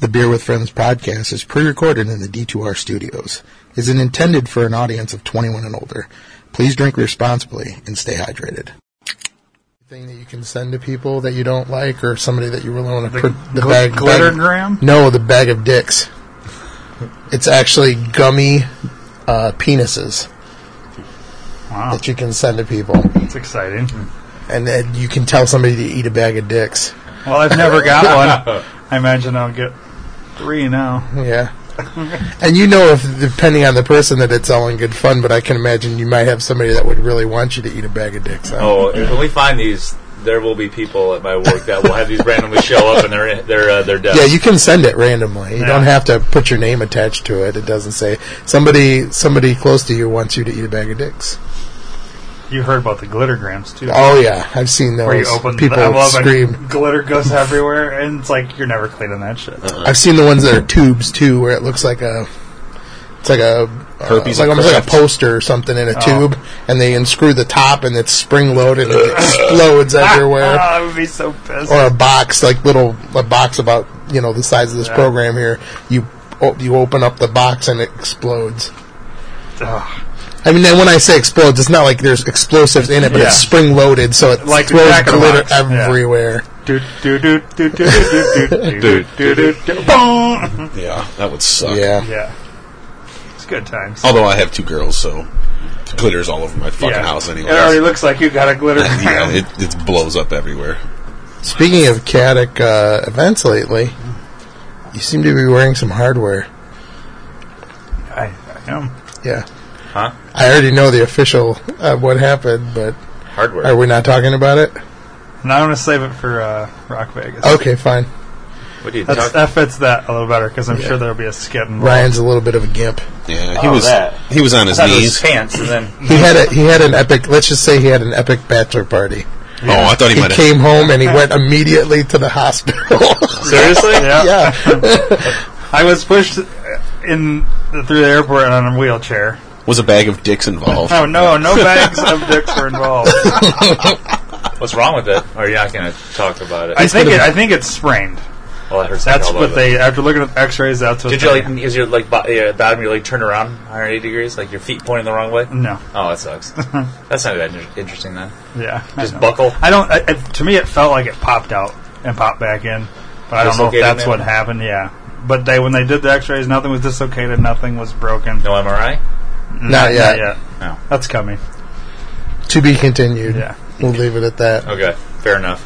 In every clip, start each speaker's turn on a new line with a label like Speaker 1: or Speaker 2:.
Speaker 1: The Beer with Friends podcast is pre-recorded in the D2R studios. Is intended for an audience of 21 and older. Please drink responsibly and stay hydrated. Thing that you can send to people that you don't like or somebody that you really want to
Speaker 2: The
Speaker 1: put the
Speaker 2: gl-
Speaker 1: bag
Speaker 2: glittergram?
Speaker 1: Bag, no, the bag of dicks. It's actually gummy uh, penises
Speaker 2: Wow,
Speaker 1: that you can send to people,
Speaker 2: that's exciting.
Speaker 1: and then you can tell somebody to eat a bag of dicks.
Speaker 2: Well, I've never got one. I imagine I'll get three now.
Speaker 1: Yeah. and you know, if depending on the person, that it's all in good fun. But I can imagine you might have somebody that would really want you to eat a bag of dicks. huh?
Speaker 3: Oh, if when we find these, there will be people at my work that will have these randomly show up and they're they're uh, they're dead.
Speaker 1: Yeah, you can send it randomly. You
Speaker 2: Yeah.
Speaker 1: don't have to put your name attached to it. It doesn't say somebody somebody close to you wants you to eat a bag of dicks.
Speaker 2: You heard about the glittergrams too.
Speaker 1: Oh yeah, I've seen those.
Speaker 2: Where you open
Speaker 1: People
Speaker 2: the envelope
Speaker 1: scream.
Speaker 2: and glitter goes everywhere, and it's like you're never cleaning that shit.
Speaker 1: I've seen the ones that are tubes too, where it looks like a it's like a uh,
Speaker 3: Herpes
Speaker 1: it's like almost like a
Speaker 3: craft.
Speaker 1: poster or something
Speaker 2: Oh.
Speaker 1: in a tube, and they unscrew the top and it's spring loaded and it explodes everywhere.
Speaker 2: Ah, I would be so pissed.
Speaker 1: or a box, like little a box about you know the size of this
Speaker 2: Yeah.
Speaker 1: program here. You o- you open up the box and it explodes.
Speaker 2: Ugh.
Speaker 1: I mean, and when I say explodes, it's not like there's explosives in it, but
Speaker 2: Yeah.
Speaker 1: it's spring loaded, so it
Speaker 2: Like the
Speaker 1: throws
Speaker 2: Jack in the
Speaker 1: glitter
Speaker 2: Box. Yeah.
Speaker 1: everywhere.
Speaker 2: Do, do, do, do, do, do, do, do, do, do, do, boom.
Speaker 4: Yeah, that would suck.
Speaker 1: Yeah.
Speaker 2: Yeah, it's good times.
Speaker 4: Although I have two girls, so glitter's all over my fucking
Speaker 2: yeah.
Speaker 4: house anyway.
Speaker 2: It already looks like you got a glittergram.
Speaker 4: yeah, it, it blows up everywhere.
Speaker 1: Speaking of chaotic uh, events lately, you seem to be wearing some hardware.
Speaker 2: I, I am.
Speaker 1: Yeah.
Speaker 3: Huh?
Speaker 1: I already know the official uh, what happened, but
Speaker 3: Hardware.
Speaker 1: are we not talking about it?
Speaker 2: And I'm gonna save it for uh, Rock Vegas.
Speaker 1: Okay, fine.
Speaker 3: What do you
Speaker 2: That's,
Speaker 3: talk?
Speaker 2: that fits that a little better because I'm sure there'll be a skip. involved.
Speaker 1: Ryan's a little bit of a gimp.
Speaker 4: Yeah, he
Speaker 3: Oh,
Speaker 4: was
Speaker 3: that.
Speaker 4: he was on his
Speaker 3: I thought it was
Speaker 4: knees.
Speaker 3: pants, and then
Speaker 1: He had a he had an epic. Let's just say he had an epic bachelor party.
Speaker 4: Oh, I thought he
Speaker 1: He
Speaker 4: might have.
Speaker 1: came home and he went immediately to the hospital.
Speaker 3: seriously,
Speaker 2: Yeah.
Speaker 1: yeah,
Speaker 2: I was pushed in through the airport on a wheelchair.
Speaker 4: Was a bag of dicks involved?
Speaker 2: Oh no, no bags of dicks were involved.
Speaker 3: what's wrong with it? Are you not going to talk about it? Oh,
Speaker 2: I think it, I think it's sprained.
Speaker 3: well, I heard something
Speaker 2: That's
Speaker 3: all
Speaker 2: what
Speaker 3: about it.
Speaker 2: they after looking at the X-rays. That's what
Speaker 3: Did
Speaker 2: they,
Speaker 3: you like? Is your like bo- yeah, bottom of your leg turn around 180 degrees? Like your feet pointing the wrong way?
Speaker 2: No,
Speaker 3: Oh, that sucks. That's not that inter- interesting then.
Speaker 2: yeah, I
Speaker 3: Just
Speaker 2: know.
Speaker 3: buckle.
Speaker 2: I don't. I, it, to me, it felt like it popped out and popped back in, but I don't know if
Speaker 3: Dislocated
Speaker 2: that's
Speaker 3: maybe?
Speaker 2: what happened. Yeah, but they when they did the X-rays, nothing was dislocated, nothing was broken.
Speaker 3: No MRI.
Speaker 1: not yet.
Speaker 2: Not yet.
Speaker 3: No.
Speaker 2: That's coming.
Speaker 1: To be continued.
Speaker 2: Yeah.
Speaker 1: we'll leave it at that.
Speaker 3: Okay, fair enough.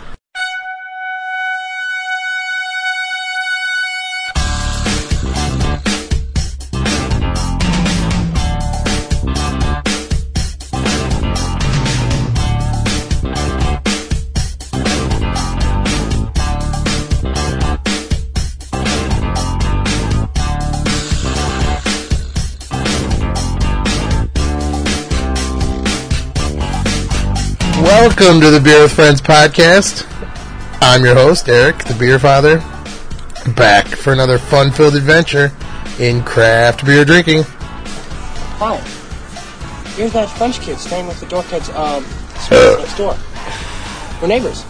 Speaker 1: Welcome to the Beer with Friends podcast. I'm your host Eric, the Beer Father, back for another fun-filled adventure in craft beer drinking.
Speaker 5: Hi. You're that French kid staying with the door kids, um, smoking next door. We're neighbors.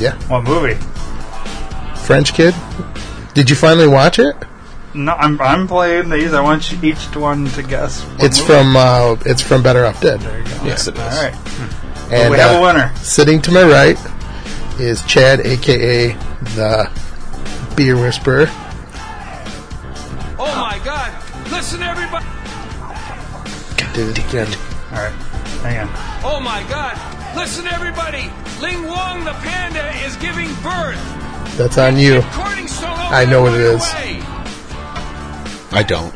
Speaker 1: Yeah,
Speaker 2: What movie?
Speaker 1: French kid. Did you finally watch it?
Speaker 2: No, I'm I'm playing these. I want you, each one to guess. what
Speaker 1: It's
Speaker 2: movie.
Speaker 1: from uh, it's from Better Off Dead.
Speaker 2: There you go.
Speaker 4: Yes, it is.
Speaker 2: All right.
Speaker 1: And
Speaker 2: we have
Speaker 1: uh,
Speaker 2: a winner.
Speaker 1: Sitting to my right is Chad, aka the Beer Whisperer.
Speaker 6: Oh my God! Listen, everybody!
Speaker 1: Did it again.
Speaker 2: All right. Hang on.
Speaker 6: Oh my God! Listen, everybody! Ling Wong the panda is giving birth.
Speaker 1: That's on you.
Speaker 6: Recording solo.
Speaker 1: I know what it is.
Speaker 4: I don't.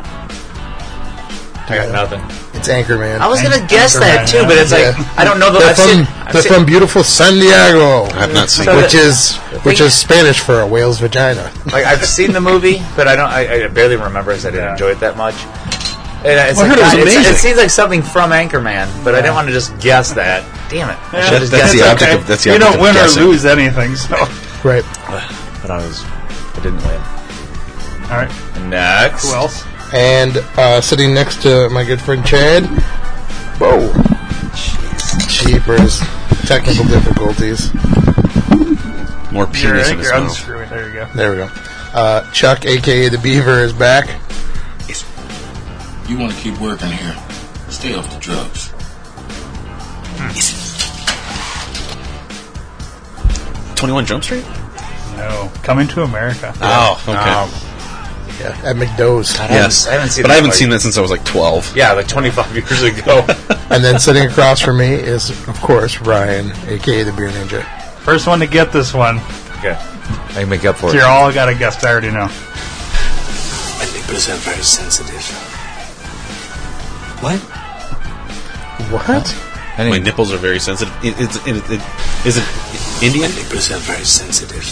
Speaker 3: I got nothing.
Speaker 1: It's Anchorman.
Speaker 7: I was gonna guess that too, but it's like
Speaker 1: Yeah.
Speaker 7: I don't know the.
Speaker 1: they're
Speaker 7: I've seen,
Speaker 1: from,
Speaker 7: I've
Speaker 1: they're
Speaker 7: seen-
Speaker 1: from beautiful San Diego,
Speaker 4: I have not seen.
Speaker 7: So
Speaker 4: it.
Speaker 7: the-
Speaker 1: which is which is Spanish for a whale's vagina.
Speaker 3: Like I've seen the movie, but I don't. I, I barely remember because I didn't
Speaker 2: Yeah.
Speaker 3: enjoy it that much. And it's
Speaker 4: I
Speaker 3: like,
Speaker 4: heard it was
Speaker 3: God, it's-
Speaker 4: amazing.
Speaker 3: It seems like something from Anchorman, but I didn't want to just guess that. Damn it! I should have
Speaker 4: That's- that's
Speaker 3: guessed
Speaker 4: the
Speaker 3: it.
Speaker 4: object of that's the
Speaker 2: you
Speaker 4: object
Speaker 2: don't
Speaker 4: of
Speaker 2: win
Speaker 4: guessing.
Speaker 2: or lose anything. So. All
Speaker 1: Right.
Speaker 3: But I was. I didn't win.
Speaker 2: right.
Speaker 3: Next.
Speaker 2: Who else?
Speaker 1: And uh, sitting next to my good friend Chad. Whoa. Jeepers. Technical difficulties.
Speaker 4: More
Speaker 2: You're, I
Speaker 4: penis in
Speaker 2: think
Speaker 4: his
Speaker 2: you're
Speaker 4: mouth.
Speaker 2: unscrewing. There you go.
Speaker 1: There we go. Uh, Chuck, aka the Beaver, is back.
Speaker 8: You want to keep working here. Stay off the drugs.
Speaker 4: Twenty One Jump Street.
Speaker 2: No, coming to America.
Speaker 4: Oh, okay.
Speaker 1: Yeah, at McDo's.
Speaker 4: yes,
Speaker 3: I haven't seen
Speaker 4: but
Speaker 3: that
Speaker 4: I haven't
Speaker 3: fight.
Speaker 4: seen that since I was like twelve.
Speaker 3: Yeah, like 25 years ago.
Speaker 1: And then sitting across from me is, of course, Ryan, aka the Beer Ninja.
Speaker 2: First one to get this one.
Speaker 3: okay. I can make up for
Speaker 2: So
Speaker 3: it.
Speaker 2: you're all got a guess. I already know.
Speaker 7: My nipples are very sensitive. What?
Speaker 1: What?
Speaker 3: Any-
Speaker 4: My nipples are very sensitive. It, it's it, it, is it
Speaker 7: My
Speaker 4: Indian
Speaker 7: nipples are very sensitive.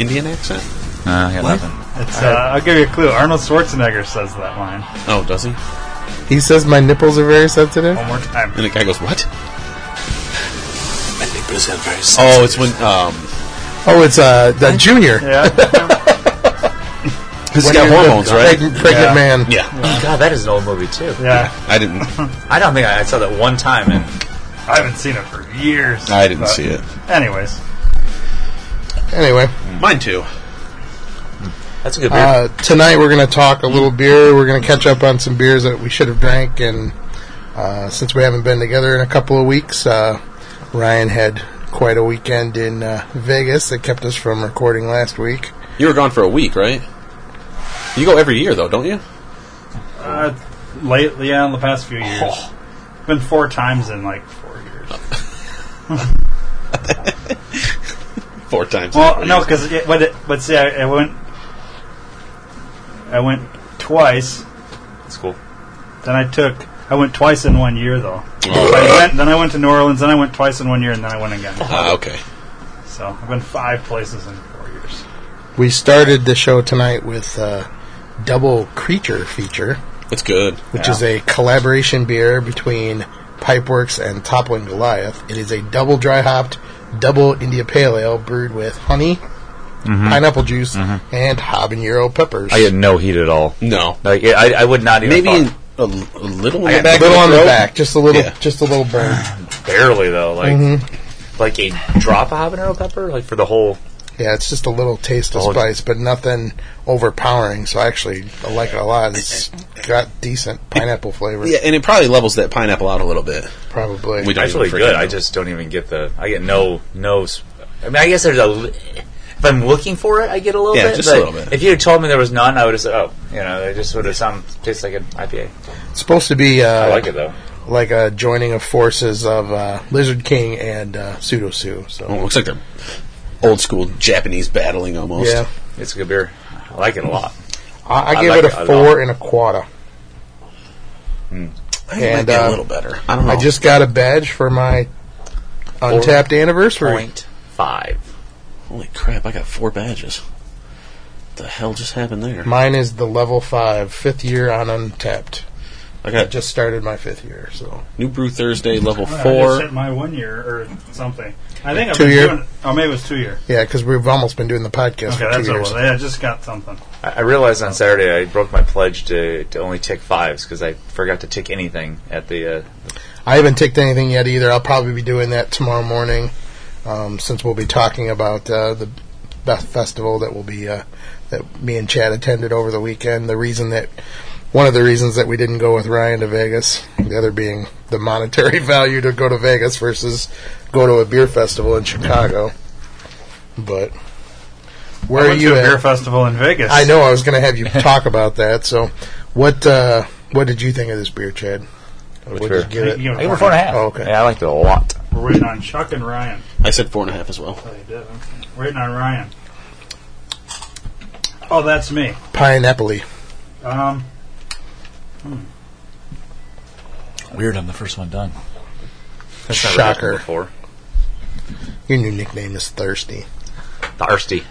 Speaker 4: Indian accent?
Speaker 3: Nah, I got
Speaker 7: What?
Speaker 3: nothing.
Speaker 2: It's, uh, I'll give you a clue. Arnold Schwarzenegger says that line.
Speaker 4: Oh, does he?
Speaker 1: He says my nipples are very sensitive.
Speaker 2: One more time.
Speaker 4: And the guy goes, "What?"
Speaker 7: My nipples are very sensitive.
Speaker 4: Oh, it's when um,
Speaker 1: Oh, it's uh, the Junior.
Speaker 2: Yeah.
Speaker 4: he's
Speaker 1: When
Speaker 4: got
Speaker 1: you're
Speaker 4: hormones,
Speaker 1: the
Speaker 4: right?
Speaker 1: preg- pregnant
Speaker 2: Yeah.
Speaker 1: man.
Speaker 4: Yeah,
Speaker 3: Oh, God, that is an old movie, too.
Speaker 2: Yeah.
Speaker 4: I didn't.
Speaker 3: I don't think I, I saw that one time. And
Speaker 2: I haven't seen it for years.
Speaker 4: I didn't
Speaker 2: but-
Speaker 4: see it.
Speaker 2: Anyways.
Speaker 1: Anyway,
Speaker 4: Mine too.
Speaker 3: that's a good beer.
Speaker 1: uh, tonight we're going to talk a little beer. We're going to catch up on some beers that we should have drank. And uh, since we haven't been together in a couple of weeks, uh, Ryan had quite a weekend in uh, Vegas that kept us from recording last week.
Speaker 4: You were gone for a week, right? You go every year though, don't you?
Speaker 2: Uh, lately, yeah, in the past few years. Been four times in like four years.
Speaker 4: Four times.
Speaker 2: Well, no, because but it, but see, I, I went, I went twice.
Speaker 3: that's cool.
Speaker 2: Then I took, I went twice in one year though. I went, then I went to New Orleans. Then I went twice in one year, and then I went again.
Speaker 4: Ah, okay.
Speaker 2: So I've been five places in four years.
Speaker 1: We started the show tonight with uh, Double Creature feature,
Speaker 4: That's good.
Speaker 1: which is a collaboration beer between Pipeworks and Toppling Goliath. It is a double dry hopped, double India Pale Ale brewed with honey, pineapple juice, and habanero peppers.
Speaker 3: I had no heat at all.
Speaker 4: No,
Speaker 3: Like, I, I- I would not even.
Speaker 4: maybe
Speaker 3: thought-
Speaker 4: in a, l- a little in
Speaker 3: I got
Speaker 4: the
Speaker 1: a
Speaker 4: back.
Speaker 1: little
Speaker 4: of
Speaker 1: on the
Speaker 4: throat.
Speaker 1: back, just a little,
Speaker 4: Yeah.
Speaker 1: just a little burn.
Speaker 3: barely though, like
Speaker 1: Mm-hmm.
Speaker 3: like a drop of habanero pepper, like for the whole.
Speaker 1: Yeah, it's just a little taste of
Speaker 3: Oh,
Speaker 1: spice, but nothing overpowering. So I actually like it a lot. It's got decent pineapple flavor,
Speaker 4: Yeah, and it probably levels that pineapple out a little bit.
Speaker 1: probably.
Speaker 4: We don't
Speaker 3: Actually,
Speaker 4: even
Speaker 3: good.
Speaker 4: freaking
Speaker 3: I
Speaker 4: know.
Speaker 3: just don't even get the. I get no no. s- I mean, I guess there's a. li- If I'm looking for it, I get a little
Speaker 4: Yeah,
Speaker 3: bit.
Speaker 4: just a
Speaker 3: but
Speaker 4: little bit.
Speaker 3: If you had told me there was none, I would have said, "Oh, you know, it just would have sound tastes like an IPA."
Speaker 1: It's supposed to be. Uh,
Speaker 3: I like it though.
Speaker 1: like a joining of forces of uh, Lizard King and uh, Pseudo Sue. So
Speaker 4: Oh, it looks like they're old school Japanese battling almost.
Speaker 1: yeah,
Speaker 3: It's a good beer. I like it a lot.
Speaker 1: I, I,
Speaker 3: I
Speaker 1: gave
Speaker 3: like
Speaker 1: it a
Speaker 3: it a
Speaker 1: four
Speaker 3: lot.
Speaker 1: and a quarter.
Speaker 4: I think it
Speaker 1: And,
Speaker 4: might be
Speaker 1: uh,
Speaker 4: a little better. I
Speaker 3: Oh.
Speaker 4: don't know.
Speaker 1: I just got a badge for my untapped anniversary.
Speaker 3: Point five.
Speaker 4: holy crap! I got four badges. The hell just happened there?
Speaker 1: Mine is the level five, fifth year on untapped.
Speaker 4: I
Speaker 1: I
Speaker 4: got
Speaker 1: just started my fifth year, so
Speaker 4: New Brew Thursday level
Speaker 2: I
Speaker 4: four.
Speaker 2: just hit my one year or something. I think I've
Speaker 1: Two
Speaker 2: been
Speaker 1: year?
Speaker 2: doing. Oh, maybe it was two year.
Speaker 1: yeah, because we've almost been doing the podcast
Speaker 2: Okay,
Speaker 1: for two
Speaker 2: that's what it
Speaker 1: years.
Speaker 2: was. Yeah, I just got something.
Speaker 3: I I realized on Saturday I broke my pledge to, to only tick fives because I forgot to tick anything at the. Uh,
Speaker 1: I haven't ticked anything yet either. I'll probably be doing that tomorrow morning, um, since we'll be talking about uh, the Beth Festival that will be uh, that me and Chad attended over the weekend. The reason that one of the reasons that we didn't go with Ryan to Vegas, the other being the monetary value to go to Vegas versus go to a beer festival in Chicago. But where
Speaker 2: I
Speaker 1: are
Speaker 2: went
Speaker 1: you
Speaker 2: to a beer
Speaker 1: at?
Speaker 2: festival in Vegas.
Speaker 1: I know I was going to have you talk about that. So, what uh, what did you think of this beer, Chad? What
Speaker 3: beer?
Speaker 1: did you give it?
Speaker 2: You know,
Speaker 3: I gave it four and a half.
Speaker 1: Oh, okay.
Speaker 3: Yeah, I liked it a lot.
Speaker 2: We're waiting on Chuck and Ryan.
Speaker 4: I said four and a half as well.
Speaker 2: Oh, you did. Okay. Waiting on Ryan. Oh, that's me.
Speaker 1: Pineapple.
Speaker 2: Um,
Speaker 9: Weird, I'm the first one done.
Speaker 3: Never had it
Speaker 1: Shocker.
Speaker 3: Before.
Speaker 1: Your new nickname is Thirsty.
Speaker 3: Thirsty.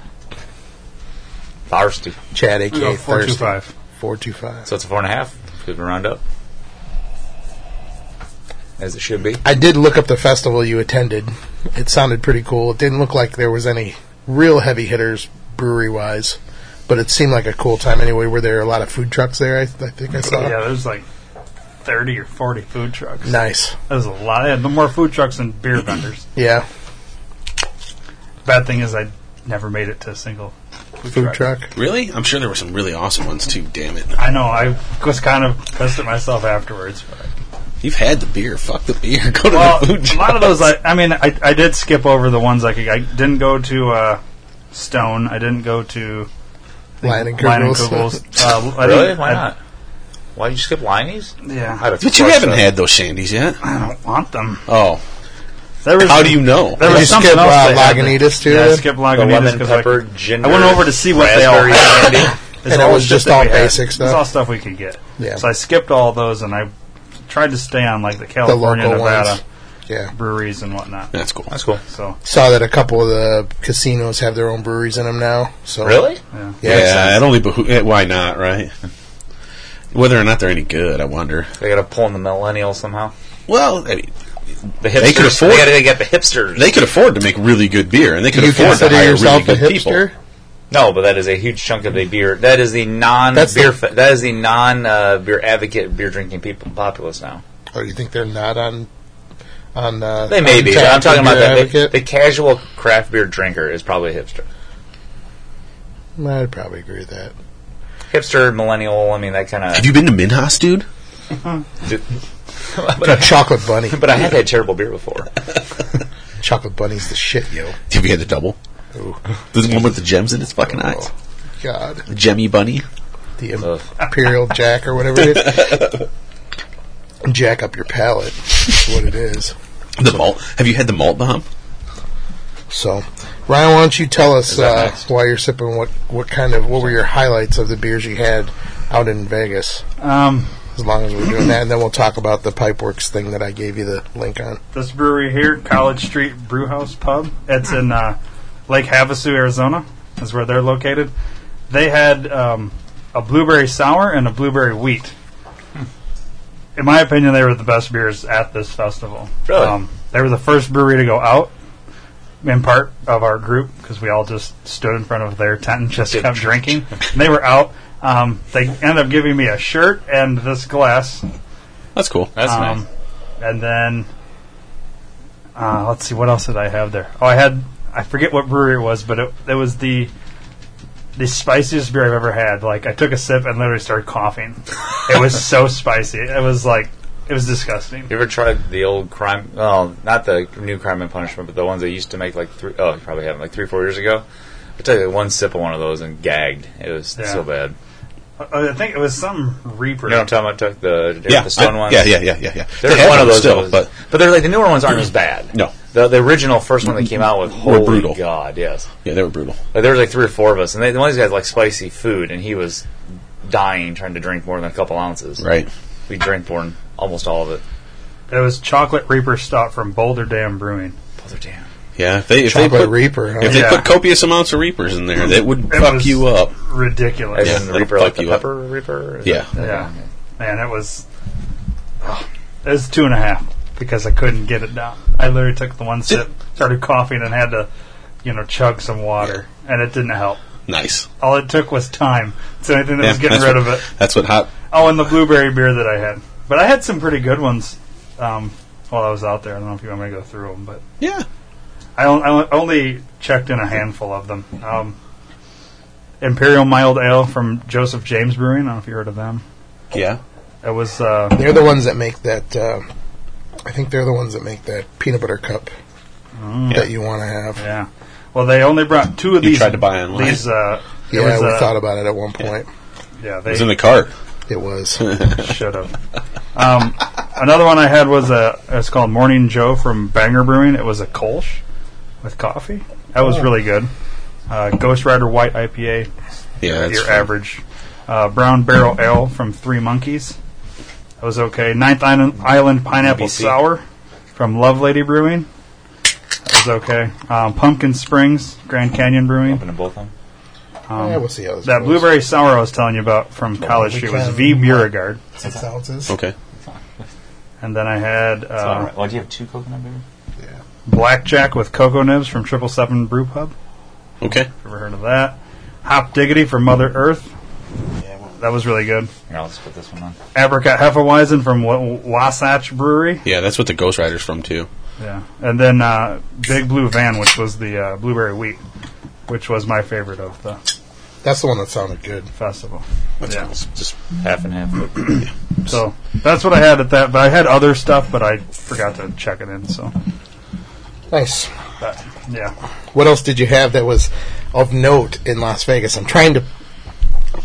Speaker 3: Thirsty.
Speaker 1: Chad,
Speaker 2: I
Speaker 1: aka
Speaker 2: go oh, four two
Speaker 1: Thirsty.
Speaker 2: five.
Speaker 1: 425.
Speaker 3: So it's a four and a half. Could we round up? As it should be.
Speaker 1: I did look up the festival you attended. It sounded pretty cool. It didn't look like there was any real heavy hitters brewery wise, but it seemed like a cool time anyway. Were there a lot of food trucks there? I, I think I
Speaker 7: Uh-huh.
Speaker 1: saw.
Speaker 2: Yeah, there's like thirty or forty food trucks.
Speaker 1: Nice.
Speaker 2: That was a lot. They had more food trucks than beer vendors.
Speaker 1: Yeah.
Speaker 2: Bad thing is I never made it to a single food,
Speaker 1: Food truck.
Speaker 7: Really? I'm sure there were some really awesome ones too. Damn it!
Speaker 2: I know. I was kind of pissed at myself afterwards. But.
Speaker 7: You've had the beer. Fuck the beer. Go to
Speaker 2: Well,
Speaker 7: the food.
Speaker 2: a lot of
Speaker 7: truck.
Speaker 2: those. I, I mean, I, I did skip over the ones I could. I didn't go to uh, Stone. I didn't go to
Speaker 1: Lion and
Speaker 2: Lion and
Speaker 1: Kugels.
Speaker 2: Kugel's. Uh, I
Speaker 3: Really?
Speaker 2: didn't-
Speaker 3: Why
Speaker 2: I-
Speaker 3: not? Why you skip Liney's?
Speaker 2: Yeah,
Speaker 3: I'd have
Speaker 7: But you
Speaker 3: crushed
Speaker 7: haven't
Speaker 3: that.
Speaker 7: had those shandies yet.
Speaker 2: I don't want them.
Speaker 7: Oh,
Speaker 2: There was
Speaker 7: how do you know?
Speaker 2: There
Speaker 1: Did
Speaker 2: was
Speaker 1: you
Speaker 2: something
Speaker 1: skip,
Speaker 2: else
Speaker 1: uh,
Speaker 2: they had that-
Speaker 1: Lagunitas, too,
Speaker 2: Yeah, I
Speaker 1: then?
Speaker 2: skipped
Speaker 3: The
Speaker 2: Lagunitas
Speaker 3: lemon
Speaker 2: because
Speaker 3: pepper,
Speaker 2: I,
Speaker 3: ginger.
Speaker 2: I went over to see what they all
Speaker 3: raspberry
Speaker 2: had.
Speaker 3: candy.
Speaker 2: It's
Speaker 1: And it was
Speaker 2: shit
Speaker 1: just
Speaker 2: that
Speaker 1: all
Speaker 2: we had.
Speaker 1: basic stuff?
Speaker 2: It's all stuff we could get.
Speaker 1: Yeah.
Speaker 2: So I skipped all those and I tried to stay on like the
Speaker 1: The
Speaker 2: California,
Speaker 1: local
Speaker 2: Nevada
Speaker 1: ones. Yeah.
Speaker 2: breweries and whatnot.
Speaker 7: That's cool.
Speaker 3: That's cool.
Speaker 2: So
Speaker 1: Saw that a couple of the casinos have their own breweries in them now. So
Speaker 3: Really?
Speaker 2: yeah.
Speaker 1: Yeah. it's-
Speaker 7: Yeah, it only behoo- eh, why not, right? Whether or not they're any good, I wonder.
Speaker 3: They got to pull in the millennials somehow.
Speaker 7: Well, I mean,
Speaker 3: The hipsters.
Speaker 7: They could afford-
Speaker 3: got to get the hipsters.
Speaker 7: they could afford to make really good beer, and they could
Speaker 1: Do you
Speaker 7: afford to
Speaker 1: consider
Speaker 7: hire really
Speaker 1: yourself
Speaker 7: good
Speaker 1: a hipster?
Speaker 7: people.
Speaker 3: no, but that is a huge chunk of the beer. That is the non
Speaker 1: That's
Speaker 3: beer.
Speaker 1: the-
Speaker 3: fa- that is the non uh, beer advocate beer drinking people populace now.
Speaker 1: Or do you think they're not on? On uh,
Speaker 3: They may be. But I'm
Speaker 1: Untappd
Speaker 3: talking
Speaker 1: and
Speaker 3: about
Speaker 1: Beer
Speaker 3: that. The,
Speaker 1: Advocate?
Speaker 3: the casual craft beer drinker is probably a hipster.
Speaker 1: I'd probably agree with that.
Speaker 3: Hipster, millennial. I mean, that kind
Speaker 7: Have you been to Minhas, dude?
Speaker 3: of.
Speaker 1: A chocolate bunny.
Speaker 3: But I have had terrible beer before.
Speaker 1: chocolate bunny's the shit, yo.
Speaker 7: Have you had the double?
Speaker 1: Ooh. Oh.
Speaker 7: The one with the gems in its fucking eyes.
Speaker 1: God,
Speaker 7: The Gemmy Bunny.
Speaker 1: the
Speaker 3: Ugh.
Speaker 1: Imperial Jack or whatever it is. Jack up your palate. That's what it is.
Speaker 7: The malt. Have you had the malt bomb?
Speaker 1: So, Ryan, why don't you tell us
Speaker 7: that
Speaker 1: uh,
Speaker 7: next?
Speaker 1: while you're sipping? What what kind of what were your highlights of the beers you had out in Vegas?
Speaker 2: Um,
Speaker 1: As long as we're doing that, and then we'll talk about the Pipeworks thing that I gave you the link on.
Speaker 2: this brewery here, College Street Brewhouse Pub. It's in uh, Lake Havasu, Arizona, is where they're located. They had um, a blueberry sour and a blueberry wheat. In my opinion, they were the best beers at this festival. Um,
Speaker 3: Really?
Speaker 2: they were the first brewery to go out. In part of our group because we all just stood in front of their tent and just kept drinking. And they were out. Um, they ended up giving me a shirt and this glass
Speaker 7: That's cool.
Speaker 1: Uh,
Speaker 3: That's
Speaker 2: um,
Speaker 3: nice.
Speaker 2: And then, uh, let's see, what else did I have there? Oh, I had, I forget what brewery it was, but it, it was the the spiciest beer I've ever had. Like, I took a sip and literally started coughing. it was so spicy. It was like, it was disgusting.
Speaker 3: You ever tried the old crime? Well, not the new crime and punishment, but the ones they used to make like three oh, you probably haven't like three, four years ago. I took like, one sip of one of those and gagged. It was
Speaker 2: Yeah.
Speaker 3: so bad.
Speaker 2: Uh, I think it was some Reaper.
Speaker 3: You know what I'm talking about? Took the,
Speaker 7: Yeah,
Speaker 3: the stone
Speaker 7: I-
Speaker 3: ones.
Speaker 7: yeah, yeah, yeah, yeah, yeah.
Speaker 3: There's
Speaker 7: They have
Speaker 3: one of
Speaker 7: them
Speaker 3: those ones.
Speaker 7: still, but
Speaker 3: they're like the newer ones aren't as bad.
Speaker 7: No.
Speaker 3: the, the original first one they came out with. Holy
Speaker 7: brutal.
Speaker 3: God, yes.
Speaker 7: yeah, they were brutal.
Speaker 3: Like, there was like three or four of us, and they, one of these guys like spicy food, and he was dying trying to drink more than a couple ounces.
Speaker 7: Right.
Speaker 3: we drank more than almost all of it.
Speaker 2: It was Chocolate Reaper Stout from Boulder Dam Brewing.
Speaker 3: Brother damn.
Speaker 7: Yeah. If they, if they
Speaker 1: Chocolate
Speaker 7: put,
Speaker 1: Reaper. Huh?
Speaker 7: if they
Speaker 2: Yeah.
Speaker 7: put copious amounts of Reapers in there, that would
Speaker 2: It
Speaker 7: fuck
Speaker 2: was
Speaker 7: you up.
Speaker 2: Ridiculous.
Speaker 3: As
Speaker 7: Yeah,
Speaker 3: in the
Speaker 7: that'll
Speaker 3: Reaper, like
Speaker 7: fuck
Speaker 3: the
Speaker 7: you up.
Speaker 3: pepper Reaper. Is
Speaker 7: Yeah.
Speaker 3: that-
Speaker 2: Yeah. Man, it was. it was two and a half because I couldn't get it down. I literally took the one sip, started coughing, and had to, you know, chug some water, and it didn't help.
Speaker 7: Nice.
Speaker 2: All it took was time. It's the only thing that was
Speaker 7: Yeah,
Speaker 2: getting
Speaker 7: that's
Speaker 2: rid
Speaker 7: what-
Speaker 2: of it.
Speaker 7: That's what hot.
Speaker 2: Oh, and the blueberry beer that I had. But I had some pretty good ones um, while I was out there. I don't know if you want me to go through them, but
Speaker 7: Yeah.
Speaker 2: I, on- I on- only checked in a handful of them. Um, Imperial Mild Ale from Joseph James Brewing. I don't know if you heard of them.
Speaker 7: Yeah.
Speaker 2: It was uh,
Speaker 1: They're the ones that make that. Uh, I think they're the ones that make that peanut butter cup that you want to have. Yeah,
Speaker 2: Mm. Yeah. Well, they only brought two of
Speaker 7: You
Speaker 2: these.
Speaker 7: tried to buy online.
Speaker 2: These, uh, it was,
Speaker 1: we
Speaker 2: uh,
Speaker 1: thought about it at one point.
Speaker 2: Yeah, Um,
Speaker 7: It was in
Speaker 2: they
Speaker 7: the cart.
Speaker 1: It was
Speaker 2: should have. Um, another one I had was a. It's called Morning Joe from Banger Brewing. It was a Kolsch with coffee. That
Speaker 1: Oh.
Speaker 2: was really good. Uh, Ghost Rider White IPA.
Speaker 7: Yeah, that's
Speaker 2: your
Speaker 7: fun.
Speaker 2: average. Uh, Brown Barrel Ale from Three Monkeys. That was okay. Ninth Island, Island Pineapple
Speaker 3: NBC.
Speaker 2: Sour from Love Lady Brewing. That was okay. Um, Pumpkin Springs, Grand Canyon Brewing.
Speaker 3: Open to both of them.
Speaker 1: yeah, we'll see how this
Speaker 2: That
Speaker 1: goes.
Speaker 2: blueberry sour I was telling you about from College
Speaker 1: we
Speaker 2: Street was
Speaker 1: can-
Speaker 2: V Beauregard,
Speaker 1: six ounces.
Speaker 7: Okay.
Speaker 2: and then I had uh,
Speaker 3: Why do you have two coconut beer?
Speaker 2: Blackjack with cocoa nibs from Triple Seven Brew Pub.
Speaker 7: Okay.
Speaker 2: Ever heard of that? Hop Diggity from Mother Earth. That was really good.
Speaker 3: Here, I'll just put this one on.
Speaker 2: Apricot Hefeweizen from Wa- Wasatch Brewery.
Speaker 7: Yeah, that's what the Ghost Rider's from too.
Speaker 2: Yeah, and then uh, Big Blue Van, which was the uh, blueberry wheat. which was my favorite of the
Speaker 1: That's the one that sounded good.
Speaker 2: festival. Yeah.
Speaker 7: It's just
Speaker 3: half and half.
Speaker 2: So that's what I had at that. But I had other stuff, but I forgot to check it in. So
Speaker 1: Nice.
Speaker 2: but, yeah,
Speaker 1: What else did you have that was of note in Las Vegas? I'm trying to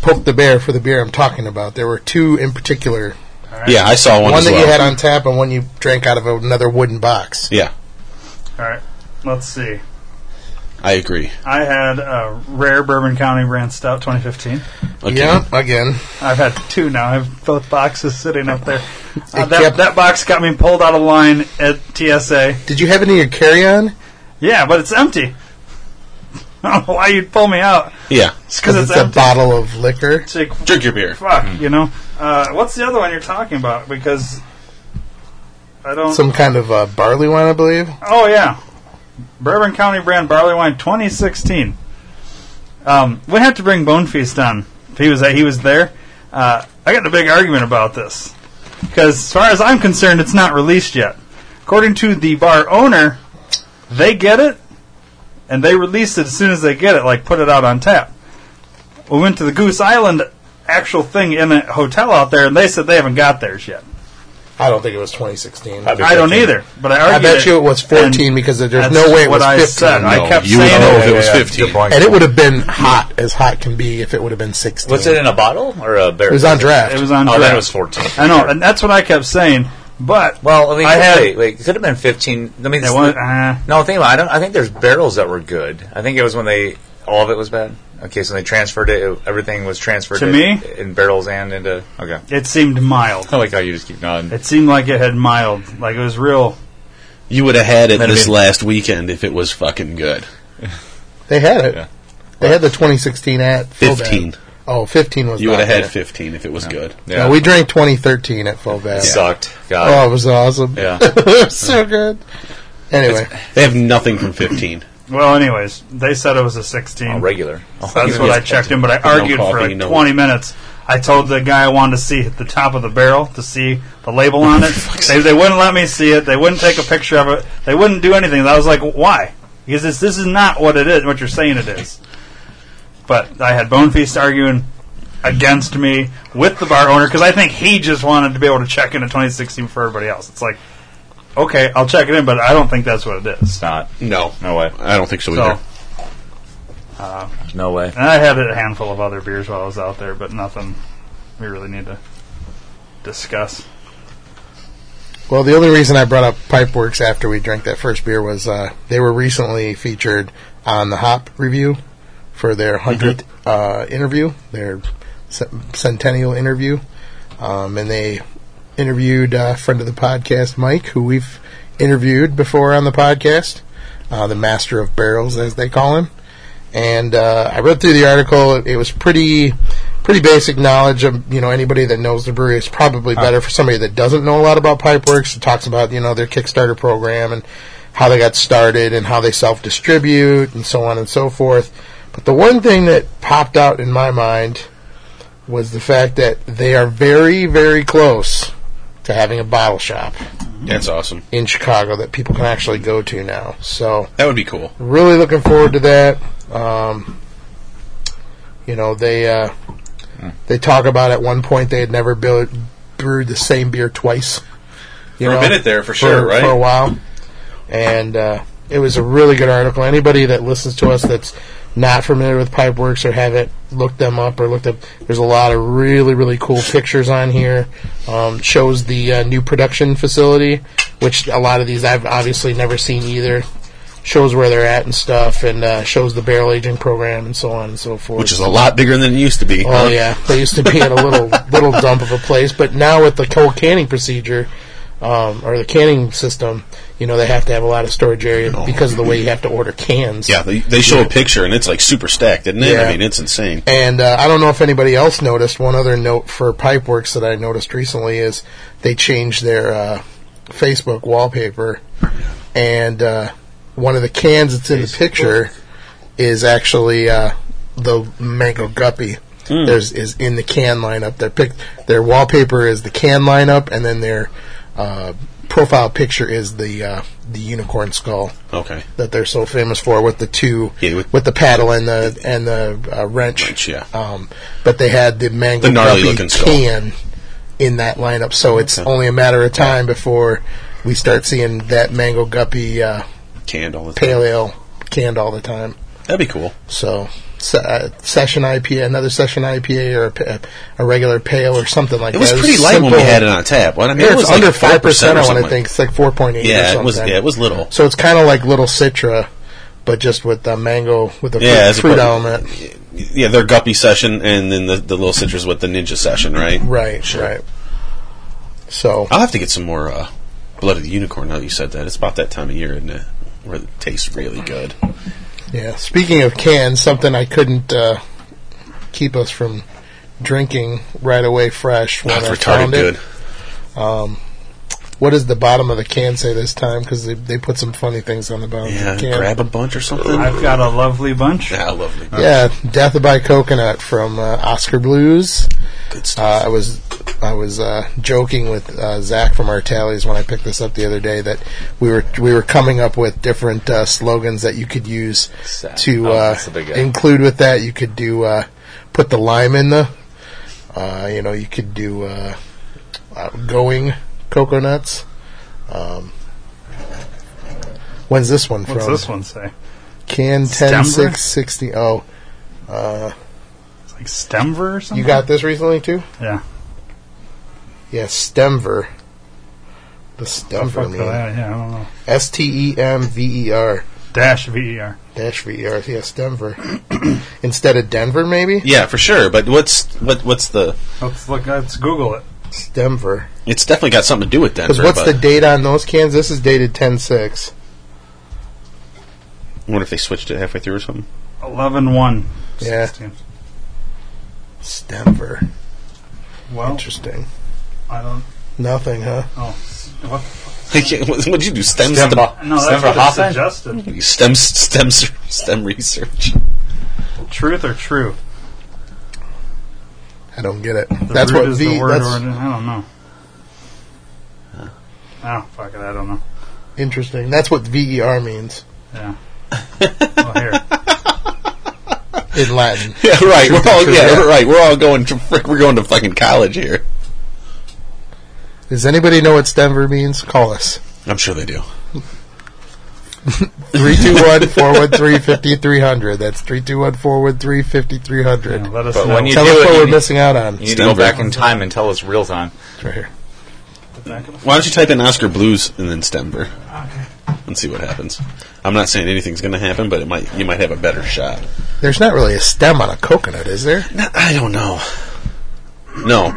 Speaker 1: poke the bear for the beer I'm talking about. There were two in particular.
Speaker 7: yeah. I saw one,
Speaker 1: One
Speaker 7: as
Speaker 1: that
Speaker 7: well.
Speaker 1: you had on tap and one you drank out of another wooden box.
Speaker 7: yeah,
Speaker 2: all right. Let's see.
Speaker 7: I agree.
Speaker 2: I had a rare Bourbon County brand stout 2015.
Speaker 7: Again,
Speaker 1: Yeah, again.
Speaker 2: I've had two now. I have both boxes sitting up there. Uh,
Speaker 1: It
Speaker 2: that,
Speaker 1: kept-
Speaker 2: that box got me pulled out of line at TSA.
Speaker 1: Did you have any of your carry-on?
Speaker 2: Yeah, but it's empty. I don't know why you'd pull me out.
Speaker 7: yeah.
Speaker 2: It's
Speaker 1: Because
Speaker 2: because it's,
Speaker 1: it's, a
Speaker 2: empty.
Speaker 1: bottle of liquor.
Speaker 2: It's like,
Speaker 7: Drink your beer.
Speaker 2: fuck, you know? Uh, what's the other one you're talking about? Because I don't.
Speaker 1: Some kind of uh, barley wine, I believe.
Speaker 2: Oh yeah, Bourbon County brand barley wine 2016. Um, we had to bring Bone Feast on. He was he was there. Uh, I got in a big argument about this because, as far as I'm concerned, it's not released yet. According to the bar owner, they get it and they release it as soon as they get it, like put it out on tap. We went to the Goose Island actual thing in a hotel out there, and they said they haven't got theirs yet.
Speaker 1: I don't think it was 2016. I,
Speaker 2: I don't either, but I argued
Speaker 1: bet you it was 14
Speaker 2: and-
Speaker 1: because there's
Speaker 2: that's
Speaker 1: no way it
Speaker 2: what
Speaker 1: was
Speaker 2: I
Speaker 1: 15.
Speaker 2: said. I
Speaker 7: No,
Speaker 2: kept
Speaker 7: you would
Speaker 2: saying
Speaker 7: know
Speaker 2: it.
Speaker 7: if it was
Speaker 3: Yeah, yeah,
Speaker 7: fifteen.
Speaker 3: good point.
Speaker 1: And it would have been hot as hot can be if it would have been 16.
Speaker 3: Was it in a bottle or a barrel?
Speaker 1: It was on draft.
Speaker 2: It was on.
Speaker 3: Oh,
Speaker 2: draft.
Speaker 3: that was fourteen.
Speaker 2: I know, and that's what I kept saying. But
Speaker 3: Well, I mean,
Speaker 2: I had.
Speaker 3: wait, wait, it could have been fifteen. I mean,
Speaker 2: It was, uh,
Speaker 3: no, think about. It. I don't. I think there's barrels that were good. I think it was when they all of it was bad. Okay, so they transferred it. it- everything was transferred
Speaker 2: To
Speaker 3: in,
Speaker 2: me?
Speaker 3: in barrels and into. Okay,
Speaker 2: it seemed mild.
Speaker 3: I like how you just keep nodding.
Speaker 2: It seemed like it had mild. Like it was real.
Speaker 7: You would have had it
Speaker 3: That'd
Speaker 7: this
Speaker 3: be-
Speaker 7: last weekend if it was fucking good.
Speaker 1: They had it.
Speaker 3: Yeah.
Speaker 1: They had the 2016 at Fovab.
Speaker 7: 15.
Speaker 1: Oh, 15 was
Speaker 7: You
Speaker 1: not
Speaker 7: would have had
Speaker 1: there.
Speaker 7: 15 if it was good.
Speaker 3: yeah,
Speaker 1: No, we drank 2013 at Full
Speaker 3: it
Speaker 1: Bad.
Speaker 3: sucked. God.
Speaker 1: Oh, it was awesome.
Speaker 3: Yeah.
Speaker 1: it was so good. Anyway,
Speaker 7: They have nothing from 15.
Speaker 2: Well, anyways, they said it was a sixteen.
Speaker 3: Oh, regular.
Speaker 2: That's what I checked in, but I argued for
Speaker 7: coffee,
Speaker 2: like
Speaker 7: no-
Speaker 2: 20 minutes. I told the guy I wanted to see the top of the barrel to see the label on it. they, they wouldn't let me see it. They wouldn't take a picture of it. They wouldn't do anything. I was like, why? Because this, this is not what it is, what you're saying it is. But I had Bone Feast arguing against me with the bar owner because I think he just wanted to be able to check in at 2016 for everybody else. It's like, okay, I'll check it in, but I don't think that's what it is.
Speaker 3: It's not.
Speaker 7: No.
Speaker 3: No way.
Speaker 7: I don't think so,
Speaker 2: So,
Speaker 7: either.
Speaker 3: No way.
Speaker 2: And I had a handful of other beers while I was out there, but nothing we really need to discuss.
Speaker 1: well, the only reason I brought up Pipeworks after we drank that first beer was uh, they were recently featured on the Hop Review for their 100th uh, interview, their cent- centennial interview. Um, and they interviewed uh, friend of the podcast, Mike, who we've interviewed before on the podcast, uh, the master of barrels, as they call him. and uh, I read through the article. It, it was pretty pretty basic knowledge. Of, you know, anybody that knows the brewery is probably better for somebody that doesn't know a lot about Pipeworks. It talks about you know their Kickstarter program and how they got started and how they self distribute and so on and so forth. But the one thing that popped out in my mind was the fact that they are very very close to having a bottle shop
Speaker 7: That's awesome.
Speaker 1: in Chicago that people can actually go to now. So
Speaker 7: That would be cool.
Speaker 1: really looking forward to that. Um, you know, they uh,
Speaker 7: Hmm.
Speaker 1: they talk about at one point they had never built, brewed the same beer twice. You
Speaker 7: For
Speaker 1: know,
Speaker 7: a minute there, for sure,
Speaker 1: for,
Speaker 7: right?
Speaker 1: For a while, and uh, it was a really good article. Anybody that listens to us that's not familiar with Pipeworks or haven't looked them up or looked up, there's a lot of really really cool pictures on here. Um, shows the uh, new production facility, which a lot of these I've obviously never seen either. Shows where they're at and stuff, and uh, shows the barrel aging program and so on and so forth.
Speaker 7: Which is a lot bigger than it used to be.
Speaker 1: Oh yeah, they used to be in a little little dump of a place, but now with the cold canning procedure um, or the canning system, you know they have to have a lot of storage area because of the way you have to order cans.
Speaker 7: Yeah, they, they show a picture and it's like super stacked, isn't it?
Speaker 1: Yeah.
Speaker 7: I mean, it's insane.
Speaker 1: And uh, I don't know if anybody else noticed. One other note for Pipeworks that I noticed recently is they changed their uh, Facebook wallpaper, and uh, one of the cans that's in the picture is actually uh, the mango guppy. There's is in the can lineup. Their pic, their wallpaper is the can lineup, and then their uh, profile picture is the uh, the unicorn skull
Speaker 7: Okay.
Speaker 1: that they're so famous for with the two
Speaker 7: Yeah,
Speaker 1: with,
Speaker 7: with-
Speaker 1: the paddle and the and the uh, wrench.
Speaker 7: Wrench, yeah.
Speaker 1: Um, but they had the mangled
Speaker 7: The gnarly
Speaker 1: puppy
Speaker 7: looking skull.
Speaker 1: can in that lineup, so it's
Speaker 7: Okay.
Speaker 1: only a matter of time before we start seeing that mango guppy uh,
Speaker 7: Canned all the time.
Speaker 1: pale ale canned all the time.
Speaker 7: That'd be cool.
Speaker 1: So, se- uh, session IPA, another session IPA, or a, pa- a regular pale, or something like
Speaker 7: It
Speaker 1: that.
Speaker 7: was pretty light when we
Speaker 1: simple.
Speaker 7: had it on tap. What I mean,
Speaker 1: Yeah,
Speaker 7: it
Speaker 1: it's
Speaker 7: was
Speaker 1: under
Speaker 7: five
Speaker 1: five percent.
Speaker 7: percent.
Speaker 1: I want to think it's like four point eight. or
Speaker 7: Yeah,
Speaker 1: something.
Speaker 7: it was. Yeah, it was little.
Speaker 1: So it's kind of like little Citra, but just with the mango with the
Speaker 7: Yeah, it's a
Speaker 1: fruit, fruit
Speaker 7: pro-
Speaker 1: element.
Speaker 7: Yeah, their guppy session, and then the, the little citrus with the ninja session, right?
Speaker 1: Right, right. So
Speaker 7: I'll have to get some more uh, blood of the unicorn. Now that you said that, it's about that time of year, isn't it? Where it tastes really good.
Speaker 1: yeah. Speaking of cans, something I couldn't uh, keep us from drinking right away fresh when
Speaker 7: That's
Speaker 1: I
Speaker 7: Ah, retarded
Speaker 1: found it.
Speaker 7: good.
Speaker 1: Um, what does the bottom of the can say this time? Because they, they put some funny things on the bottom
Speaker 7: Yeah,
Speaker 1: of the can.
Speaker 7: grab a bunch or something.
Speaker 2: I've got a lovely bunch.
Speaker 7: yeah, lovely.
Speaker 1: Yeah, Death by Coconut from uh, Oscar Blues.
Speaker 7: Good
Speaker 1: Uh,
Speaker 7: stuff.
Speaker 1: I was I was uh, joking with uh, Zach from our tallies when I picked this up the other day that we were we were coming up with different uh, slogans that you could use
Speaker 3: Sa-
Speaker 1: to
Speaker 3: oh,
Speaker 1: uh,
Speaker 3: that's the big guy.
Speaker 1: include with that. You could do uh, put the lime in the, uh, you know, you could do uh, uh, going coconuts. Um, when's this one
Speaker 2: What's
Speaker 1: from?
Speaker 2: this one say?
Speaker 1: Can ten
Speaker 2: Stember?
Speaker 1: six sixty? Oh, uh,
Speaker 2: It's like Stemver or something.
Speaker 1: you got this recently too?
Speaker 2: yeah.
Speaker 1: Yeah, Stemver. The Stemver
Speaker 2: Fuck
Speaker 1: man.
Speaker 2: that. Yeah, I don't know.
Speaker 1: S T E M V E R
Speaker 2: Dash V E R.
Speaker 1: dash V E R. Yeah, Stemver. Instead of Denver, maybe
Speaker 7: Yeah, for sure. But what's what? What's the?
Speaker 2: Let's look. Let's Google it.
Speaker 1: Stemver.
Speaker 7: It's definitely got something to do with Denver.
Speaker 1: Because what's
Speaker 7: but
Speaker 1: the date on those cans? This is dated ten six.
Speaker 7: I wonder if they switched it halfway through or something.
Speaker 2: 11 1.
Speaker 1: Yeah.
Speaker 2: 16.
Speaker 1: Stemver.
Speaker 2: Well,
Speaker 1: Interesting.
Speaker 2: I don't.
Speaker 1: Nothing, huh?
Speaker 2: Oh. s- What?
Speaker 7: What'd you do? Stem
Speaker 3: Stem-
Speaker 7: stem
Speaker 2: No,
Speaker 3: Stemver
Speaker 2: that's what it
Speaker 3: Hoffman?
Speaker 2: suggested.
Speaker 7: stem stem stem research.
Speaker 2: Truth or true?
Speaker 1: I don't get it.
Speaker 2: The
Speaker 1: that's
Speaker 2: root
Speaker 1: what
Speaker 2: is
Speaker 1: V.
Speaker 2: the word.
Speaker 1: That's
Speaker 2: Or, I don't know. Oh, fuck it. I don't know.
Speaker 1: interesting. That's what V E R means
Speaker 2: Yeah. well, here.
Speaker 1: in Latin.
Speaker 7: Yeah, right. We're all
Speaker 1: True,
Speaker 7: yeah,
Speaker 1: yeah.
Speaker 7: right. We're all going to frick- we're going to fucking college here.
Speaker 1: Does anybody know what Stemver means? Call us.
Speaker 7: I'm sure they do.
Speaker 1: 321 413 5300. That's 321 413 5300.
Speaker 2: Yeah, let us
Speaker 3: But
Speaker 2: know.
Speaker 3: when you
Speaker 1: Tell
Speaker 3: do
Speaker 1: us
Speaker 3: it,
Speaker 1: what
Speaker 3: you
Speaker 1: we're
Speaker 3: need-
Speaker 1: missing out on.
Speaker 3: You need to go back in time and tell us real time.
Speaker 1: It's right here.
Speaker 7: Why don't you type in Oscar Blues and then Stember and see what happens? I'm not saying anything's going to happen, but it might. You might have a better shot.
Speaker 1: There's not really a stem on a coconut, is there?
Speaker 7: No, I don't know. No,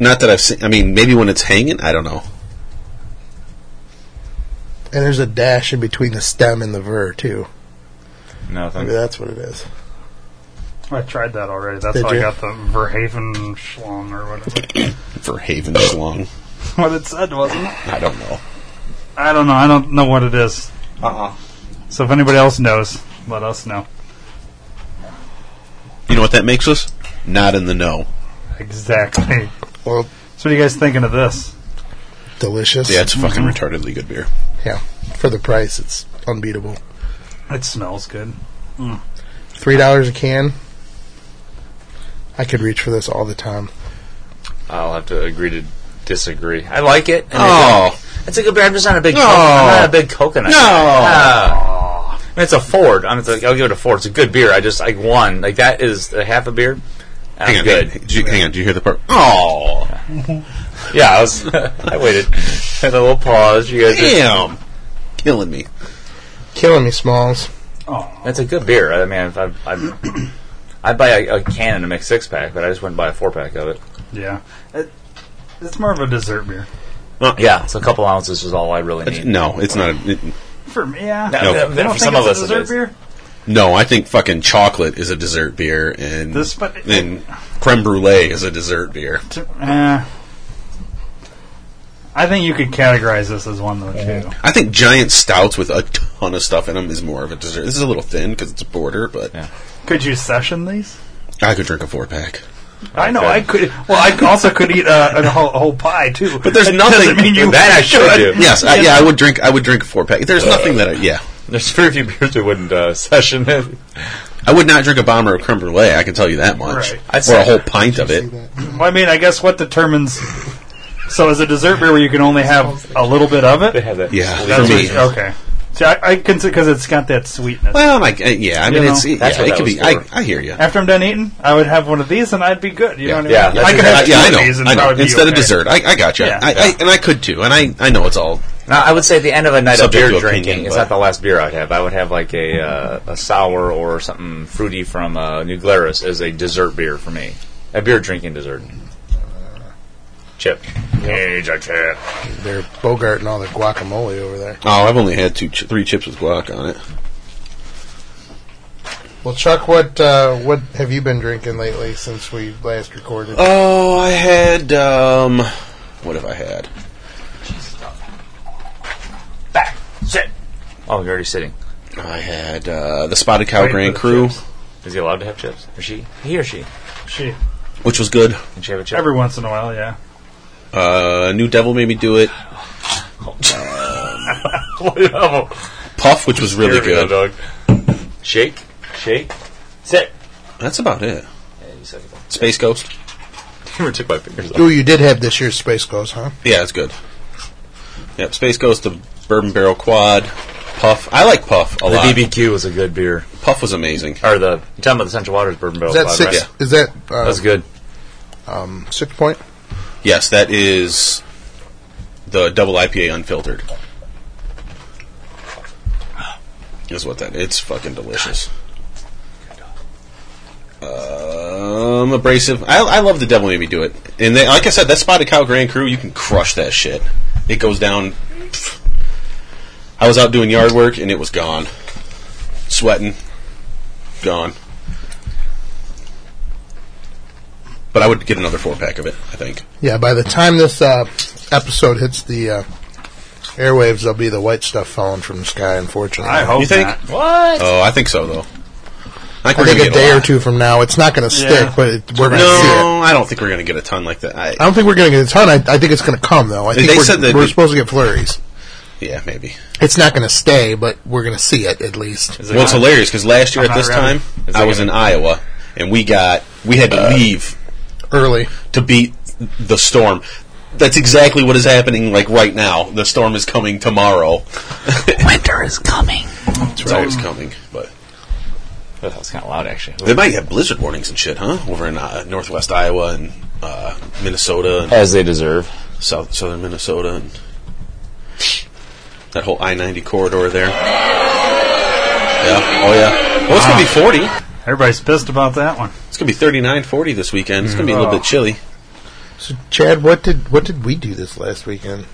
Speaker 7: not that I've seen. I mean, maybe when it's hanging. I don't know.
Speaker 1: And there's a dash in between the stem and the ver too.
Speaker 3: Nothing.
Speaker 1: Maybe that's what it is.
Speaker 2: I tried that already. That's
Speaker 1: Did
Speaker 2: how
Speaker 1: you?
Speaker 2: I got the Verhaven Schlong or whatever.
Speaker 7: For Haven Schlong.
Speaker 2: what it said, wasn't it?
Speaker 7: I don't know.
Speaker 2: I don't know. I don't know what it is.
Speaker 7: Uh-uh.
Speaker 2: So if anybody else knows, let us know.
Speaker 7: You know what that makes us? Not in the know.
Speaker 2: Exactly.
Speaker 1: Well,
Speaker 2: So what are you guys thinking of this?
Speaker 1: delicious.
Speaker 7: Yeah, it's fucking
Speaker 1: Mm-hmm.
Speaker 7: retardedly good beer.
Speaker 1: Yeah. For the price, it's unbeatable.
Speaker 2: It smells good.
Speaker 1: Three dollars a can. I could reach for this all the time.
Speaker 3: I'll have to agree to disagree. I like it. and
Speaker 7: Oh.
Speaker 3: it's a- it's a good beer. I'm just not a big.
Speaker 7: No.
Speaker 3: coco- I'm not a big coconut.
Speaker 7: No.
Speaker 3: Ah. I mean, it's a Ford. I'm, it's like, I'll give it a Ford. It's a good beer. I just like one. Like that is a half a beer. and
Speaker 7: Hang
Speaker 3: I'm
Speaker 7: on,
Speaker 3: good.
Speaker 7: Hang on. Did you, hang on. Did you hear the part? Oh,
Speaker 3: Yeah, I was. I waited. Had a little pause. You guys. did-
Speaker 7: damn, killing me.
Speaker 1: Killing me, Smalls.
Speaker 3: That's a good beer. I mean, I've, I've, I've, I'd buy a, a can and a mixed six pack, but I just wouldn't buy a four pack of it.
Speaker 2: Yeah. It, it's more of a dessert beer.
Speaker 3: Yeah, so a couple ounces is all I really
Speaker 7: It's-
Speaker 3: need.
Speaker 7: no, it's not. A, it-
Speaker 2: For me, yeah.
Speaker 3: No,
Speaker 7: No.
Speaker 3: no,
Speaker 2: You don't think
Speaker 3: for some
Speaker 2: it's
Speaker 3: of
Speaker 2: a
Speaker 3: us, it
Speaker 2: dessert
Speaker 3: is.
Speaker 2: beer?
Speaker 7: no, I think fucking chocolate is a dessert beer, and
Speaker 2: This- but-
Speaker 7: and creme brulee is a dessert beer.
Speaker 2: T- eh. I think you could categorize this as one, though, too.
Speaker 7: I think giant stouts with a ton of stuff in them is more of a dessert. This is a little thin because it's a border, but
Speaker 3: Yeah.
Speaker 2: Could you session these?
Speaker 7: I could drink a four pack.
Speaker 2: I know.
Speaker 3: Okay.
Speaker 2: I could. Well, I c- also could eat uh, a, a, whole, a whole pie too.
Speaker 7: But there's
Speaker 2: That
Speaker 7: nothing
Speaker 2: doesn't mean you
Speaker 3: that I should do.
Speaker 7: Yes, I, yeah, I would drink. I would drink a four pack. There's nothing that I yeah.
Speaker 3: There's very few beers that wouldn't uh, session it.
Speaker 7: I would not drink a bomb or a creme brulee. I can tell you that much,
Speaker 2: Right.
Speaker 3: I'd
Speaker 7: or
Speaker 3: say-
Speaker 7: a whole pint of it.
Speaker 2: Well, I mean, I guess what determines. So, is a dessert beer where you can only have a little bit of
Speaker 3: They
Speaker 2: it?
Speaker 3: have that.
Speaker 7: Yeah,
Speaker 3: sleeve.
Speaker 7: for
Speaker 2: That's
Speaker 7: me.
Speaker 2: what- okay. See, I, I consider because it's got that sweetness.
Speaker 7: Well, like uh, yeah, I mean,
Speaker 2: know,
Speaker 7: it's
Speaker 3: that's
Speaker 7: yeah,
Speaker 3: what
Speaker 7: it
Speaker 3: that
Speaker 7: could
Speaker 3: was
Speaker 7: be. I,
Speaker 3: for.
Speaker 7: I hear you.
Speaker 2: After I'm done eating, I would have one of these and I'd be good. You know what I mean?
Speaker 3: Yeah, that's
Speaker 2: I could have two
Speaker 7: Uh, yeah, I know.
Speaker 2: of these and
Speaker 7: I know.
Speaker 2: probably be
Speaker 7: Instead of
Speaker 2: okay.
Speaker 7: dessert, I, I got you.
Speaker 2: Yeah.
Speaker 7: I, I, and I could too. And I, I know it's all.
Speaker 3: Now, I would say the end of a night
Speaker 7: Subject
Speaker 3: of
Speaker 7: to
Speaker 3: beer
Speaker 7: opinion,
Speaker 3: drinking is
Speaker 7: but-
Speaker 3: not the last beer I'd have. I would have like a uh, a sour or something fruity from uh, New Glarus as a dessert beer for me. A beer drinking dessert. Chip. Here's a chip.
Speaker 1: They're Bogart and all the guacamole over there.
Speaker 7: Oh, I've only had two, ch- three chips with guac on it.
Speaker 1: Well, Chuck, what uh, what have you been drinking lately since we last recorded?
Speaker 7: Oh, I had um, what have I had?
Speaker 3: Back. Sit. Oh, you're already sitting.
Speaker 7: I had uh, the Spotted Cow
Speaker 2: Wait for
Speaker 7: Grand
Speaker 2: the
Speaker 7: Cru,
Speaker 2: chips.
Speaker 3: Is he allowed to have chips? Or she? He or she?
Speaker 2: She,
Speaker 7: which was good.
Speaker 3: Can she have a chip?
Speaker 2: every once in a while, yeah.
Speaker 7: Uh, New Devil made me do it.
Speaker 3: Everyone.
Speaker 7: Puff, which was really good.
Speaker 3: dog. Shake. Shake. Sit.
Speaker 7: That's about it.
Speaker 3: Yeah, you suck at that.
Speaker 7: Space Ghost.
Speaker 3: Never took my fingers off.
Speaker 1: Ooh, Oh, you did have this year's Space Ghost, huh?
Speaker 7: Yeah, it's good. Yep, Space Ghost, the Bourbon Barrel Quad, Puff. I like Puff a
Speaker 3: The
Speaker 7: lot.
Speaker 3: BBQ was a good beer.
Speaker 7: Puff was amazing.
Speaker 3: Or the, you're talking about the Central Waters Bourbon Barrel.
Speaker 1: Is that
Speaker 3: Cloud,
Speaker 1: six?
Speaker 3: right?
Speaker 1: Is that
Speaker 3: That
Speaker 1: uh,
Speaker 3: was good.
Speaker 1: um, six point?
Speaker 7: Yes, that is the double IPA unfiltered. Is what that. It's fucking delicious. Um, abrasive. I, I love the devil made me do it, and they, like I said, that spotted cow Grand Crew, you can crush that shit. It goes down. pff. I was out doing yard work and it was gone, sweating, gone. But I would get another four pack of it. I think.
Speaker 1: Yeah. By the time this uh, episode hits the uh, airwaves, there'll be the white stuff falling from the sky. Unfortunately,
Speaker 2: I hope
Speaker 7: You think?
Speaker 2: not.
Speaker 7: Oh, I think so though. I think,
Speaker 1: I
Speaker 7: we're
Speaker 1: think
Speaker 7: gonna
Speaker 1: a
Speaker 7: get
Speaker 1: day
Speaker 7: lot.
Speaker 1: or two from now, it's not going to stick,
Speaker 2: Yeah.
Speaker 1: but it, we're going to see it.
Speaker 7: No, I don't think we're gonna get a ton like that. I,
Speaker 1: I don't think we're going to get a ton. I, I think it's going to come though. I
Speaker 7: They-
Speaker 1: think
Speaker 7: they
Speaker 1: we're,
Speaker 7: said that
Speaker 1: we're
Speaker 7: they-
Speaker 1: supposed to get flurries.
Speaker 7: yeah, maybe.
Speaker 1: It's not going to stay, but we're going to see it at least.
Speaker 3: Is it
Speaker 7: Well, it's
Speaker 3: good?
Speaker 7: hilarious because last year
Speaker 2: I'm
Speaker 7: at
Speaker 2: not
Speaker 7: this
Speaker 2: around.
Speaker 7: time
Speaker 3: Is it
Speaker 7: I was
Speaker 3: gonna-
Speaker 7: in Iowa and we got we had to leave
Speaker 1: Early.
Speaker 7: to beat the storm. That's exactly what is happening like right now. The storm is coming tomorrow.
Speaker 9: Winter is coming.
Speaker 7: It's always coming, but
Speaker 3: Oh, That was kind of loud, actually.
Speaker 7: they might have blizzard warnings and shit, huh? Over in uh, northwest Iowa and uh, Minnesota and
Speaker 3: As they deserve.
Speaker 7: south southern Minnesota and that whole I ninety corridor there. Yeah. Oh yeah. Well, it's gonna be forty.
Speaker 2: Everybody's pissed about that one.
Speaker 7: It's gonna be 39, 40 this weekend. It's gonna be a little bit chilly.
Speaker 1: So, Chad, what did what did we do this last weekend?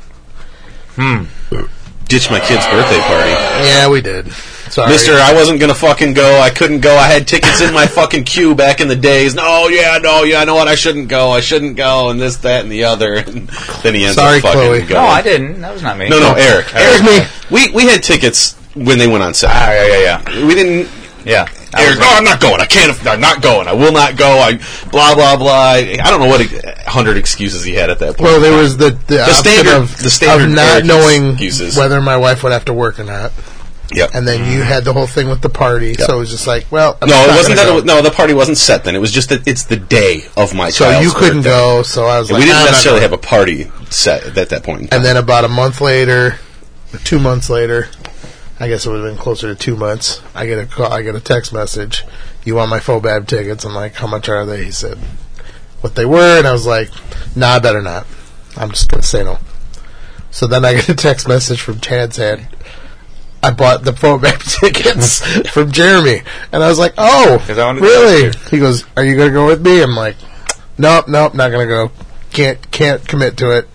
Speaker 7: Ditch my kid's birthday party,
Speaker 1: Yeah, we did. Sorry,
Speaker 7: Mister. I wasn't gonna fucking go. I couldn't go. I had tickets in my fucking queue back in the days. No, yeah, no, yeah. I know what. I shouldn't go. I shouldn't go. And this, that, and the other. And then he ends
Speaker 1: Sorry,
Speaker 7: up fucking
Speaker 1: Chloe.
Speaker 7: going.
Speaker 3: No, Oh, I didn't. That was not me.
Speaker 7: No, no, Eric.
Speaker 1: Eric, me.
Speaker 7: We we had tickets when they went on sale.
Speaker 3: Ah, yeah, yeah, yeah.
Speaker 7: We didn't
Speaker 3: Yeah. I was-
Speaker 7: Eric, no, I'm not going. I can't. I'm not going. I will not go. I blah blah blah. I, I don't know what a hundred excuses he had at that point.
Speaker 1: Well, there was the the, option
Speaker 7: standard-
Speaker 1: of,
Speaker 7: the standard
Speaker 1: of not
Speaker 7: Eric
Speaker 1: knowing
Speaker 7: excuses.
Speaker 1: whether my wife would have to work or not,
Speaker 7: Yeah.
Speaker 1: and then you had the whole thing with the party. So it was just like, well, I'm
Speaker 7: no,
Speaker 1: not
Speaker 7: it
Speaker 1: gonna
Speaker 7: wasn't that. It,
Speaker 1: go.
Speaker 7: was- no, the party wasn't set then. It was just that it's the day of my.
Speaker 1: so
Speaker 7: child's
Speaker 1: you couldn't
Speaker 7: birthday.
Speaker 1: go. So I was
Speaker 7: And
Speaker 1: like,
Speaker 7: we
Speaker 1: "Nah,
Speaker 7: didn't
Speaker 1: I'm not
Speaker 7: necessarily
Speaker 1: going."
Speaker 7: have a party set at that point. in
Speaker 1: And
Speaker 7: time.
Speaker 1: then about a month later, two months later, I guess it would have been closer to two months. I get a call, I get a text message. You want my Fobab tickets? I'm like, how much are they? He said what they were, and I was like, nah, I better not. I'm just gonna say no. So then I get a text message from Chad's head. I bought the Fobab tickets from Jeremy, and I was like, oh,
Speaker 3: 'Cause I wanted to
Speaker 1: really? He goes, are you gonna go with me? I'm like, nope, nope, not gonna go. Can't can't commit to it.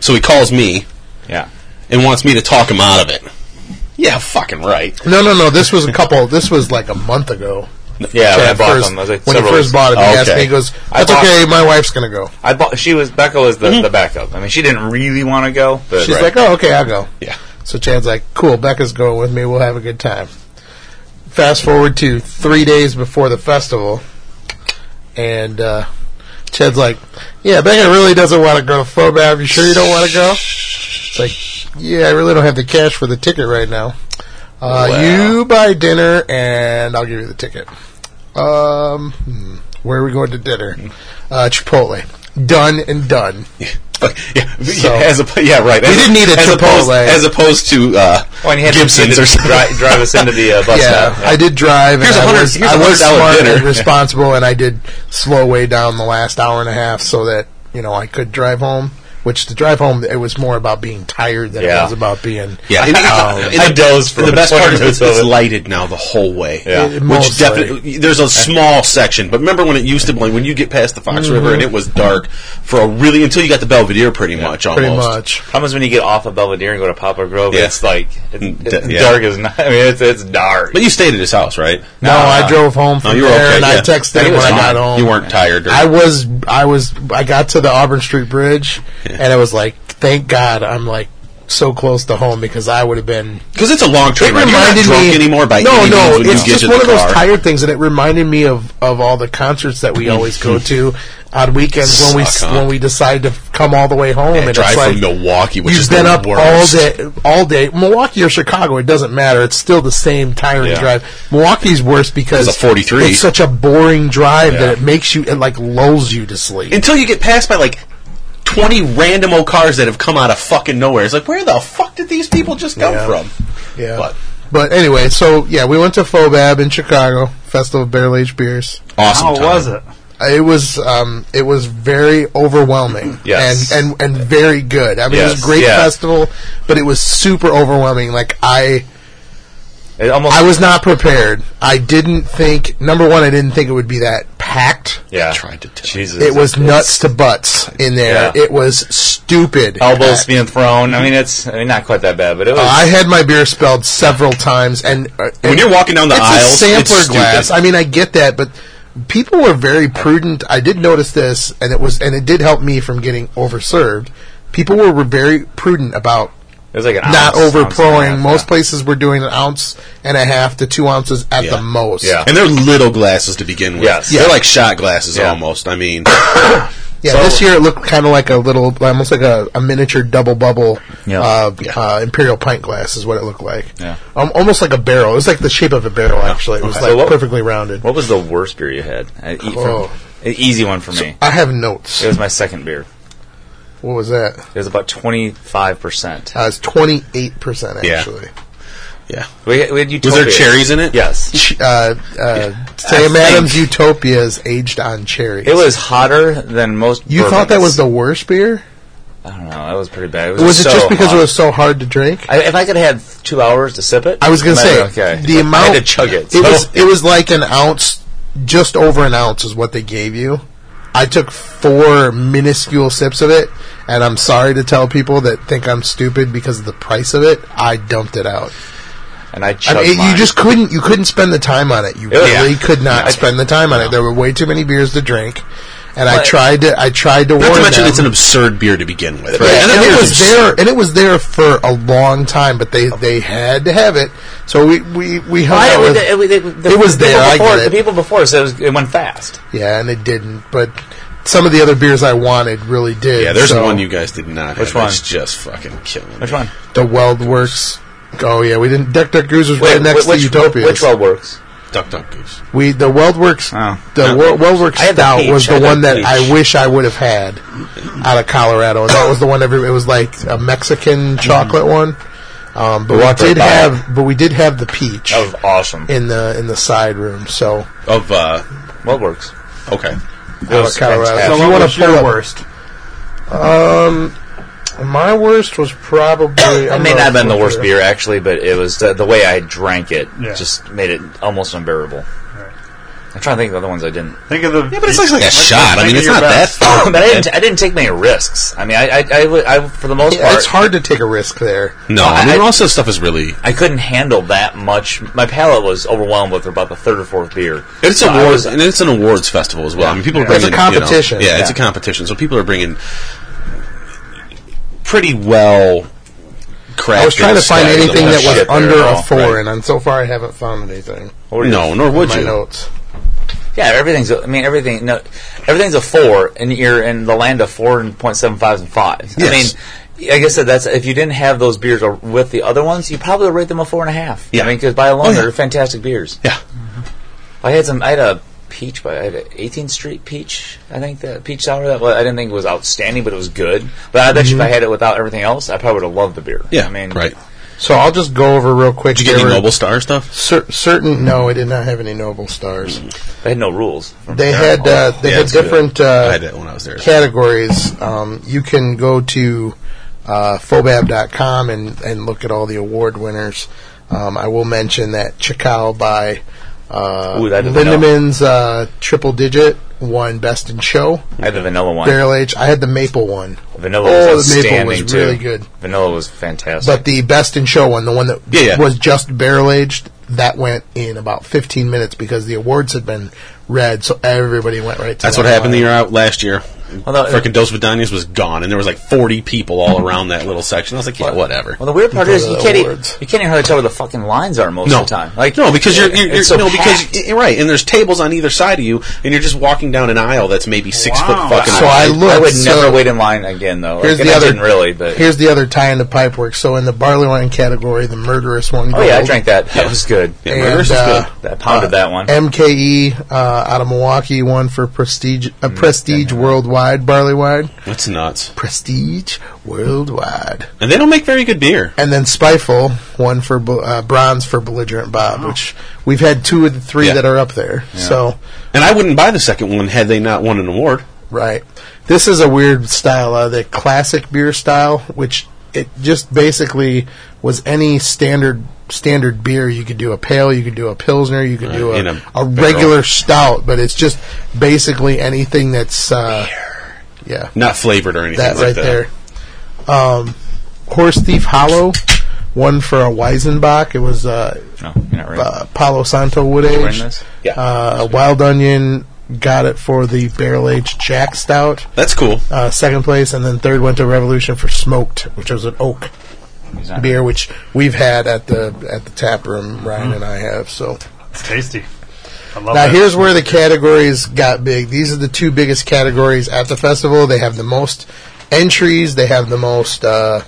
Speaker 7: so he calls me
Speaker 3: Yeah.
Speaker 7: and wants me to talk him out of it. Yeah, fucking right.
Speaker 1: No, no, no. This was a couple. This was like a month ago.
Speaker 3: Yeah, when I
Speaker 1: Chad
Speaker 3: bought
Speaker 1: first-
Speaker 3: them. I was like,
Speaker 1: when he
Speaker 3: several
Speaker 1: first
Speaker 3: weeks-
Speaker 1: bought it, he
Speaker 7: Oh,
Speaker 1: asked me.
Speaker 7: okay.
Speaker 1: He goes,
Speaker 3: I
Speaker 1: "That's
Speaker 3: bought-
Speaker 1: okay. My wife's gonna go."
Speaker 3: I bought. She was Becca was the, the backup. I mean, she didn't really want to go, but
Speaker 1: She's like, "Oh, okay, I'll go."
Speaker 7: Yeah.
Speaker 1: So Chad's like, "Cool, Becca's going with me. We'll have a good time." Fast forward to three days before the festival, and uh, Chad's like, yeah, Becca really doesn't want to go to FOBA. Are you sure you don't want to go? It's like, yeah, I really don't have the cash for the ticket right now. Uh, You buy dinner and I'll give you the ticket. Um, hmm, where are we going to dinner? Uh, Chipotle. Done and done.
Speaker 7: Fuck, yeah,
Speaker 1: So-
Speaker 7: yeah, as a, yeah, right.
Speaker 1: We
Speaker 7: as
Speaker 1: didn't need a
Speaker 7: as Opposed,
Speaker 1: Chipotle.
Speaker 7: as opposed to uh,
Speaker 3: Oh, and he had
Speaker 7: Gibson's
Speaker 3: to
Speaker 7: or something.
Speaker 3: drive, drive us into the uh, bus
Speaker 1: yeah,
Speaker 3: stop.
Speaker 1: I did drive.
Speaker 7: Here's a
Speaker 1: and I
Speaker 7: hundred-
Speaker 1: was,
Speaker 7: here's a
Speaker 1: I was
Speaker 7: hundred dollar
Speaker 1: smart
Speaker 7: dinner.
Speaker 1: and responsible, and I did slow way down the last hour and a half so that you know I could drive home. Which the drive home, it was more about being tired than it
Speaker 3: Yeah.
Speaker 1: was about being
Speaker 7: Yeah, Oh. and-
Speaker 1: Um,
Speaker 7: and
Speaker 3: I
Speaker 7: the-
Speaker 3: dozed for
Speaker 7: and the
Speaker 3: a
Speaker 7: best part is
Speaker 3: 20 minutes
Speaker 7: it's,
Speaker 3: of
Speaker 7: it's
Speaker 3: it.
Speaker 7: lighted now the whole way.
Speaker 3: Yeah. It-
Speaker 1: mostly.
Speaker 7: which definitely there's a small section, but remember when it used to be when you get past the Fox River and it was dark for a really until you got to Belvedere pretty much almost.
Speaker 1: pretty much.
Speaker 3: Problems when you get off of Belvedere and go to Poplar Grove,
Speaker 7: Yeah.
Speaker 3: it's like it's,
Speaker 7: Mm,
Speaker 3: it's
Speaker 7: d- yeah.
Speaker 3: dark as night. I mean, it's it's dark.
Speaker 7: But you stayed at his house, right?
Speaker 1: No, I drove home
Speaker 7: No,
Speaker 1: from
Speaker 7: you were
Speaker 1: there,
Speaker 7: okay.
Speaker 1: and I
Speaker 7: yeah.
Speaker 1: texted
Speaker 7: And it
Speaker 1: him when
Speaker 7: was
Speaker 1: I
Speaker 7: fine.
Speaker 1: got home.
Speaker 7: You weren't tired. Or,
Speaker 1: I was, I was, I got to the Auburn Street Bridge, and it was like, thank God, I'm like so close to home because I would have been
Speaker 7: Because it's a long train ride. You're not drunk anymore by
Speaker 1: no,
Speaker 7: any
Speaker 1: no.
Speaker 7: means when
Speaker 1: it's
Speaker 7: you
Speaker 1: just
Speaker 7: get to
Speaker 1: one
Speaker 7: the
Speaker 1: of those
Speaker 7: car.
Speaker 1: tired things, and it reminded me of, of all the concerts that we always go to on weekends when we
Speaker 7: Mm-hmm. Suck, huh?
Speaker 1: when we decide to come all the way home.
Speaker 7: Yeah,
Speaker 1: and
Speaker 7: drive
Speaker 1: it's like,
Speaker 7: from Milwaukee, which
Speaker 1: you've
Speaker 7: is
Speaker 1: been
Speaker 7: the
Speaker 1: up
Speaker 7: worst.
Speaker 1: all day, all day. Milwaukee or Chicago, it doesn't matter. It's still the same tiring
Speaker 7: Yeah.
Speaker 1: drive. Milwaukee's worse because
Speaker 7: It's a 43.
Speaker 1: It's such a boring drive
Speaker 7: Yeah.
Speaker 1: that it makes you it like lulls you to sleep.
Speaker 7: until you get passed by like 20 random old cars that have come out of fucking nowhere. It's like, where the fuck did these people just come
Speaker 1: Yeah.
Speaker 7: from?
Speaker 1: yeah.
Speaker 7: But
Speaker 1: But anyway, so yeah, we went to Fobab in Chicago, Festival of Barrel Aged Beers.
Speaker 7: awesome.
Speaker 2: How
Speaker 7: time.
Speaker 2: was it?
Speaker 1: Uh, it was um, it was very overwhelming
Speaker 3: Yes.
Speaker 1: and, and and very good. I mean, it was
Speaker 3: Yes,
Speaker 1: a great
Speaker 3: yeah.
Speaker 1: festival, but it was super overwhelming. Like I
Speaker 3: It almost
Speaker 1: I was not prepared. I didn't think number one, I didn't think it would be that packed.
Speaker 3: yeah.
Speaker 7: Tried to tell
Speaker 3: Jesus,
Speaker 1: It was nuts to butts in there.
Speaker 3: Yeah.
Speaker 1: It was stupid.
Speaker 3: elbows being thrown. I mean, it's I mean not quite that bad, but it was.
Speaker 1: I had my beer spelled several times, and uh,
Speaker 7: When you're walking down the
Speaker 1: it's
Speaker 7: aisles,
Speaker 1: a sampler
Speaker 7: it's
Speaker 1: glass.
Speaker 7: Stupid.
Speaker 1: I mean, I get that, but people were very prudent. I did notice this, and it was, and it did help me from getting overserved. People were, were very prudent about
Speaker 3: it was like an
Speaker 1: not
Speaker 3: ounce, ounce and a
Speaker 1: overpouring.
Speaker 3: half,
Speaker 1: Most
Speaker 3: yeah.
Speaker 1: places were doing an ounce and a half to two ounces at
Speaker 7: Yeah.
Speaker 1: the most.
Speaker 3: Yeah.
Speaker 7: And they're little glasses to begin with.
Speaker 3: Yes.
Speaker 7: They're like shot glasses
Speaker 3: Yeah.
Speaker 7: almost. I mean,
Speaker 1: Yeah,
Speaker 3: So-
Speaker 1: this year it looked kind of like a little, almost like a, a miniature double bubble
Speaker 3: Yeah.
Speaker 1: Uh,
Speaker 7: Yeah.
Speaker 1: Uh, imperial pint glass is what it looked like.
Speaker 3: Yeah.
Speaker 1: Um, almost like a barrel. It was like the shape of a barrel. Actually, it was
Speaker 3: Okay.
Speaker 1: like
Speaker 3: So what-
Speaker 1: perfectly rounded.
Speaker 3: What was the worst beer you had? I eat from-
Speaker 1: Oh.
Speaker 3: an easy one for me.
Speaker 1: I have notes.
Speaker 3: It was my second beer.
Speaker 1: What was that?
Speaker 3: It was about twenty five percent.
Speaker 1: Uh, it's twenty eight percent
Speaker 7: Yeah.
Speaker 1: actually.
Speaker 7: yeah.
Speaker 3: We had, we had
Speaker 7: Was
Speaker 3: Utopia.
Speaker 7: there cherries in it?
Speaker 3: Yes.
Speaker 1: Uh, uh, Sam
Speaker 3: think-
Speaker 1: Adams Utopia is aged on cherries.
Speaker 3: It was hotter than most.
Speaker 1: You thought that
Speaker 3: bourbons.
Speaker 1: was the worst beer?
Speaker 3: I don't know. That was pretty bad. It was,
Speaker 1: Was it
Speaker 3: so
Speaker 1: just because
Speaker 3: hot.
Speaker 1: it was so hard to drink?
Speaker 3: I, if I could have had two hours to sip it,
Speaker 1: I was gonna
Speaker 3: might
Speaker 1: say
Speaker 3: have been okay.
Speaker 1: the amount
Speaker 3: I had to chug it.
Speaker 1: It
Speaker 3: so-
Speaker 1: was it was like an ounce, just over an ounce is what they gave you. I took four minuscule sips of it, and I'm sorry to tell people that think I'm stupid because of the price of it. I dumped it out.
Speaker 3: and I
Speaker 1: I
Speaker 3: chugged.
Speaker 1: mean,
Speaker 3: mine.
Speaker 1: you just couldn't you couldn't spend the time on it. You
Speaker 3: Yeah.
Speaker 1: really could not
Speaker 3: No.
Speaker 1: spend the time on it. There were way too many beers to drink, and I
Speaker 3: But-
Speaker 1: tried to I tried to
Speaker 7: Not
Speaker 1: warn
Speaker 7: to mention,
Speaker 1: them.
Speaker 7: it's an absurd beer to begin with. Right?
Speaker 1: Yeah, and,
Speaker 7: that
Speaker 1: it
Speaker 7: beer's
Speaker 1: was
Speaker 7: absurd.
Speaker 1: there, and it was there for a long time, but they, they had to have it, so we we we hung
Speaker 3: Why-
Speaker 1: out with
Speaker 3: it, it- it- the
Speaker 1: it was
Speaker 3: people
Speaker 1: there, I
Speaker 3: Before,
Speaker 1: get it.
Speaker 3: The people before said it, was, it went fast.
Speaker 1: yeah, and it didn't. But some of the other beers I wanted really did.
Speaker 7: Yeah, there's
Speaker 1: so
Speaker 7: one you guys did not have.
Speaker 3: Which one?
Speaker 7: It's just fucking killing
Speaker 3: Which
Speaker 7: me.
Speaker 3: one?
Speaker 1: the Weld Works. Oh yeah, we didn't. Duck Duck Goose was right next
Speaker 3: which,
Speaker 1: to Utopia.
Speaker 3: Which well works?
Speaker 7: Duck Duck Goose.
Speaker 1: We the Weldworks
Speaker 3: Oh.
Speaker 1: the Wel- Weldworks
Speaker 3: I had the
Speaker 1: stout
Speaker 3: peach,
Speaker 1: was
Speaker 3: I
Speaker 1: the
Speaker 3: had
Speaker 1: one
Speaker 3: the
Speaker 1: that
Speaker 3: peach.
Speaker 1: I wish I would have had out of Colorado. And that was the one every it was like a Mexican chocolate one. Um, but we
Speaker 3: Mm-hmm. Walked right
Speaker 1: did
Speaker 3: by Oh. it.
Speaker 1: have but we did have the peach
Speaker 3: That was awesome.
Speaker 1: in the in the side room. So
Speaker 7: Of, uh,
Speaker 3: well works.
Speaker 7: okay.
Speaker 3: It
Speaker 1: out
Speaker 3: was
Speaker 1: of Colorado.
Speaker 3: fantastic.
Speaker 2: So
Speaker 1: if you
Speaker 2: what
Speaker 1: want
Speaker 2: was
Speaker 1: to pull
Speaker 2: your
Speaker 1: up,
Speaker 2: worst?
Speaker 1: my worst was probably
Speaker 3: It may not have been the worst beer actually, but it was uh, the, the way I drank it
Speaker 2: Yeah.
Speaker 3: just made it almost unbearable. I'm trying to think of the other ones I didn't.
Speaker 2: Think of the.
Speaker 7: Yeah, but it's like, like a shot. I
Speaker 2: think
Speaker 7: mean,
Speaker 2: of
Speaker 7: it's
Speaker 2: your
Speaker 7: not that
Speaker 2: best.
Speaker 7: far.
Speaker 3: but I didn't. I didn't take many risks. I mean, I, I, I, would- I for the most
Speaker 1: Yeah,
Speaker 3: part,
Speaker 1: it's hard to take a risk there.
Speaker 7: No,
Speaker 3: I-
Speaker 7: I mean,
Speaker 3: I-
Speaker 7: also stuff is really.
Speaker 3: I couldn't handle that much. My palate was overwhelmed with about the third or fourth beer.
Speaker 7: It's
Speaker 3: So I
Speaker 7: awards,
Speaker 3: was-
Speaker 7: and it's an awards festival as well. I mean, people are
Speaker 1: It's
Speaker 7: bringing
Speaker 1: a competition.
Speaker 7: You know, yeah, it's a
Speaker 3: Yeah.
Speaker 7: competition, so people are bringing pretty well crafted.
Speaker 1: I was trying to find
Speaker 7: stuff and
Speaker 1: anything
Speaker 7: all
Speaker 1: that was
Speaker 7: shit there
Speaker 1: under
Speaker 7: at
Speaker 1: a
Speaker 7: all,
Speaker 1: four,
Speaker 7: right.
Speaker 1: and, and so far I haven't found anything.
Speaker 3: What were
Speaker 7: No,
Speaker 3: yours?
Speaker 7: nor would
Speaker 1: my
Speaker 7: you.
Speaker 1: notes.
Speaker 3: Yeah, everything's. I mean, everything. No, everything's a four, and you're in the land of four and point seven fives and fives.
Speaker 7: Yes.
Speaker 3: I mean, like I said, that's if you didn't have those beers or with the other ones, you probably would rate them a four and a half.
Speaker 7: Yeah.
Speaker 3: I mean, because by alone,
Speaker 7: Oh, yeah.
Speaker 3: they're fantastic beers.
Speaker 7: Yeah.
Speaker 3: I had some. I had a peach, but I had an 18th Street peach. I think that peach sour that well, I didn't think it was outstanding, but it was good. But I bet you if I had it without everything else, I probably would have loved the beer.
Speaker 7: Mm-hmm. Yeah.
Speaker 3: I mean,
Speaker 7: right.
Speaker 1: So I'll just go over real quick.
Speaker 7: Did you get
Speaker 1: There
Speaker 7: any
Speaker 1: were
Speaker 7: Noble Star stuff?
Speaker 1: cer- certain? No, I did not have any noble stars.
Speaker 3: They had no rules.
Speaker 1: They had uh, they
Speaker 7: Mm. Oh, Yeah,
Speaker 1: had
Speaker 7: it's good.
Speaker 1: different
Speaker 7: I
Speaker 1: uh,
Speaker 7: had that when I was there.
Speaker 1: categories. Um, you can go to uh, phobab.com and, and look at all the award winners. Um, I will mention that Chakal by uh,
Speaker 3: Ooh, that is
Speaker 1: Lindemann's uh, Triple Digit won Best in Show.
Speaker 3: I had the vanilla one.
Speaker 1: Barrel Age. I had the Maple one.
Speaker 3: Vanilla
Speaker 1: oh,
Speaker 3: was
Speaker 1: the
Speaker 3: outstanding
Speaker 1: Maple was
Speaker 3: too.
Speaker 1: really good.
Speaker 3: Vanilla was fantastic.
Speaker 1: But the Best in Show one, the one that
Speaker 7: Yeah, yeah.
Speaker 1: was just barrel aged, that went in about 15 minutes because the awards had been read, so everybody went right to
Speaker 7: That's
Speaker 1: that
Speaker 7: what happened the
Speaker 1: line.
Speaker 7: year out last year.
Speaker 3: Well, no,
Speaker 7: Frickin' Dos Vidanias was gone, and there was like 40 people all around that little section. I was like, yeah, whatever.
Speaker 3: Well, the weird part
Speaker 1: Go
Speaker 3: is
Speaker 1: to
Speaker 3: you
Speaker 1: the
Speaker 3: can't even,
Speaker 1: awards.
Speaker 3: you can't even hardly tell where the fucking lines are most
Speaker 7: no
Speaker 3: of the time. Like
Speaker 7: no, because you're, you're,
Speaker 3: it's
Speaker 7: you're
Speaker 3: so
Speaker 7: no, because
Speaker 3: packed.
Speaker 7: you're right, and there's tables on either side of you, and you're just walking down an aisle that's maybe six
Speaker 2: Oh, Wow.
Speaker 7: foot fucking.
Speaker 1: So
Speaker 7: wide.
Speaker 1: I looked.
Speaker 3: I would
Speaker 1: so-
Speaker 3: never wait in line again though.
Speaker 1: Here's
Speaker 3: Like,
Speaker 1: the
Speaker 3: and I
Speaker 1: other
Speaker 3: didn't really, but
Speaker 1: here's the other tie into pipe work. So in the barley wine category, the murderous one.
Speaker 3: oh yeah, I
Speaker 1: gold.
Speaker 3: drank that. That was good.
Speaker 7: Yeah,
Speaker 1: And,
Speaker 7: Murderous is
Speaker 1: uh,
Speaker 7: good.
Speaker 3: I pounded that one.
Speaker 1: MKE uh, out of Milwaukee, one for prestige, uh,
Speaker 3: Mm,
Speaker 1: prestige worldwide barley wine,
Speaker 7: That's nuts.
Speaker 1: prestige worldwide,
Speaker 7: And they don't make very good beer.
Speaker 1: and then Spyful, one for bel- uh, bronze for belligerent Bob, which we've had two of the three
Speaker 7: Oh. Yeah.
Speaker 1: that are up there. So
Speaker 7: And I wouldn't buy the second one had they not won an award.
Speaker 1: Right. This is a weird style, uh, the classic beer style, which it just basically was any standard standard beer. You could do a pale, you could do a pilsner, you could do
Speaker 7: Uh, in
Speaker 1: a,
Speaker 7: a
Speaker 1: a,
Speaker 7: barrel.
Speaker 1: regular stout, but it's just basically anything that's uh, yeah,
Speaker 7: Not flavored or anything
Speaker 1: that
Speaker 7: like
Speaker 1: right
Speaker 7: that.
Speaker 1: there. Um, Horse Thief Hollow, one for a Weizenbach. It was uh,
Speaker 3: No, you're not right.
Speaker 1: uh, Palo Santo wood
Speaker 3: We're in
Speaker 1: aged.
Speaker 3: this?
Speaker 7: Yeah.
Speaker 1: Uh, Wild Onion got it for the barrel aged Jack Stout
Speaker 7: That's cool.
Speaker 1: uh, second place, and then third went to Revolution for Smoked, which was an oak
Speaker 3: He's not-
Speaker 1: beer, which we've had at the at the tap room. Ryan and I have. So
Speaker 2: It's tasty. I love
Speaker 1: now
Speaker 2: it.
Speaker 1: here's where the categories got big. These are the two biggest categories at the festival. They have the most entries. They have the most. Uh,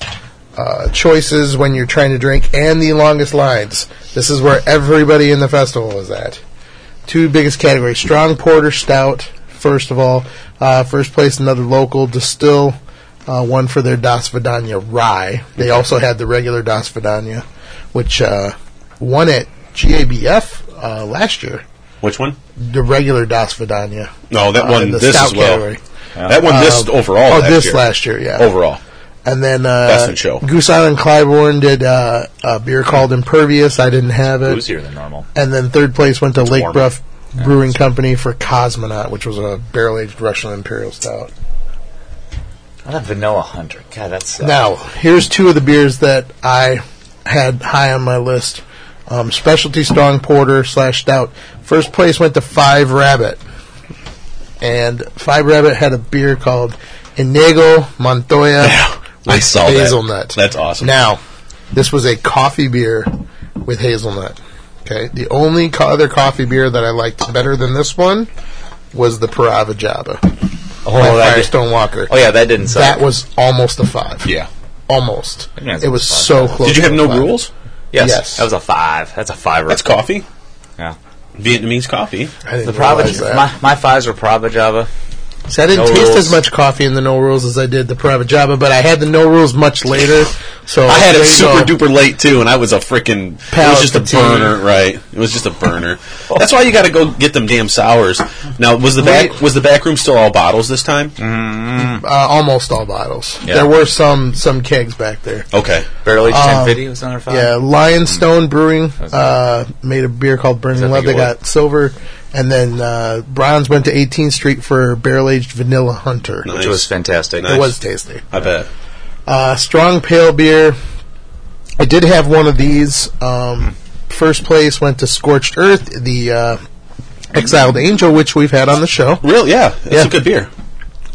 Speaker 1: uh, choices when you're trying to drink and the longest lines. This is where everybody in the festival is at. Two biggest categories: strong porter, stout. First of all, uh, first place another local distill. Uh, one for their Das Vidania rye. They also had the regular Das Vidania, which uh, won at GABF uh, last year
Speaker 7: Which one?
Speaker 1: the regular Das Vidania.
Speaker 7: No, that
Speaker 1: Uh,
Speaker 7: one.
Speaker 1: the
Speaker 7: This
Speaker 1: stout
Speaker 7: as well.
Speaker 1: category.
Speaker 7: That one. This
Speaker 1: Um,
Speaker 7: overall.
Speaker 1: Oh,
Speaker 7: last
Speaker 1: this
Speaker 7: year.
Speaker 1: last year, yeah.
Speaker 7: Overall.
Speaker 1: And then uh,
Speaker 7: Best in show.
Speaker 1: Goose Island Clybourne did uh, a beer called Impervious. I didn't have it.
Speaker 3: Boozier than normal.
Speaker 1: And then third place went to Lake
Speaker 7: warmer.
Speaker 1: Bruff Brewing Company for Cosmonaut, which was a barrel aged Russian Imperial Stout.
Speaker 3: What a vanilla hunter. God, that's uh,
Speaker 1: Now, here's two of the beers that I had high on my list. Um, specialty strong porter slash stout. First place went to Five Rabbit, and Five Rabbit had a beer called Inigo Montoya
Speaker 7: I saw that.
Speaker 1: hazelnut.
Speaker 7: That's awesome.
Speaker 1: Now, this was a coffee beer with hazelnut. Okay, the only co- other coffee beer that I liked better than this one was the Parava Java.
Speaker 3: oh,
Speaker 1: by
Speaker 3: that did-
Speaker 1: Firestone Walker.
Speaker 3: oh yeah, that didn't suck.
Speaker 1: That was almost a five.
Speaker 7: Yeah.
Speaker 1: Almost.
Speaker 3: Yeah, it's
Speaker 1: it was
Speaker 3: five.
Speaker 1: so close.
Speaker 7: Did you have
Speaker 1: to
Speaker 7: no
Speaker 1: a five.
Speaker 7: rules?
Speaker 3: yes,
Speaker 1: yes.
Speaker 3: that was a five. That's a five.
Speaker 7: That's coffee.
Speaker 3: Yeah.
Speaker 7: Vietnamese coffee.
Speaker 1: I didn't
Speaker 3: The Prava,
Speaker 1: realize that.
Speaker 3: my, my fives were Prava Java.
Speaker 1: See, I didn't
Speaker 3: no
Speaker 1: taste
Speaker 3: rules.
Speaker 1: as much coffee in the no rules as I did the private Java, but I had the no rules much later. So
Speaker 7: I had
Speaker 1: there you
Speaker 7: it super
Speaker 1: go.
Speaker 7: duper late too, and I was a freaking. It
Speaker 1: uh, Palate
Speaker 7: was just a
Speaker 1: fatigue.
Speaker 7: burner, right? It was just a burner. That's why you got to go get them damn sours. Now, was the back
Speaker 1: Wait.
Speaker 7: was the back room still all bottles this time?
Speaker 1: Uh, almost all bottles.
Speaker 3: Yeah.
Speaker 1: There were some some kegs back there.
Speaker 7: Okay,
Speaker 3: Barrel aged
Speaker 1: Um,
Speaker 3: 1050 was another five.
Speaker 1: Yeah, Lionstone Brewing
Speaker 3: Oh. That's
Speaker 1: uh, made a beer called Burning
Speaker 3: Is that
Speaker 1: Love.
Speaker 3: the
Speaker 1: They
Speaker 3: good one?
Speaker 1: got silver, and then uh, bronze went to 18th Street for barrel aged Vanilla Hunter.
Speaker 7: Nice.
Speaker 3: which was fantastic.
Speaker 7: Nice.
Speaker 1: It was tasty.
Speaker 7: I bet.
Speaker 1: Uh, strong pale beer. I did have one of these. Um, first place went to Scorched Earth, the uh, Exiled Angel, which we've had on the show.
Speaker 7: Real, yeah, that's
Speaker 1: Yeah.
Speaker 7: a good beer.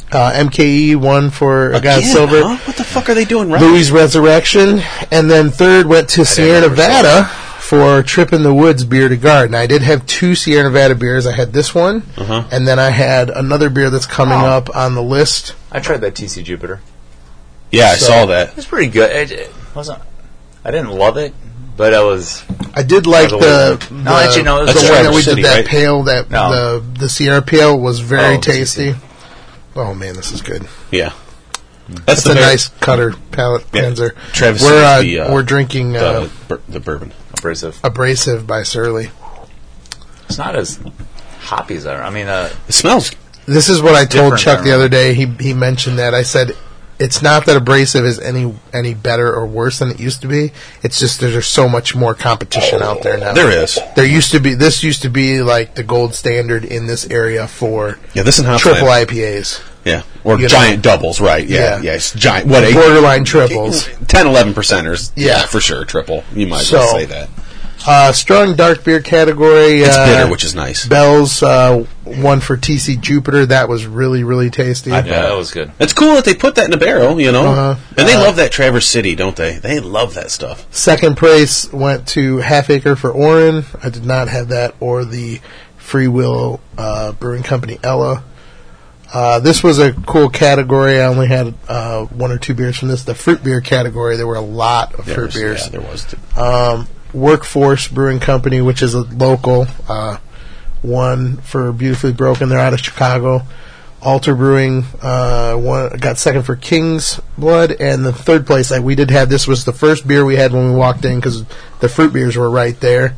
Speaker 1: Uh, MKE one for a God
Speaker 7: Again,
Speaker 1: Silver.
Speaker 7: huh? What the fuck are they doing right?
Speaker 1: Louis Resurrection, and then third went to Sierra
Speaker 3: remember
Speaker 1: Nevada for Trip in the Woods beer to guard. And I did have two Sierra Nevada beers. I had this one,
Speaker 7: Uh-huh.
Speaker 1: and then I had another beer that's coming
Speaker 3: Oh.
Speaker 1: up on the list.
Speaker 3: I tried that TC Jupiter.
Speaker 7: Yeah, I
Speaker 1: So-
Speaker 7: saw that.
Speaker 3: It was pretty good. It, it wasn't. I didn't love it, but I was.
Speaker 1: I did like the,
Speaker 3: By the way,
Speaker 1: the,
Speaker 3: I'll let you know,
Speaker 1: the
Speaker 3: that's
Speaker 1: one
Speaker 7: Traverse
Speaker 1: that we
Speaker 7: City,
Speaker 1: did that
Speaker 7: right?
Speaker 1: pale that
Speaker 3: No.
Speaker 1: the the Sierra pale was very
Speaker 3: Oh,
Speaker 1: tasty. Oh man, this is good.
Speaker 7: Yeah. That's,
Speaker 1: It's
Speaker 7: the
Speaker 1: a
Speaker 7: very-
Speaker 1: nice cutter palate
Speaker 7: Yeah.
Speaker 1: cleanser.
Speaker 7: Travis
Speaker 1: we're
Speaker 7: is
Speaker 1: uh,
Speaker 7: the, uh,
Speaker 1: we're drinking uh,
Speaker 7: the, bur- the bourbon.
Speaker 3: abrasive.
Speaker 1: abrasive by Surly.
Speaker 3: It's not as hoppy as I. I mean, uh,
Speaker 1: Hmm.
Speaker 7: It smells.
Speaker 1: This is what I told
Speaker 3: Different,
Speaker 1: Chuck
Speaker 3: I
Speaker 7: uh,
Speaker 1: the other day. He he mentioned that I said it's not that abrasive is any any better or worse than it used to be. It's just there's so much more competition out there now.
Speaker 7: There is.
Speaker 1: There used to be this used to be like the gold standard in this area for
Speaker 7: Yeah, this and Hopland.
Speaker 1: triple IPAs,
Speaker 7: Yeah. Or
Speaker 1: You know.
Speaker 7: giant doubles, right? Yeah.
Speaker 1: Yeah.
Speaker 7: Yeah. it's giant. What, a
Speaker 1: borderline triples.
Speaker 7: 10, 11 percenters.
Speaker 1: Yeah.
Speaker 7: for sure. Triple. You might as
Speaker 1: So-
Speaker 7: well say that.
Speaker 1: Uh, strong dark beer category.
Speaker 7: It's
Speaker 1: uh,
Speaker 7: bitter, which is nice.
Speaker 1: Bell's uh, one for TC Jupiter. That was really really tasty.
Speaker 3: I thought that was good.
Speaker 7: It's cool that they put that in a barrel, you know?
Speaker 1: Uh-huh.
Speaker 7: And they love that Traverse City, don't they? They love that stuff.
Speaker 1: Second place went to Half Acre for Orin. I did not have that or the Free Will uh, Brewing Company Ella. Uh, this was a cool category. I only had uh, one or two beers from this. The fruit beer category, there were a lot of
Speaker 7: There
Speaker 1: fruit
Speaker 7: was-
Speaker 1: beers.
Speaker 7: Yeah, there was.
Speaker 1: um, Workforce Brewing Company, which is a local uh, one for Beautifully Broken. They're out of Chicago. Alter Brewing uh, one, got second for King's Blood, and the third place that we did have this was the first beer we had when we walked in because the fruit beers were right there,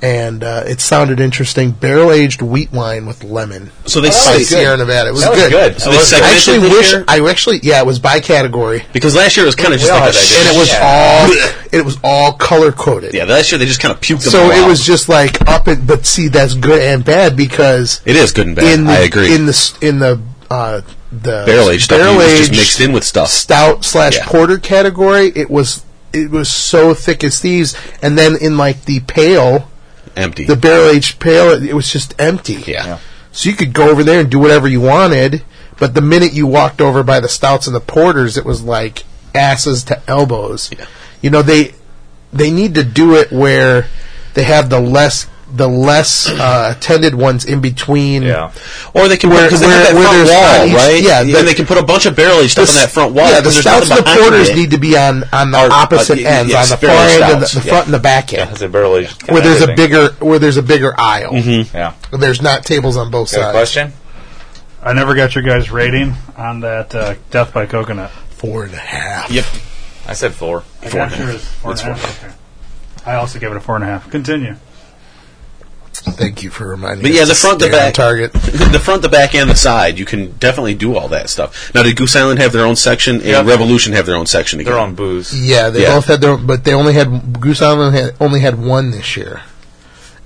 Speaker 1: and uh, it sounded interesting. Barrel aged wheat wine with lemon.
Speaker 7: So they
Speaker 1: By
Speaker 7: say
Speaker 1: Sierra Nevada. It was,
Speaker 3: That was
Speaker 1: good.
Speaker 3: good.
Speaker 7: So
Speaker 3: I
Speaker 7: they
Speaker 3: was-
Speaker 1: I
Speaker 7: segmented
Speaker 1: actually
Speaker 7: this
Speaker 1: wish
Speaker 7: year?
Speaker 1: I actually yeah it was by category
Speaker 7: because last year it was kind of just
Speaker 3: We all had
Speaker 7: like
Speaker 3: that
Speaker 7: a,
Speaker 3: idea.
Speaker 1: and it was
Speaker 3: Yeah.
Speaker 1: all it was all color coded.
Speaker 7: yeah. Last year they just kind of puked them
Speaker 1: So
Speaker 7: all
Speaker 1: it
Speaker 7: out.
Speaker 1: was just like up and but see that's good and bad because
Speaker 7: It is good and bad.
Speaker 1: in the,
Speaker 7: I agree.
Speaker 1: in the s- in the uh, the
Speaker 7: barrel aged stuff
Speaker 1: barrel
Speaker 7: was just
Speaker 1: aged
Speaker 7: mixed in with stuff.
Speaker 1: stout slash
Speaker 7: Yeah.
Speaker 1: porter category it was it was so thick as thieves and then in like the pale
Speaker 7: Empty.
Speaker 1: the barrel aged pale it, it was just empty
Speaker 7: yeah.
Speaker 1: so you could go over there and do whatever you wanted but the minute you walked over by the stouts and the porters it was like asses to elbows
Speaker 7: Yeah.
Speaker 1: you know they they need to do it where they have the less the less uh, attended ones in between.
Speaker 3: Yeah.
Speaker 7: Or they can put
Speaker 1: Where-
Speaker 7: because they
Speaker 1: where-
Speaker 7: have that
Speaker 1: where
Speaker 7: front
Speaker 1: there's
Speaker 7: wall,
Speaker 1: on each-
Speaker 7: right?
Speaker 1: yeah, the-
Speaker 7: Then they can put a bunch of barrel aged stuff on that front wall.
Speaker 1: Yeah, the
Speaker 7: because there's nothing
Speaker 1: stouts and the
Speaker 7: behind
Speaker 1: porters
Speaker 7: it.
Speaker 1: need to be on, on the
Speaker 7: Or, uh,
Speaker 1: opposite
Speaker 7: yeah,
Speaker 1: ends,
Speaker 7: yeah,
Speaker 1: on the
Speaker 7: spare
Speaker 1: far end, and the,
Speaker 7: stouts,
Speaker 1: the
Speaker 7: yeah.
Speaker 1: front and the back end,
Speaker 3: It's a barrel aged.
Speaker 1: where there's a bigger where there's a bigger aisle.
Speaker 7: Mm-hmm.
Speaker 3: Yeah.
Speaker 1: There's not tables on both
Speaker 3: Got a
Speaker 1: sides.
Speaker 3: question?
Speaker 2: I never got your guys' rating on that uh, Death by Coconut.
Speaker 1: Four and a half.
Speaker 7: Yep.
Speaker 3: I said four.
Speaker 2: I got yours. Four and a half. Okay. I also gave it a four and a half. Continue.
Speaker 1: Thank you for reminding.
Speaker 7: But
Speaker 1: us
Speaker 7: yeah, the
Speaker 1: to
Speaker 7: front, the
Speaker 1: stay on
Speaker 7: back.
Speaker 1: target.
Speaker 7: the front, the back, and the side. You can definitely do all that stuff. Now, did Goose Island have their own section and
Speaker 3: Yep.
Speaker 7: Revolution have their own section again?
Speaker 3: They're on booze.
Speaker 1: Yeah, they
Speaker 7: Yeah.
Speaker 1: both had their, but they only had Goose Island had only had one this year,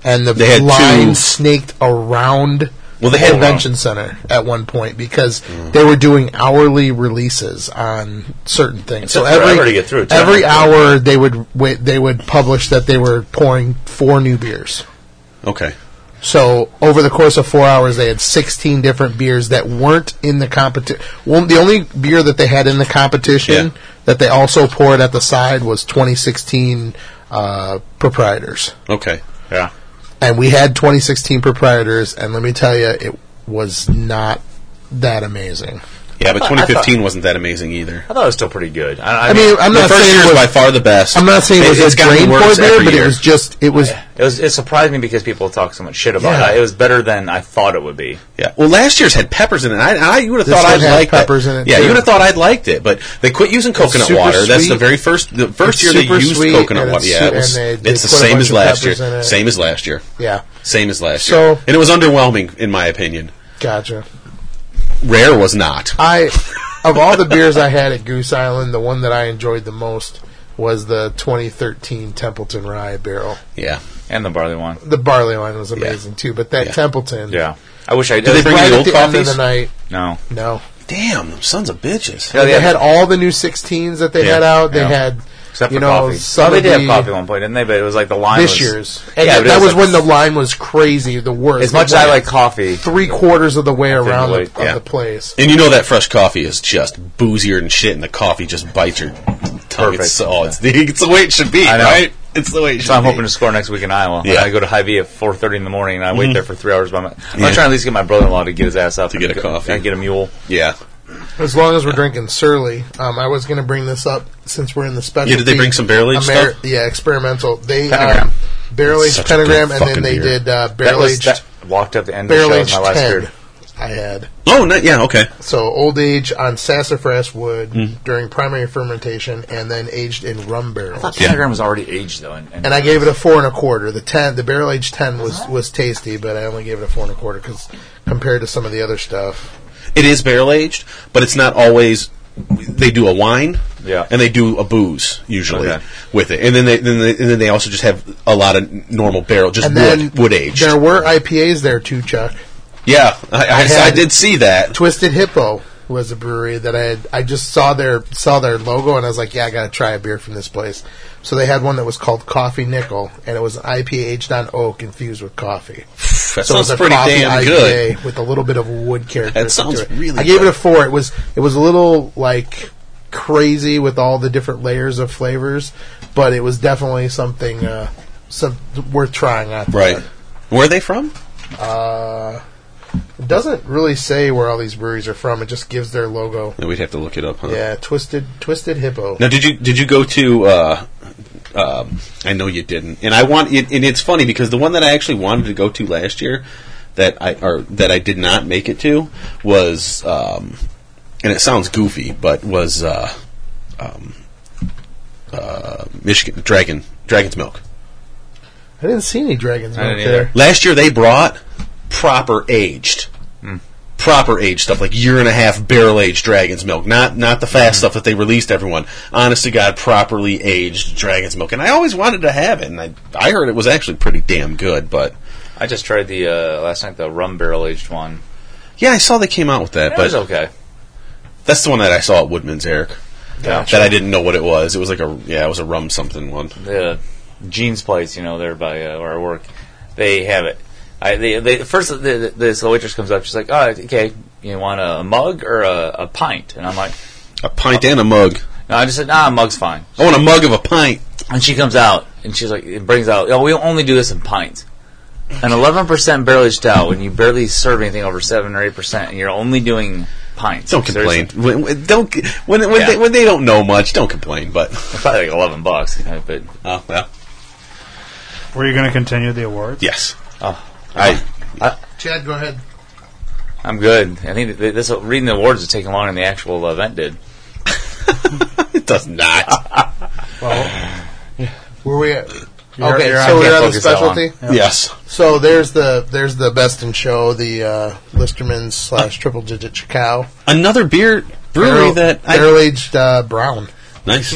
Speaker 1: and the
Speaker 7: They had
Speaker 1: line
Speaker 7: two.
Speaker 1: snaked around.
Speaker 7: Well, they
Speaker 1: the
Speaker 7: had- Mm.
Speaker 1: convention center at one point because they were doing hourly releases on certain things. So
Speaker 3: took forever
Speaker 1: every
Speaker 3: to get through, too.
Speaker 1: every hour they would wait, they would publish that they were pouring four new beers.
Speaker 7: Okay.
Speaker 1: So over the course of four hours, they had 16 different beers that weren't in the competition. One, the only beer that they had in the competition
Speaker 7: Yeah.
Speaker 1: that they also poured at the side was 2016 uh, proprietors,
Speaker 7: Okay.
Speaker 3: Yeah.
Speaker 1: and we had 2016 proprietors, and let me tell you, it was not that amazing.
Speaker 7: Yeah, but 2015 wasn't that amazing either.
Speaker 3: I thought it was still pretty good. I, I
Speaker 1: I mean, I'm
Speaker 7: the
Speaker 1: not
Speaker 7: first
Speaker 1: saying
Speaker 7: year
Speaker 1: it
Speaker 7: is
Speaker 1: was. Uh,
Speaker 7: by far the best.
Speaker 1: I'm not saying it was
Speaker 7: it's
Speaker 1: a
Speaker 7: gotten
Speaker 1: drain pour
Speaker 7: worse
Speaker 1: beer,
Speaker 7: every
Speaker 1: but it
Speaker 7: year.
Speaker 1: was just it was.
Speaker 3: It was. It surprised me because people talk so much shit about
Speaker 1: Yeah.
Speaker 3: it. It was better than I thought it would be.
Speaker 7: Yeah. Well, last year's had peppers in it. I, I you would have
Speaker 1: This
Speaker 7: thought
Speaker 1: one
Speaker 7: I'd
Speaker 1: had
Speaker 7: liked
Speaker 1: peppers
Speaker 7: that.
Speaker 1: in it,
Speaker 7: Yeah,
Speaker 1: too.
Speaker 7: you would have thought I'd liked it, but they quit using coconut
Speaker 1: super
Speaker 7: water. That's the
Speaker 1: sweet.
Speaker 7: very first the
Speaker 1: It's
Speaker 7: first year they
Speaker 1: super
Speaker 7: used
Speaker 1: sweet,
Speaker 7: coconut
Speaker 1: and
Speaker 7: water.
Speaker 1: it's
Speaker 7: Yeah,
Speaker 1: su-
Speaker 7: it was,
Speaker 1: and they-
Speaker 7: it's
Speaker 1: they
Speaker 7: the
Speaker 1: put a
Speaker 7: same
Speaker 1: bunch
Speaker 7: as
Speaker 1: of
Speaker 7: last
Speaker 1: peppers in
Speaker 7: year.
Speaker 1: it.
Speaker 7: Same as last year.
Speaker 1: Yeah,
Speaker 7: Same as last
Speaker 1: So-
Speaker 7: year. And it was underwhelming in my opinion.
Speaker 1: gotcha.
Speaker 7: Rare was not.
Speaker 1: I of all the beers I had at Goose Island, the one that I enjoyed the most was the 2013 Templeton Rye Barrel.
Speaker 7: Yeah.
Speaker 3: And the barley one.
Speaker 1: The barley line was amazing too, but that
Speaker 7: Yeah.
Speaker 1: Templeton,
Speaker 3: Yeah. I wish I did.
Speaker 7: Did they bring
Speaker 1: right
Speaker 7: you the
Speaker 1: at
Speaker 7: old
Speaker 1: the end of
Speaker 7: coffees?
Speaker 1: the night,
Speaker 3: No.
Speaker 1: no.
Speaker 7: Damn, them sons of bitches.
Speaker 3: Yeah,
Speaker 1: they had all the new 16s that they
Speaker 7: Yeah.
Speaker 1: had out. They
Speaker 3: Yeah.
Speaker 1: had
Speaker 3: Except
Speaker 1: you
Speaker 3: for
Speaker 1: know
Speaker 3: coffee. Well, they
Speaker 1: Sotheby
Speaker 3: did have coffee at one point, didn't they? But it was like the line
Speaker 1: this
Speaker 3: was,
Speaker 1: year's. And
Speaker 3: yeah,
Speaker 1: yeah,
Speaker 3: but it
Speaker 1: that was,
Speaker 3: like-
Speaker 1: when the line was crazy. The worst.
Speaker 3: As much as
Speaker 1: It
Speaker 3: I
Speaker 1: went
Speaker 3: like coffee,
Speaker 1: three quarters of the way around the,
Speaker 3: relate.
Speaker 1: of
Speaker 7: Yeah.
Speaker 1: the place.
Speaker 7: And you know that fresh coffee is just boozier than shit, and the coffee just bites your tongue.
Speaker 3: Perfect.
Speaker 7: It's, oh, it's, the, it's the way it should be,
Speaker 3: I know.
Speaker 7: right? it's the way it should
Speaker 3: So I'm
Speaker 7: be.
Speaker 3: hoping to score next week in Iowa.
Speaker 7: Yeah. Mm-hmm.
Speaker 3: I go to Hy-Vee at 4:30 in the morning, and I wait there for three hours by my. I'm
Speaker 7: Yeah.
Speaker 3: trying to at least get my brother-in-law to get his ass up
Speaker 7: To get
Speaker 3: and
Speaker 7: a
Speaker 3: go-
Speaker 7: coffee.
Speaker 3: and get a mule.
Speaker 7: Yeah.
Speaker 1: As long as we're drinking Surly, um, I was going to bring this up since we're in the special.
Speaker 7: Yeah, did they bring some barrel aged stuff?
Speaker 1: Yeah, experimental. They
Speaker 3: Pentagram.
Speaker 1: um, barrel aged
Speaker 7: Such a good
Speaker 1: pentagram, and
Speaker 7: fucking
Speaker 1: then they
Speaker 7: beer.
Speaker 1: did uh,
Speaker 3: That
Speaker 1: barrel
Speaker 3: was
Speaker 1: aged
Speaker 3: that walked up the end of the
Speaker 1: barrel
Speaker 3: show with
Speaker 1: aged
Speaker 3: my last
Speaker 1: ten.
Speaker 3: beer.
Speaker 1: I had
Speaker 7: Oh, no, yeah, okay.
Speaker 1: so old age on sassafras wood
Speaker 7: Hmm.
Speaker 1: during primary fermentation, and then aged in rum barrels.
Speaker 7: Yeah.
Speaker 3: Pentagram was already aged though, and,
Speaker 1: And I gave it a four and a quarter. The ten, the barrel aged ten was was tasty, but I only gave it a four and a quarter because compared to some of the other stuff,
Speaker 7: It is barrel aged, but it's not always. They do a wine,
Speaker 3: Yeah.
Speaker 7: and they do a booze usually
Speaker 3: Okay.
Speaker 7: with it, and then they, then they and then they also just have a lot of normal barrel, just
Speaker 1: and
Speaker 7: wood
Speaker 1: then
Speaker 7: wood aged.
Speaker 1: There were IPAs there too, Chuck.
Speaker 7: Yeah, I, I, I
Speaker 1: had-
Speaker 7: did see that.
Speaker 1: Twisted Hippo was a brewery that I had, I just saw their saw their logo and I was like, yeah, I gotta try a beer from this place. So they had one that was called Coffee Nickel and it was an IPA aged on oak infused with coffee.
Speaker 7: That
Speaker 1: so it was
Speaker 7: sounds
Speaker 1: a
Speaker 7: pretty
Speaker 1: coffee
Speaker 7: damn
Speaker 1: IPA
Speaker 7: good.
Speaker 1: with a little bit of wood character.
Speaker 7: sounds
Speaker 1: it.
Speaker 7: really
Speaker 1: I gave
Speaker 7: good.
Speaker 1: it a four. It was it was a little like crazy with all the different layers of flavors, but it was definitely something uh, some worth trying. I thought.
Speaker 7: Right? Where are they from?
Speaker 1: It doesn't really say where all these breweries are from. It just gives their logo.
Speaker 7: Yeah, We'd have to look it up. Huh?
Speaker 1: Yeah, twisted, twisted hippo.
Speaker 7: Now, did you did you go to? Uh, um, I know you didn't, and I want. It, and it's funny because the one that I actually wanted to go to last year, that I or that I did not make it to, was. Um, and it sounds goofy, but was uh, um, uh, Michigan Dragon Dragon's Milk.
Speaker 1: I didn't see any dragons milk
Speaker 3: didn't
Speaker 1: there.
Speaker 7: Last year they brought proper aged. Proper aged stuff, like year and a half barrel aged dragon's milk, not not the fast stuff that they released to everyone. Honest to God, properly aged dragon's milk, and I always wanted to have it, and I I heard it was actually pretty damn good. But
Speaker 3: I just tried the uh, last night the rum barrel aged one.
Speaker 7: yeah, I saw they came out with that,
Speaker 3: It
Speaker 7: but
Speaker 3: was okay.
Speaker 7: that's the one that I saw at Woodman's Eric. That I didn't know what it was. It was like a yeah, it was a rum something one.
Speaker 3: the jeans place, you know, there by uh, where I work, they have it. I they, they first the, the, this waitress comes up, she's like, "Oh, okay, you want a mug or a, a pint?" And I'm like,
Speaker 7: A pint and a mug.
Speaker 3: "No," I just said, "Nah, a mug's fine."
Speaker 7: I want a mug of a pint.
Speaker 3: And she comes out and she's like, it brings out, oh, we only do this in pints. An 11% barrel aged stout when you barely serve anything over 7 or 8%, and you're only doing pints.
Speaker 7: Don't
Speaker 3: Seriously.
Speaker 7: complain. When, when- don't when when,
Speaker 3: Yeah.
Speaker 7: they, when they don't know much, don't complain. But
Speaker 3: It's probably like 11 bucks, you know, but
Speaker 7: oh well,
Speaker 2: Were you going to continue the awards?
Speaker 7: yes.
Speaker 3: oh,
Speaker 7: I
Speaker 1: Chad, go ahead.
Speaker 3: I'm good. I think that this reading the awards is taking longer than the actual event did.
Speaker 7: It does not.
Speaker 1: Where we at? okay,
Speaker 3: you're on.
Speaker 1: so we're
Speaker 3: Can't
Speaker 1: on the
Speaker 3: focus that long.
Speaker 1: specialty.
Speaker 7: Yes.
Speaker 1: So there's the there's the best in show, the uh, Listerman slash triple digit Chicago
Speaker 7: Another beer brewery that I,
Speaker 1: barrel aged uh, brown.
Speaker 7: nice.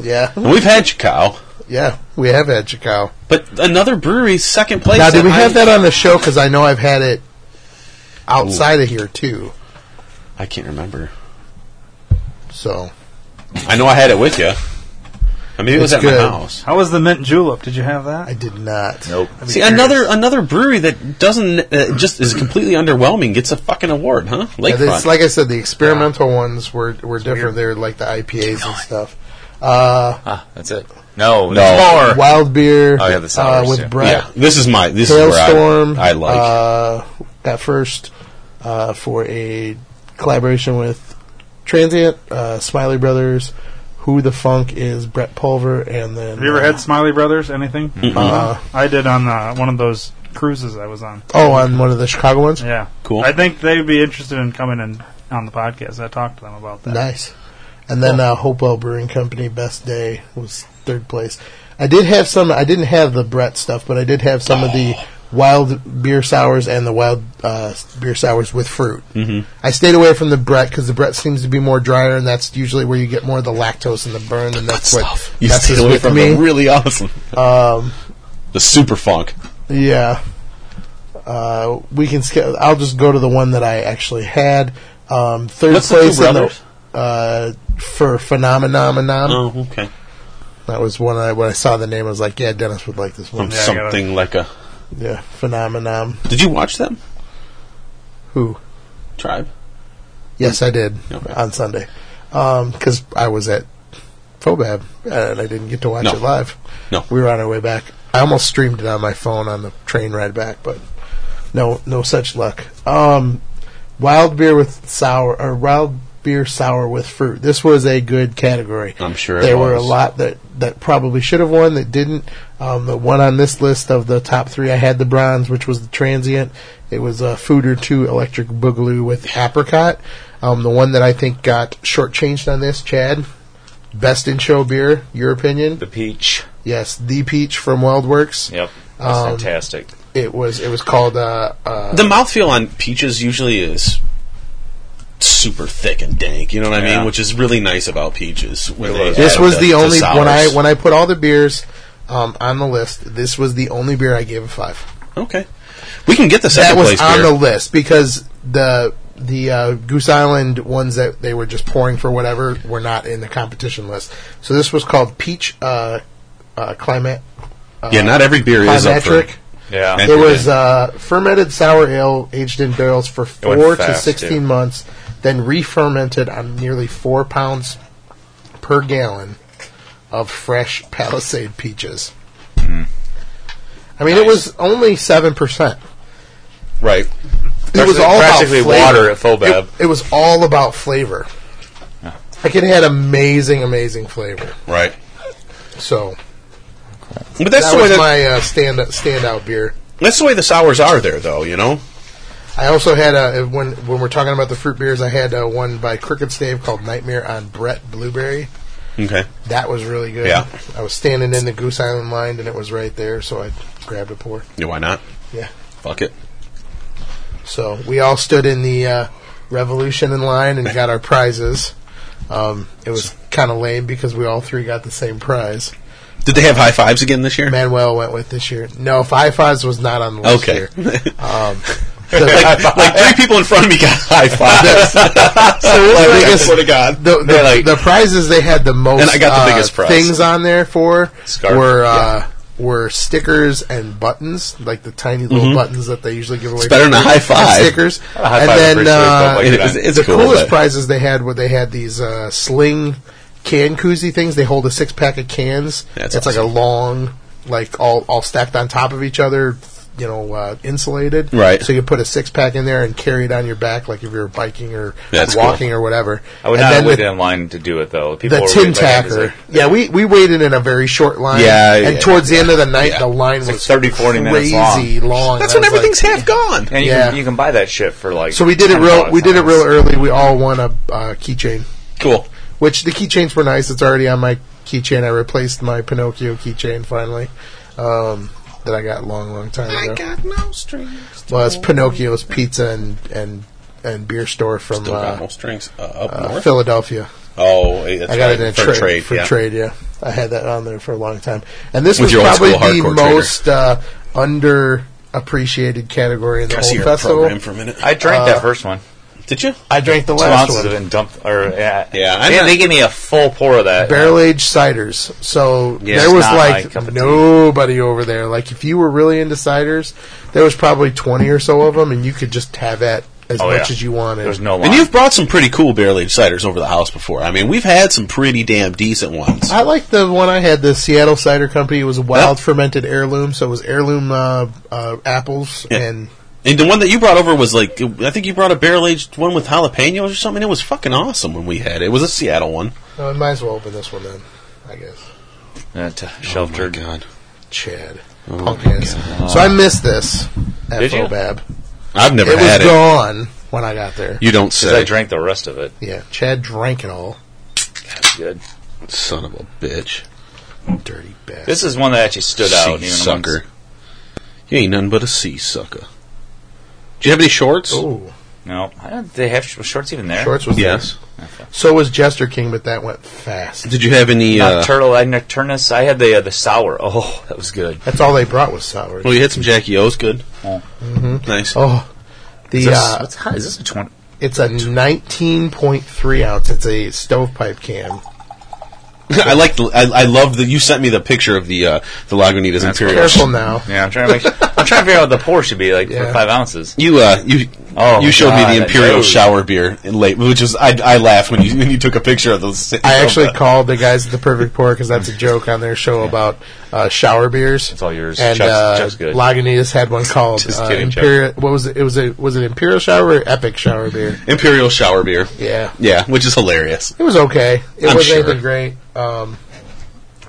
Speaker 1: Yeah,
Speaker 7: And we've had Chicago,
Speaker 1: yeah, we have had Chicago.
Speaker 7: but another brewery second place.
Speaker 1: Now, did we have
Speaker 7: I,
Speaker 1: that on the show? Because I know I've had it outside of here too.
Speaker 7: I can't remember.
Speaker 1: So
Speaker 7: I know I had it with you. I mean, it was
Speaker 1: It's
Speaker 7: at
Speaker 1: good.
Speaker 7: my house.
Speaker 2: How was the mint julep? Did you have that?
Speaker 1: I did not.
Speaker 3: Nope.
Speaker 2: I'd be
Speaker 7: See,
Speaker 2: curious.
Speaker 7: another another brewery that doesn't uh, just is completely underwhelming gets a fucking award,
Speaker 1: Yeah,
Speaker 7: huh? Lakefront.
Speaker 1: it's like I said, the experimental ones were were different. They're like the IPAs and stuff. Uh,
Speaker 3: Ah, that's it. No,
Speaker 7: No.
Speaker 3: there's more.
Speaker 1: Wild beer.
Speaker 3: Oh, yeah, the
Speaker 1: uh,
Speaker 3: sours,
Speaker 1: with
Speaker 3: yeah.
Speaker 1: Brett.
Speaker 7: yeah, this is my this is where
Speaker 1: Hailstorm.
Speaker 7: I, I like.
Speaker 1: uh, that first uh, for a collaboration with Transient, uh, Smiley Brothers, Who the Funk is Brett Pulver, and then
Speaker 2: Have you ever
Speaker 1: uh,
Speaker 2: had Smiley Brothers? Anything?
Speaker 1: uh,
Speaker 2: I did on uh, one of those cruises I was on.
Speaker 1: oh on one of the Chicago ones.
Speaker 2: Yeah,
Speaker 7: Cool.
Speaker 2: I think they'd be interested in coming in on the podcast. I talked to them about that.
Speaker 1: Nice. And then uh, Hopewell Brewing Company Best Day was third place. I did have some. I didn't have the Brett stuff, but I did have some of the wild beer sours and the wild uh, beer sours with fruit. Mm-hmm. I stayed away from the Brett because the Brett seems to be more drier, and that's usually where you get more of the lactose and the burn, and that's what
Speaker 7: stuff. You
Speaker 1: that's
Speaker 7: stay
Speaker 1: just
Speaker 7: away
Speaker 1: with
Speaker 7: from
Speaker 1: me.
Speaker 7: the really awesome.
Speaker 1: Um,
Speaker 7: The super funk.
Speaker 1: yeah. Uh, we can. Sk- I'll just go to the one that I actually had. Um, third
Speaker 7: What's the two
Speaker 1: place in
Speaker 7: brothers?
Speaker 1: uh, for Phenomenon.
Speaker 7: Oh, okay.
Speaker 1: That was one I when I saw the name. I was like, yeah, Dennis would like this
Speaker 7: From
Speaker 1: one.
Speaker 2: Yeah, I gotta-
Speaker 7: something like a.
Speaker 1: Yeah, phenomenon.
Speaker 7: Did you watch them?
Speaker 1: Who?
Speaker 7: Tribe.
Speaker 1: Yes, I did
Speaker 7: Okay.
Speaker 1: on Sunday because I was at Kobab. And I didn't get to watch
Speaker 7: No.
Speaker 1: it live.
Speaker 7: No.
Speaker 1: We were on our way back. I almost streamed it on my phone on the train ride back, but no no such luck. Um wild beer with sour or wild beer sour with fruit. This was a good category.
Speaker 7: I'm sure it
Speaker 1: there were a
Speaker 7: was.
Speaker 1: lot that that probably should have won that didn't. Um, the one on this list of the top three, I had the bronze, which was the transient. It was a food or two electric boogaloo with apricot. Um, the one that I think got shortchanged on this, Chad, best in show beer. Your opinion?
Speaker 3: The peach.
Speaker 1: Yes, the peach from Wildworks.
Speaker 3: Yep. That's
Speaker 1: Um,
Speaker 3: fantastic.
Speaker 1: It was it was called uh, uh,
Speaker 7: The mouthfeel on peaches usually is super thick and dank. You know what I
Speaker 3: Yeah.
Speaker 7: mean? Which is really nice about peaches. When
Speaker 3: It
Speaker 7: they
Speaker 3: was.
Speaker 7: add
Speaker 1: This was the, only
Speaker 7: sours.
Speaker 1: when I when I put all the beers um, on the list. This was the only beer I gave a five.
Speaker 7: okay. We can get the
Speaker 1: That
Speaker 7: second
Speaker 1: was
Speaker 7: place
Speaker 1: on
Speaker 7: beer.
Speaker 1: the list because the the uh, Goose Island ones that they were just pouring for whatever were not in the competition list. So this was called Peach uh, uh, Climate
Speaker 7: yeah, not every beer is up for.
Speaker 1: Climatric.
Speaker 3: Yeah.
Speaker 7: And-
Speaker 1: It was uh, fermented sour ale aged in barrels for
Speaker 3: went
Speaker 1: four to
Speaker 3: fast,
Speaker 1: sixteen
Speaker 3: too.
Speaker 1: months, then re-fermented on nearly four pounds per gallon of fresh Palisade peaches.
Speaker 3: Hmm.
Speaker 1: I mean, it was only seven percent.
Speaker 7: Right.
Speaker 1: It was all
Speaker 3: Practically
Speaker 1: about flavor.
Speaker 3: water at Fobab.
Speaker 1: It, it was all about flavor. Like it had amazing, amazing flavor.
Speaker 7: Right.
Speaker 1: So
Speaker 7: But that's
Speaker 1: that
Speaker 7: the way
Speaker 1: was
Speaker 7: that,
Speaker 1: my uh, stand standout beer.
Speaker 7: that's the way the sours are there, though. You know.
Speaker 1: I also had a when when we're talking about the fruit beers, I had uh one by Crooked Stave called Nightmare on Brett Blueberry.
Speaker 7: Okay.
Speaker 1: That was really good.
Speaker 7: Yeah.
Speaker 1: I was standing in the Goose Island line and it was right there, so I grabbed a pour.
Speaker 7: Yeah, why not?
Speaker 1: Yeah.
Speaker 7: Fuck it.
Speaker 1: So we all stood in the uh, Revolution in line and got our prizes. Um, it was kind of lame because we all three got the same prize.
Speaker 7: Did they have high fives again this year?
Speaker 1: Manuel went with this year. No, Five Fives was not on the list
Speaker 7: Okay.
Speaker 1: here. Um,
Speaker 7: like, like three people in front of me got high fives.
Speaker 1: the
Speaker 7: like, I
Speaker 1: biggest-
Speaker 7: swear to God.
Speaker 1: the, the,
Speaker 7: They're like-
Speaker 1: the prizes they had the most
Speaker 7: And I got the
Speaker 1: uh,
Speaker 7: biggest prize.
Speaker 1: things on there for
Speaker 3: Scarf,
Speaker 1: were uh, were stickers and buttons, like the tiny little buttons that they usually give away.
Speaker 7: Mm-hmm. It's better than a high five.
Speaker 1: Stickers,
Speaker 3: A high
Speaker 1: and
Speaker 3: five
Speaker 1: then
Speaker 3: appreciates that,
Speaker 1: uh,
Speaker 3: like-
Speaker 7: It- it's, it's
Speaker 1: the
Speaker 7: cool,
Speaker 1: coolest
Speaker 7: but-
Speaker 1: prizes they had were they had these uh, sling can koozie things. They hold a six pack of cans.
Speaker 7: That's
Speaker 1: it's like a long, like all all stacked on top of each other. You know, uh, insulated.
Speaker 7: Right.
Speaker 1: So you put a six pack in there and carry it on your back, like if you're biking or
Speaker 7: That's cool.
Speaker 1: walking or whatever.
Speaker 3: I would
Speaker 1: and
Speaker 3: not
Speaker 1: then
Speaker 3: have waited
Speaker 1: the,
Speaker 3: in line to do it though. People
Speaker 1: the
Speaker 3: were
Speaker 1: tin
Speaker 3: waiting, like, it was
Speaker 1: tacker.
Speaker 3: like-
Speaker 1: yeah, we, we waited in a very short line.
Speaker 7: Yeah,
Speaker 1: and
Speaker 7: yeah,
Speaker 1: towards the end of the night,
Speaker 7: yeah.
Speaker 1: the line
Speaker 3: like
Speaker 1: was
Speaker 3: 30, 40 minutes
Speaker 1: crazy long.
Speaker 7: That's
Speaker 1: I
Speaker 7: when
Speaker 1: was like-
Speaker 7: everything's half gone.
Speaker 3: And you,
Speaker 1: Yeah.
Speaker 3: can, you can buy that shit for like.
Speaker 1: so we did it real.
Speaker 3: $10
Speaker 1: We did it
Speaker 3: times.
Speaker 1: real early. We all won a uh, keychain.
Speaker 7: Cool.
Speaker 1: Which the keychains were nice. It's already on my keychain. I replaced my Pinocchio keychain finally. Um, that I got a long, long time ago.
Speaker 7: no strings.
Speaker 1: well, it's Pinocchio's Pizza and and and beer store from
Speaker 7: Still got
Speaker 1: uh,
Speaker 7: no strings. Uh, up
Speaker 1: uh,
Speaker 7: north.
Speaker 1: Philadelphia.
Speaker 7: oh, hey, that's
Speaker 1: I got
Speaker 7: right.
Speaker 1: it in a
Speaker 7: for
Speaker 1: trade,
Speaker 7: trade.
Speaker 1: for
Speaker 7: yeah.
Speaker 1: trade. Yeah, I had that on there for a long time. And this
Speaker 7: With
Speaker 1: was
Speaker 7: your old
Speaker 1: probably
Speaker 7: school
Speaker 1: the
Speaker 7: hardcore trader.
Speaker 1: most uh, underappreciated category in the
Speaker 7: Can I see
Speaker 1: whole
Speaker 7: your
Speaker 1: festival.
Speaker 7: program for a minute?
Speaker 3: I drank that first one.
Speaker 7: Did you?
Speaker 1: I drank the
Speaker 3: Two
Speaker 1: last
Speaker 3: ounces
Speaker 1: Uh, one.
Speaker 3: of it and dumped. Or yeah,
Speaker 7: Yeah, I'm
Speaker 3: They,
Speaker 7: not-
Speaker 3: they gave me a full pour of that.
Speaker 1: barrel aged ciders. So
Speaker 3: Yeah,
Speaker 1: there
Speaker 3: it's
Speaker 1: was
Speaker 3: not my
Speaker 1: like
Speaker 3: cup of tea.
Speaker 1: nobody over there. Like if you were really into ciders, there was probably twenty or so of them, and you could just have that as
Speaker 3: Oh,
Speaker 1: much
Speaker 3: yeah.
Speaker 1: as you wanted.
Speaker 3: There's no line.
Speaker 7: And you've brought some pretty cool barrel aged ciders over the house before. I mean, we've had some pretty damn decent ones.
Speaker 1: I like the one I had. The Seattle Cider Company. It was a wild
Speaker 7: Yeah.
Speaker 1: fermented heirloom, so it was heirloom uh, uh, apples
Speaker 7: Yeah.
Speaker 1: and
Speaker 7: And the one that you brought over was like, I think you brought a barrel aged one with jalapenos or something. It was fucking awesome when we had it. It was a Seattle one.
Speaker 1: Oh, I might as well open this one then, I guess.
Speaker 3: Uh, t- shelf
Speaker 7: Oh my
Speaker 3: turd.
Speaker 7: God.
Speaker 1: Chad.
Speaker 7: Oh
Speaker 1: Punk ass. Oh, So I missed this at
Speaker 3: Did you?
Speaker 1: Fobab.
Speaker 7: I've never
Speaker 1: It was
Speaker 7: had it.
Speaker 1: gone when I got there.
Speaker 7: You don't
Speaker 3: 'Cause I
Speaker 7: say.
Speaker 3: drank the rest of it.
Speaker 1: Yeah, Chad drank it all.
Speaker 3: Good.
Speaker 7: Son of a bitch.
Speaker 1: Dirty bastard.
Speaker 3: This is one that actually stood
Speaker 7: sea
Speaker 3: out. Even
Speaker 7: sucker. You ain't nothing but a sea sucker. Do you have any shorts?
Speaker 1: oh,
Speaker 3: amongst- No, I don't, they have sh- shorts even there.
Speaker 1: shorts was
Speaker 7: yes.
Speaker 1: there. So was Jester King, but that went fast.
Speaker 7: Did you have any? Uh,
Speaker 3: Nocturnal, I Nocturnus. I had the uh, the sour. Oh, that was good.
Speaker 1: That's all they brought was sour.
Speaker 7: well, you had some Jackie O's. Good.
Speaker 3: Oh.
Speaker 7: Nice.
Speaker 1: Oh,
Speaker 3: Is
Speaker 1: the
Speaker 3: this,
Speaker 1: uh,
Speaker 3: what's hot? Is this a twenty?
Speaker 1: it's a nineteen point three ounce. It's a stovepipe can.
Speaker 7: I like. the- I, I love that you sent me the picture of the uh, the Lagunitas Imperial.
Speaker 1: Careful now.
Speaker 3: Yeah, I'm trying to make. I'm trying to figure out what the pour should be like
Speaker 1: Yeah.
Speaker 3: for five ounces.
Speaker 7: You uh, you
Speaker 3: Oh,
Speaker 7: you showed me the
Speaker 3: God,
Speaker 7: imperial
Speaker 3: dude.
Speaker 7: shower beer in late, which was I, I laughed when you when you took a picture of those.
Speaker 1: I actually
Speaker 7: of the-
Speaker 1: called the guys at the Perfect Pour because that's a joke on their show about uh, shower beers. It's
Speaker 3: all yours.
Speaker 1: And
Speaker 3: Chuck's-
Speaker 1: uh,
Speaker 3: Chuck's good.
Speaker 1: Lagunitas had one called
Speaker 3: Just
Speaker 1: uh,
Speaker 3: kidding, Chuck.
Speaker 1: Imperial. What was it? It was a was it Imperial shower or Epic shower beer?
Speaker 7: imperial shower beer.
Speaker 1: Yeah,
Speaker 7: Yeah, which is hilarious.
Speaker 1: it was okay. It
Speaker 7: I'm
Speaker 1: wasn't
Speaker 7: sure.
Speaker 1: anything great. Um,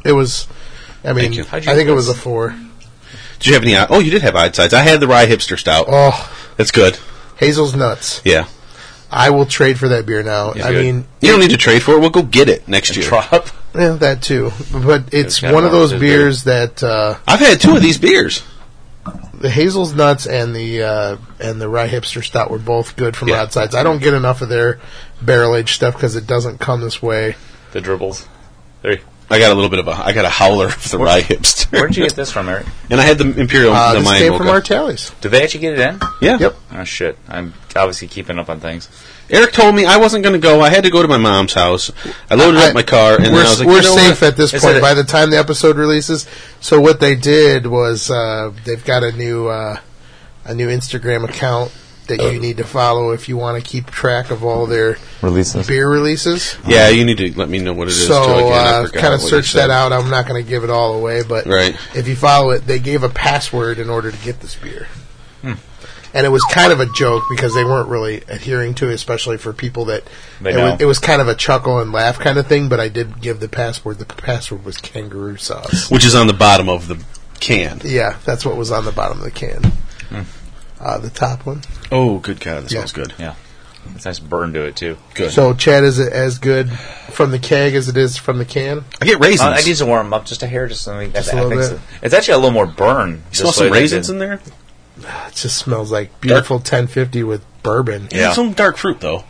Speaker 1: it was. I mean,
Speaker 7: Thank you.
Speaker 1: I think it was a four.
Speaker 7: Did you have any? Oh, you did have odd sides. I had the rye hipster stout.
Speaker 1: Oh,
Speaker 7: That's good.
Speaker 1: Hazel's nuts.
Speaker 7: Yeah,
Speaker 1: I will trade for that beer now. I
Speaker 3: good.
Speaker 1: mean,
Speaker 7: you don't need to trade for it. We'll go get it next year.
Speaker 3: Drop.
Speaker 1: yeah, that too. But it's
Speaker 3: kinda
Speaker 1: one of
Speaker 3: one of
Speaker 1: those
Speaker 3: those
Speaker 1: beers that uh,
Speaker 7: I've had two of these beers.
Speaker 1: the Hazel's Nuts and the uh, and the Rye Hipster Stout were both good from
Speaker 7: Yeah.
Speaker 1: outsides. sides. I don't get enough of their barrel aged stuff because it doesn't come this way.
Speaker 3: The dribbles. There.
Speaker 7: I got a little bit of a. I got a howler of the rye hipster.
Speaker 3: Where'd you get this from, Eric?
Speaker 7: And I had the imperial.
Speaker 1: Uh,
Speaker 7: the
Speaker 1: this
Speaker 7: Mayan
Speaker 1: came from
Speaker 7: mocha.
Speaker 1: our tallies.
Speaker 3: Did they actually get it in?
Speaker 7: yeah.
Speaker 1: Yep.
Speaker 3: Oh shit! I'm obviously keeping up on things.
Speaker 7: Eric told me I wasn't going to go. I had to go to my mom's house. I loaded
Speaker 1: I-
Speaker 7: up my car, and then
Speaker 1: we're
Speaker 7: I was like,
Speaker 1: we're
Speaker 7: you know
Speaker 1: safe
Speaker 7: what?
Speaker 1: at this
Speaker 3: Is
Speaker 1: point
Speaker 3: it-
Speaker 1: by the time the episode releases. So what they did was uh, they've got a new uh, a new Instagram account that
Speaker 7: Oh.
Speaker 1: you need to follow if you want to keep track of all their
Speaker 3: Releases.
Speaker 1: beer releases.
Speaker 7: Yeah, you need to let me know what it is. too,
Speaker 1: So
Speaker 7: again. I
Speaker 1: uh,
Speaker 7: forgot
Speaker 1: kind of
Speaker 7: what you
Speaker 1: search
Speaker 7: said.
Speaker 1: that out. I'm not going to give it all away, but
Speaker 7: Right.
Speaker 1: if you follow it, they gave a password in order to get this beer. And it was kind of a joke because they weren't really adhering to it, especially for people that
Speaker 3: They
Speaker 1: it, was,
Speaker 3: know.
Speaker 1: it was kind of a chuckle and laugh kind of thing. But I did give the password. The password was kangaroo sauce.
Speaker 7: which is on the bottom of the can.
Speaker 1: Yeah, that's what was on the bottom of the can.
Speaker 3: Hmm.
Speaker 1: Uh, the top one.
Speaker 7: Oh, good God, that
Speaker 1: Yeah.
Speaker 7: smells good.
Speaker 3: Yeah. It's nice burn to it too.
Speaker 7: Good.
Speaker 1: So, Chad, is it as good from the keg as it is from the can?
Speaker 7: I get raisins.
Speaker 3: Uh, I need to warm up just a hair, just something.
Speaker 1: Just a
Speaker 3: I
Speaker 1: little
Speaker 3: think
Speaker 1: bit.
Speaker 3: so. It's actually a little more burn.
Speaker 7: you smell some raisins in there.
Speaker 1: It just smells like beautiful 1050 with bourbon.
Speaker 3: Yeah.
Speaker 7: some dark fruit though.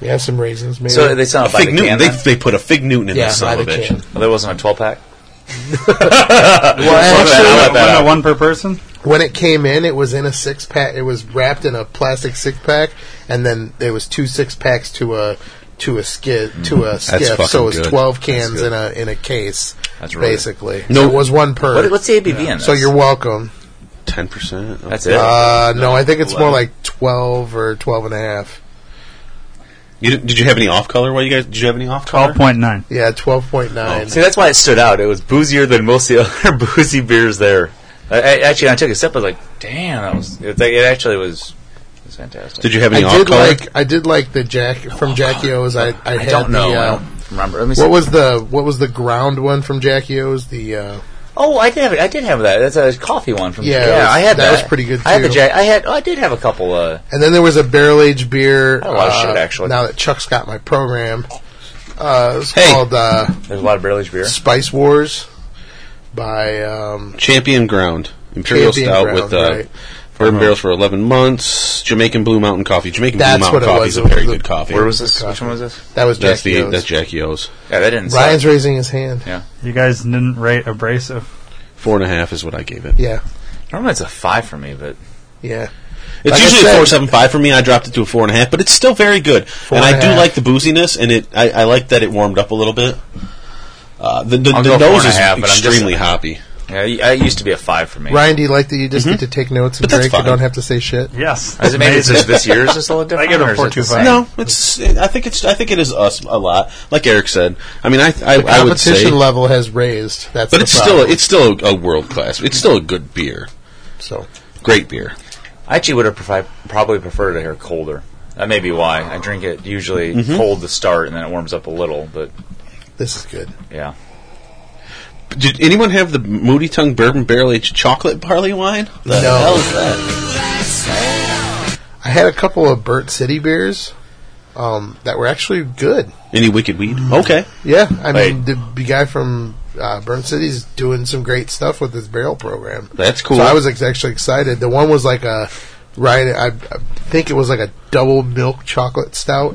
Speaker 1: You have some raisins, maybe.
Speaker 3: So they sound by
Speaker 7: fig
Speaker 3: the
Speaker 7: Newton.
Speaker 3: can.
Speaker 7: They,
Speaker 3: They,
Speaker 7: they put a fig Newton in
Speaker 1: yeah,
Speaker 7: that
Speaker 1: by
Speaker 7: son
Speaker 1: the
Speaker 7: of a bitch.
Speaker 1: can.
Speaker 3: well, there wasn't a twelve pack.
Speaker 1: Well,
Speaker 3: Well,
Speaker 1: actually,
Speaker 3: I
Speaker 2: Wasn't
Speaker 3: let
Speaker 2: it-
Speaker 3: that
Speaker 2: wasn't
Speaker 3: out.
Speaker 2: it one per person?
Speaker 1: when it came in, it was in a six pack. It was wrapped in a plastic six pack, and then there was two six packs to a to a skid
Speaker 3: Mm-hmm.
Speaker 1: to a skiff.
Speaker 7: fucking
Speaker 1: So it was
Speaker 7: good.
Speaker 1: twelve cans in a in a case,
Speaker 3: That's really-
Speaker 1: basically.
Speaker 7: No-
Speaker 1: No, it was one per.
Speaker 3: What, what's the ABV in this?
Speaker 1: so you're welcome.
Speaker 7: Ten percent.
Speaker 3: That's it.
Speaker 1: Uh, no, I think it's more
Speaker 3: Eleven.
Speaker 1: like twelve or twelve and a half.
Speaker 7: You, didn't- did you have any off color? While you guys, did you have any off color?
Speaker 2: Twelve point nine.
Speaker 1: Yeah, twelve point nine.
Speaker 3: Oh. See, that's why it stood out. It was boozier than most of the other boozy beers there. I, I, actually, I took a sip. I was like, "Damn, that was." It, it actually was. It was fantastic.
Speaker 7: Did you have
Speaker 1: I
Speaker 7: any off
Speaker 1: did
Speaker 7: color?
Speaker 1: like I did like the Jack from Jackie O's. I I,
Speaker 3: I
Speaker 1: had
Speaker 3: don't know.
Speaker 1: The,
Speaker 3: I
Speaker 1: uh,
Speaker 3: don't remember. Let me.
Speaker 1: what
Speaker 3: see.
Speaker 1: was the what was the ground one from Jackie O's? The uh,
Speaker 3: Oh, I did have. I did have that. That's a coffee one from.
Speaker 1: Yeah, it was-
Speaker 3: I had
Speaker 1: that was
Speaker 3: that.
Speaker 1: pretty good,
Speaker 3: I had the
Speaker 1: too.
Speaker 3: Jack. I had. Oh, I did have a couple. Uh,
Speaker 1: And then there was a barrel aged beer. uh,
Speaker 3: Had a lot of shit, actually.
Speaker 1: Now that Chuck's got my program, uh, it was
Speaker 7: Hey.
Speaker 1: called uh,
Speaker 3: there's a lot of barrel aged beer.
Speaker 1: Spice Wars by um,
Speaker 7: Champion Ground Imperial
Speaker 1: Champion
Speaker 7: Stout
Speaker 1: Ground,
Speaker 7: with uh,
Speaker 1: right.
Speaker 7: bourbon barrels for eleven months. Jamaican Blue Mountain Coffee. Jamaican
Speaker 1: Uh-huh. That's
Speaker 7: Blue
Speaker 1: what it was.
Speaker 7: Mountain Coffee is a
Speaker 1: It was
Speaker 7: very
Speaker 1: the-
Speaker 7: good coffee.
Speaker 3: Where was this? Which one was this?
Speaker 1: that was
Speaker 7: that's
Speaker 1: Jack
Speaker 7: the
Speaker 1: Yo's.
Speaker 7: that's Jackie O's.
Speaker 3: Yeah, that didn't.
Speaker 1: Ryan's
Speaker 3: suck.
Speaker 1: raising his hand.
Speaker 3: Yeah.
Speaker 2: You guys didn't rate abrasive.
Speaker 7: Four and a half is what I gave it.
Speaker 1: Yeah,
Speaker 3: Normally it's a five for me, but
Speaker 1: yeah.
Speaker 7: It's
Speaker 1: Like I
Speaker 7: usually
Speaker 1: said-
Speaker 7: a four seven five for me. I dropped it to a four and a half, but it's still very good. and
Speaker 1: and
Speaker 7: I
Speaker 1: a
Speaker 7: do
Speaker 1: half.
Speaker 7: like the booziness, and it I, I like that it warmed up a little bit. Uh, the the,
Speaker 3: I'll
Speaker 7: the
Speaker 3: go four
Speaker 7: nose
Speaker 3: and a
Speaker 7: is
Speaker 3: half, but I'm just-
Speaker 7: extremely hoppy.
Speaker 3: yeah, it used to be a five for me.
Speaker 1: Ryan, do you like that you just get to take notes and
Speaker 7: Mm-hmm. But that's
Speaker 1: drink and
Speaker 7: fine.
Speaker 1: don't have to say shit?
Speaker 2: Yes.
Speaker 3: Is it maybe it's just this year's is a little
Speaker 2: I
Speaker 3: different?
Speaker 2: give it a
Speaker 3: or is it
Speaker 2: four
Speaker 3: the
Speaker 2: two
Speaker 3: same?
Speaker 2: five.
Speaker 7: No, it's I think it's I think it is us a lot. Like Eric said, I mean I I, I would
Speaker 1: Competition
Speaker 7: say,
Speaker 1: level has raised. That's
Speaker 7: but
Speaker 1: the
Speaker 7: it's
Speaker 1: problem.
Speaker 7: still it's still a world class. It's still a good beer,
Speaker 1: so.
Speaker 7: great beer.
Speaker 3: I actually would have prefi- probably preferred it here colder. That may be why I drink it usually
Speaker 1: Mm-hmm.
Speaker 3: cold to start, and then it warms up a little. But
Speaker 1: This is good.
Speaker 3: yeah,
Speaker 7: Did anyone have the Moody Tongue Bourbon Barrel Aged Chocolate Barley Wine? The
Speaker 1: No.
Speaker 7: hell is that?
Speaker 1: I had a couple of Burt City beers um, that were actually good.
Speaker 7: Any Wicked Weed?
Speaker 1: Mm.
Speaker 7: Okay.
Speaker 1: Yeah, I
Speaker 3: Like-
Speaker 1: mean the, the guy from uh, Burn City's doing some great stuff with his barrel program.
Speaker 7: That's cool.
Speaker 1: So I was ex- actually excited. The one was like a right. I, I think it was like a double milk chocolate stout.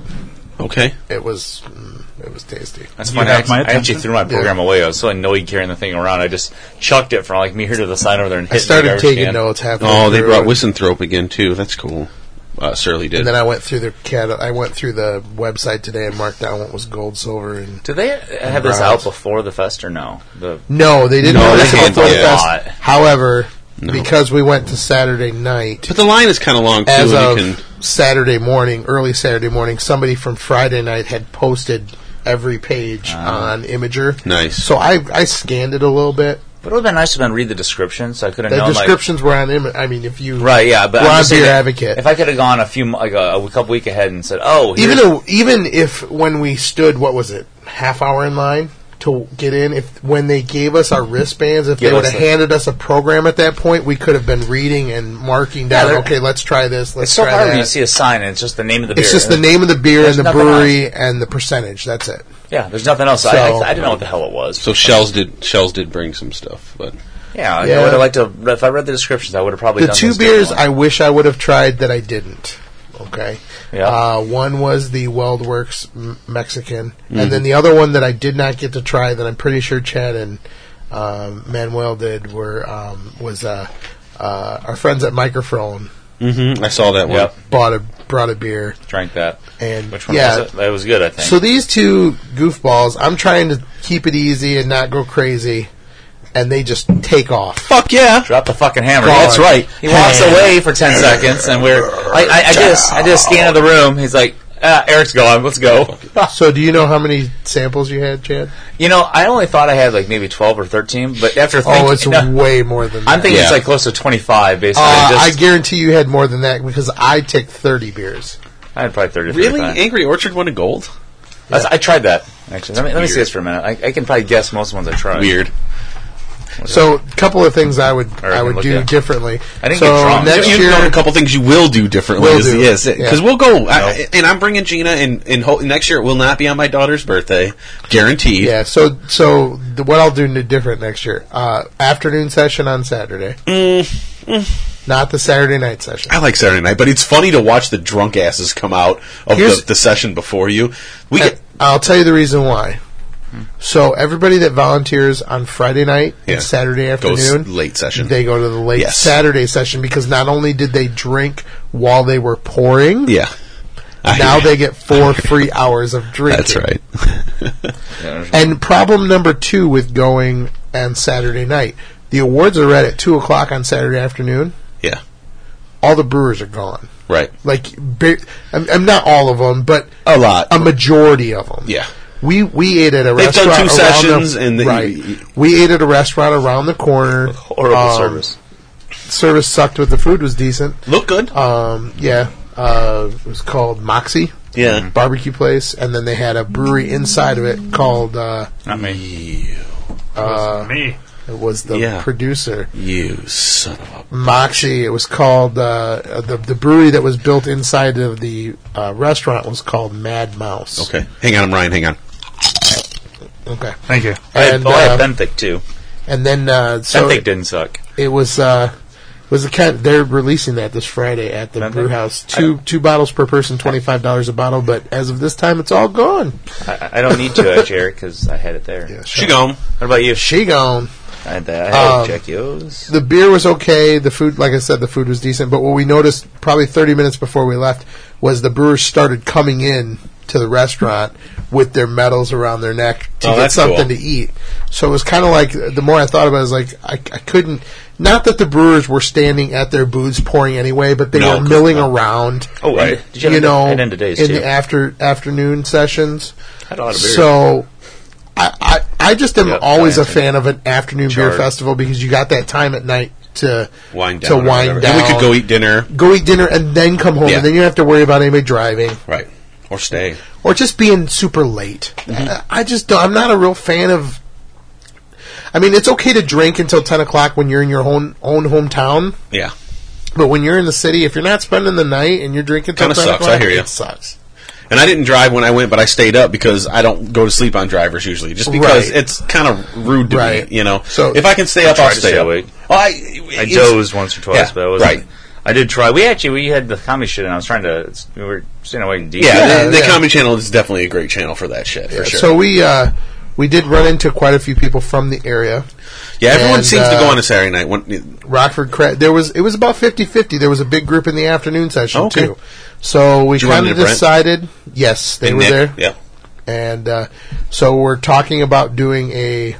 Speaker 7: Okay.
Speaker 1: It was mm, it was tasty.
Speaker 3: that's
Speaker 2: You
Speaker 3: funny. I,
Speaker 2: have my
Speaker 3: I actually
Speaker 2: attention?
Speaker 3: threw my program away. I was so annoyed carrying the thing around. I just chucked it from like me here to the sign over there and
Speaker 1: I
Speaker 3: hit
Speaker 1: started
Speaker 3: it
Speaker 1: taking notes halfway.
Speaker 7: Oh, they
Speaker 1: through,
Speaker 7: brought
Speaker 1: and-
Speaker 7: Wissenthrope again too. That's cool. Uh, Surly did.
Speaker 1: And then I went through the cat. I went through the website today and marked down what was gold, silver, and
Speaker 3: Do they have this
Speaker 1: Browns.
Speaker 3: out before the fest or no? The
Speaker 1: no, they didn't.
Speaker 7: No,
Speaker 1: have
Speaker 7: they
Speaker 1: this before
Speaker 7: handle it.
Speaker 1: the fest.
Speaker 3: Lot.
Speaker 1: However,
Speaker 7: No.
Speaker 1: because we went to Saturday night.
Speaker 7: But the line is kind of long too.
Speaker 1: As
Speaker 7: and
Speaker 1: of
Speaker 7: you can,
Speaker 1: Saturday morning, early Saturday morning, somebody from Friday night had posted every page on Imager.
Speaker 7: Nice.
Speaker 1: So I I scanned it a little bit.
Speaker 3: But it would have been nice to have been read the description, so I could have
Speaker 1: The
Speaker 3: known. like-
Speaker 1: descriptions were on Imager. I mean, if you
Speaker 3: right? Yeah, but
Speaker 1: We're
Speaker 3: I'm
Speaker 1: on
Speaker 3: just saying
Speaker 1: Beer
Speaker 3: that
Speaker 1: Advocate.
Speaker 3: If I could have gone a few, mo- like a, a couple week ahead and said, "Oh, here's
Speaker 1: even though, even if when we stood, what was it, half hour in line to get in? If when they gave us our wristbands, if
Speaker 3: Yeah,
Speaker 1: they would have
Speaker 3: that's the-
Speaker 1: handed us a program at that point, we could have been reading and marking down.
Speaker 3: they're-
Speaker 1: okay, let's try this. Let's
Speaker 3: It's so
Speaker 1: try
Speaker 3: hard when you
Speaker 1: that.
Speaker 3: see a sign and it's just the name of the beer.
Speaker 1: It's just the name of the beer
Speaker 3: There's
Speaker 1: and the
Speaker 3: nothing
Speaker 1: brewery and the percentage. That's it.
Speaker 3: Yeah, there's nothing else. I,
Speaker 1: So-
Speaker 3: I, I didn't know what the hell it was.
Speaker 7: so shells did shells did bring some stuff, but
Speaker 3: yeah,
Speaker 1: Yeah.
Speaker 3: I would have liked to. have- If I read the descriptions, I would have probably
Speaker 1: The
Speaker 3: done
Speaker 1: two
Speaker 3: this different
Speaker 1: beers
Speaker 3: one.
Speaker 1: I wish I would have tried that I didn't. Okay.
Speaker 3: Yeah.
Speaker 1: Uh, one was the Weldworks M- Mexican,
Speaker 3: Mm-hmm.
Speaker 1: and then the other one that I did not get to try that I'm pretty sure Chad and um, Manuel did were um, was uh, uh, our friends at Microphone
Speaker 7: mm-hmm. I saw that one.
Speaker 3: Yep.
Speaker 1: bought a brought a beer
Speaker 3: drank that.
Speaker 1: and
Speaker 3: Which one
Speaker 1: yeah.
Speaker 3: was it? That was good, I think.
Speaker 1: So these two goofballs, I'm trying to keep it easy and not go crazy, and they just take off.
Speaker 7: Fuck yeah!
Speaker 3: Drop the fucking hammer.
Speaker 1: Gone.
Speaker 3: That's right. He walks away for ten seconds, and we're. I, I, I just, I just scan of the room. He's like, ah, "Eric's gone. Let's go."
Speaker 1: So do you know how many samples you had, Chad?
Speaker 3: You know, I only thought I had like maybe twelve or thirteen, but after thinking,
Speaker 1: Oh, it's
Speaker 3: no,
Speaker 1: way more than that.
Speaker 3: I'm thinking it's
Speaker 7: Yeah.
Speaker 3: like close to twenty-five. Basically,
Speaker 1: Uh, I
Speaker 3: just,
Speaker 1: guarantee you had more than that because I ticked 30 beers.
Speaker 3: I, had probably thirty. or
Speaker 7: Really,
Speaker 3: 35.
Speaker 7: Angry Orchard won a gold.
Speaker 3: That's- I tried that actually. Let me, let me see
Speaker 7: Weird.
Speaker 3: this for a minute. I, I can probably guess most ones I tried.
Speaker 7: Weird.
Speaker 1: So, a couple of things I would
Speaker 3: Or I
Speaker 1: I
Speaker 3: can
Speaker 1: would
Speaker 3: look
Speaker 1: do
Speaker 3: at-
Speaker 1: differently.
Speaker 3: I didn't
Speaker 1: so
Speaker 3: get drunk.
Speaker 1: next
Speaker 7: you
Speaker 1: year,
Speaker 7: know a couple things you will do differently.
Speaker 1: Will
Speaker 7: is-
Speaker 1: do.
Speaker 7: Yes, because
Speaker 1: Yeah.
Speaker 7: we'll go. I, and I'm bringing Gina, and and ho- next year it will not be on my daughter's birthday, guaranteed.
Speaker 1: yeah. So, so the, what I'll do n- different next year? Uh, afternoon session on Saturday,
Speaker 3: Mm,
Speaker 1: not the Saturday night session.
Speaker 7: I like Saturday night, but it's funny to watch the drunk asses come out of
Speaker 1: Here's-
Speaker 7: the, the session before you. We
Speaker 1: And
Speaker 7: get
Speaker 1: I'll tell you the reason why.
Speaker 3: Hmm.
Speaker 1: So everybody that volunteers on Friday night
Speaker 7: Yeah.
Speaker 1: and Saturday
Speaker 7: goes
Speaker 1: afternoon,
Speaker 7: late session.
Speaker 1: they go to the late
Speaker 7: Yes.
Speaker 1: Saturday session because not only did they drink while they were pouring,
Speaker 7: yeah, I-
Speaker 1: now they get four free hours of drinking.
Speaker 7: That's right.
Speaker 1: And problem number two with going on Saturday night, the awards are read at two o'clock on Saturday afternoon.
Speaker 7: Yeah,
Speaker 1: All the brewers are gone.
Speaker 7: right.
Speaker 1: Like, ba- I'm, I'm not all of them, but
Speaker 7: A lot.
Speaker 1: a majority of them.
Speaker 7: yeah,
Speaker 1: We we ate at a
Speaker 7: They've
Speaker 1: restaurant.
Speaker 7: done two
Speaker 1: around
Speaker 7: sessions
Speaker 1: the,
Speaker 7: and the-
Speaker 1: right. we ate at a restaurant around the corner.
Speaker 3: Horrible
Speaker 1: Um,
Speaker 3: service.
Speaker 1: Service sucked, but the food was decent.
Speaker 7: look good.
Speaker 1: Um, yeah, uh, it was called Moxie
Speaker 7: yeah,
Speaker 1: Barbecue Place, and then they had a brewery inside of it called. Uh,
Speaker 3: Not me.
Speaker 2: me.
Speaker 1: It was the
Speaker 7: Yeah.
Speaker 1: producer
Speaker 7: you son of
Speaker 1: Moxie. It was called uh, the the brewery that was built inside of the uh, restaurant was called Mad Mouse.
Speaker 7: a. Okay, hang on, I'm Ryan. Hang on.
Speaker 1: Okay.
Speaker 2: Thank you.
Speaker 3: I had,
Speaker 1: And,
Speaker 3: oh, I had
Speaker 1: uh,
Speaker 3: Benthic too.
Speaker 1: and then uh, so
Speaker 3: Benthic
Speaker 1: it,
Speaker 3: didn't suck.
Speaker 1: it was uh, it was the kind they're releasing that this Friday at the
Speaker 3: Benthic?
Speaker 1: brew house. Two two bottles per person, twenty five dollars a bottle. But as of this time, it's all gone.
Speaker 3: I, I don't need to, Jared, because I had it there.
Speaker 7: She gone.
Speaker 3: What about you?
Speaker 1: She gone.
Speaker 3: I had that. I had
Speaker 1: Um,
Speaker 3: Jack Yo's.
Speaker 1: the beer was okay. The food, like I said, the food was decent. But what we noticed probably 30 minutes before we left was the brewers started coming in to the restaurant with their medals around their neck to
Speaker 7: Oh,
Speaker 1: get
Speaker 7: that's
Speaker 1: something
Speaker 7: cool.
Speaker 1: to eat. So it was kind of like the more I thought about it, I was like, I, I couldn't. Not that the brewers were standing at their booths pouring anyway, but they
Speaker 7: No,
Speaker 1: were
Speaker 7: of course
Speaker 1: milling
Speaker 7: not.
Speaker 1: around.
Speaker 3: Oh,
Speaker 7: right.
Speaker 3: and- did you, have an-
Speaker 1: know,
Speaker 3: I had end of days
Speaker 1: in
Speaker 3: too.
Speaker 1: the after afternoon sessions.
Speaker 3: I had a lot of beer.
Speaker 1: So, I, I I just am
Speaker 3: Yep,
Speaker 1: always a
Speaker 3: Giants and
Speaker 1: fan of an afternoon beer
Speaker 3: Charred.
Speaker 1: festival because you got that time at night to
Speaker 7: Wind down.
Speaker 1: to
Speaker 7: or
Speaker 1: wind
Speaker 7: whatever.
Speaker 1: down.
Speaker 7: And we could go eat dinner.
Speaker 1: go eat dinner and then come home,
Speaker 7: Yeah.
Speaker 1: and then you don't have to worry about anybody driving
Speaker 7: Right. Or stay.
Speaker 1: or just being super late.
Speaker 7: Mm-hmm.
Speaker 1: I- I just don't, I'm not a real fan of. I mean, it's okay to drink until ten o'clock when you're in your own own hometown,
Speaker 7: Yeah.
Speaker 1: but when you're in the city, if you're not spending the night and you're drinking, till
Speaker 7: Kinda
Speaker 1: 10
Speaker 7: sucks, I
Speaker 1: o'clock,
Speaker 7: hear ya.
Speaker 1: It sucks.
Speaker 7: And I didn't drive when I went, but I stayed up because I don't go to sleep on drivers usually, just because
Speaker 1: Right.
Speaker 7: it's kind of rude to
Speaker 1: Right.
Speaker 7: me, you know.
Speaker 1: So-
Speaker 7: if I can stay up,
Speaker 3: tried
Speaker 7: I'll
Speaker 3: to
Speaker 7: stay
Speaker 3: stay
Speaker 7: up.
Speaker 3: awake.
Speaker 7: Oh, I,
Speaker 3: I
Speaker 7: it's-
Speaker 3: dozed once or twice,
Speaker 7: yeah,
Speaker 3: but I wasn't.
Speaker 7: right.
Speaker 3: I did try. We actually we had the comedy shit, and I was trying to. We were staying awake. deep.
Speaker 7: Yeah,
Speaker 1: Yeah,
Speaker 7: the, the
Speaker 1: yeah.
Speaker 7: Comedy Channel is definitely a great channel for that shit, for sure.
Speaker 1: So we uh, we did run into quite a few people from the area.
Speaker 7: yeah, everyone
Speaker 1: and,
Speaker 7: seems to go
Speaker 1: uh,
Speaker 7: on a Saturday night. When,
Speaker 1: Rockford Cra There was it was about 50-50. There was a big group in the afternoon session
Speaker 7: Oh, okay.
Speaker 1: too. So we
Speaker 7: Did you run
Speaker 1: kind of
Speaker 7: into Brent?
Speaker 1: decided. Yes, they
Speaker 7: and
Speaker 1: were there,
Speaker 7: Nick, Yeah,
Speaker 1: and uh, so we're talking about doing a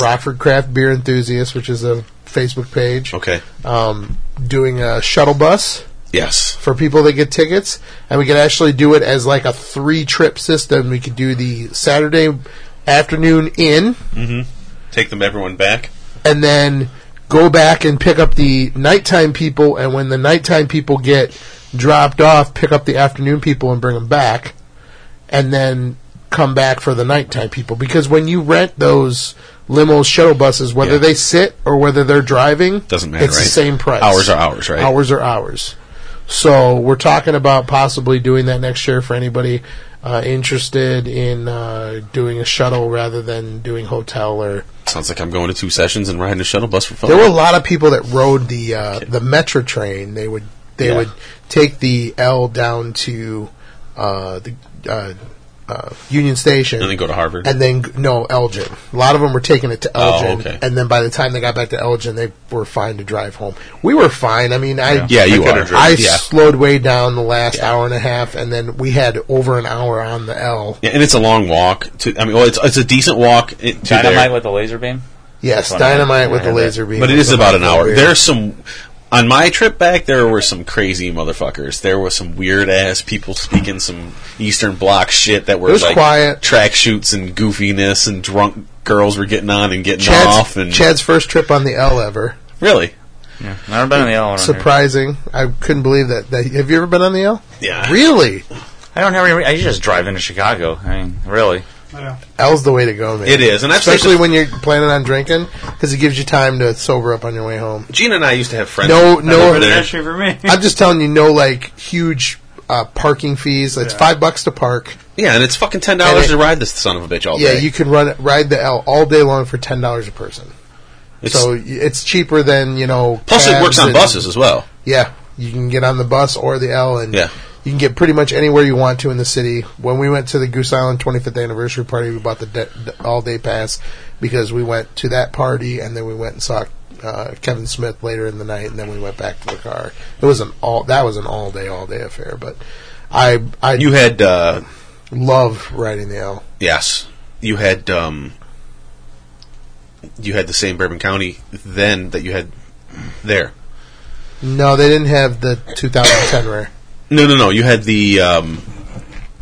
Speaker 1: Rockford Craft Beer Enthusiast, which is a Facebook page.
Speaker 7: Okay.
Speaker 1: Um, doing a shuttle bus
Speaker 7: Yes.
Speaker 1: for people that get tickets, and we could actually do it as like a three trip system. We could do the Saturday afternoon in,
Speaker 7: Take them everyone back.
Speaker 1: and then go back and pick up the nighttime people, and when the nighttime people get dropped off, pick up the afternoon people and bring them back, and then come back for the nighttime people. Because when you rent those limo shuttle buses, whether
Speaker 7: Yeah.
Speaker 1: they sit or whether they're driving,
Speaker 7: Doesn't matter,
Speaker 1: It's the
Speaker 7: right?
Speaker 1: same price.
Speaker 7: Hours are hours, right?
Speaker 1: Hours are hours. So we're talking about possibly doing that next year for anybody uh, interested in uh, doing a shuttle rather than doing hotel or
Speaker 7: Sounds like I'm going to two sessions and riding a shuttle bus for fun.
Speaker 1: there were a lot of people that rode the uh, the metro train. They would they
Speaker 7: Yeah.
Speaker 1: would take the L down to uh, the uh, uh, Union Station
Speaker 7: and then go to Harvard.
Speaker 1: and then g- no Elgin. A lot of them were taking it to Elgin,
Speaker 7: Oh, okay.
Speaker 1: and then by the time they got back to Elgin, they were fine to drive home. We were fine. I mean, I
Speaker 7: yeah, you
Speaker 3: I coulda
Speaker 7: are.
Speaker 3: driven.
Speaker 1: I
Speaker 7: yeah.
Speaker 1: slowed way down the last hour and a half, and then we had over an hour on the L.
Speaker 7: Yeah, and it's a long walk. To I mean, well, it's it's a decent walk i- to
Speaker 3: Dynamite
Speaker 7: there,
Speaker 3: with a laser beam.
Speaker 1: Yes,
Speaker 3: That's what I-
Speaker 1: dynamite
Speaker 3: I
Speaker 1: with the
Speaker 3: had that.
Speaker 1: laser beam,
Speaker 7: but it is about an hour.
Speaker 1: Weird.
Speaker 7: There's some. On my trip back, there were some crazy motherfuckers. There were some weird ass people speaking some Eastern Bloc shit that were
Speaker 1: It was
Speaker 7: like
Speaker 1: quiet.
Speaker 7: track shoots and goofiness and drunk girls were getting on and getting off and
Speaker 1: Chad's, Chad's first trip on the L ever.
Speaker 7: really
Speaker 3: Yeah. Never been on the L.
Speaker 1: surprising. I couldn't believe that. that. Have you ever been on the L?
Speaker 7: yeah
Speaker 1: Really?
Speaker 3: I don't have any. re- I just drive into Chicago. I mean, really.
Speaker 1: L's the way to go, man.
Speaker 7: it is and I've said
Speaker 1: especially
Speaker 7: this-
Speaker 1: when you're planning on drinking because it gives you time to sober up on your way home.
Speaker 7: Gina and I used to have friends
Speaker 1: No, no-
Speaker 7: over there.
Speaker 2: Actually, for me.
Speaker 1: I'm just telling you, no like huge uh, parking fees. It's five bucks to park.
Speaker 7: yeah and it's fucking ten
Speaker 1: And
Speaker 7: dollars
Speaker 1: it-
Speaker 7: to ride this son of a bitch all
Speaker 1: Yeah,
Speaker 7: day
Speaker 1: you can run ride the L all day long for ten dollars a person.
Speaker 7: It's-
Speaker 1: so y- it's cheaper than you know.
Speaker 7: plus it
Speaker 1: cabs
Speaker 7: works on
Speaker 1: and-
Speaker 7: buses as well
Speaker 1: Yeah, you can get on the bus or the L, and
Speaker 7: Yeah.
Speaker 1: you can get pretty much anywhere you want to in the city. When we went to the Goose Island 25th anniversary party, we bought the de- the all day pass because we went to that party, and then we went and saw uh, Kevin Smith later in the night, and then we went back to the car. It was an all that was an all day all day affair, but I I
Speaker 7: you had uh,
Speaker 1: love riding the L.
Speaker 7: Yes, you had um, you had the same Bourbon County then that you had there.
Speaker 1: No, they didn't have the 2010 rare.
Speaker 7: No, no, no. You had the um,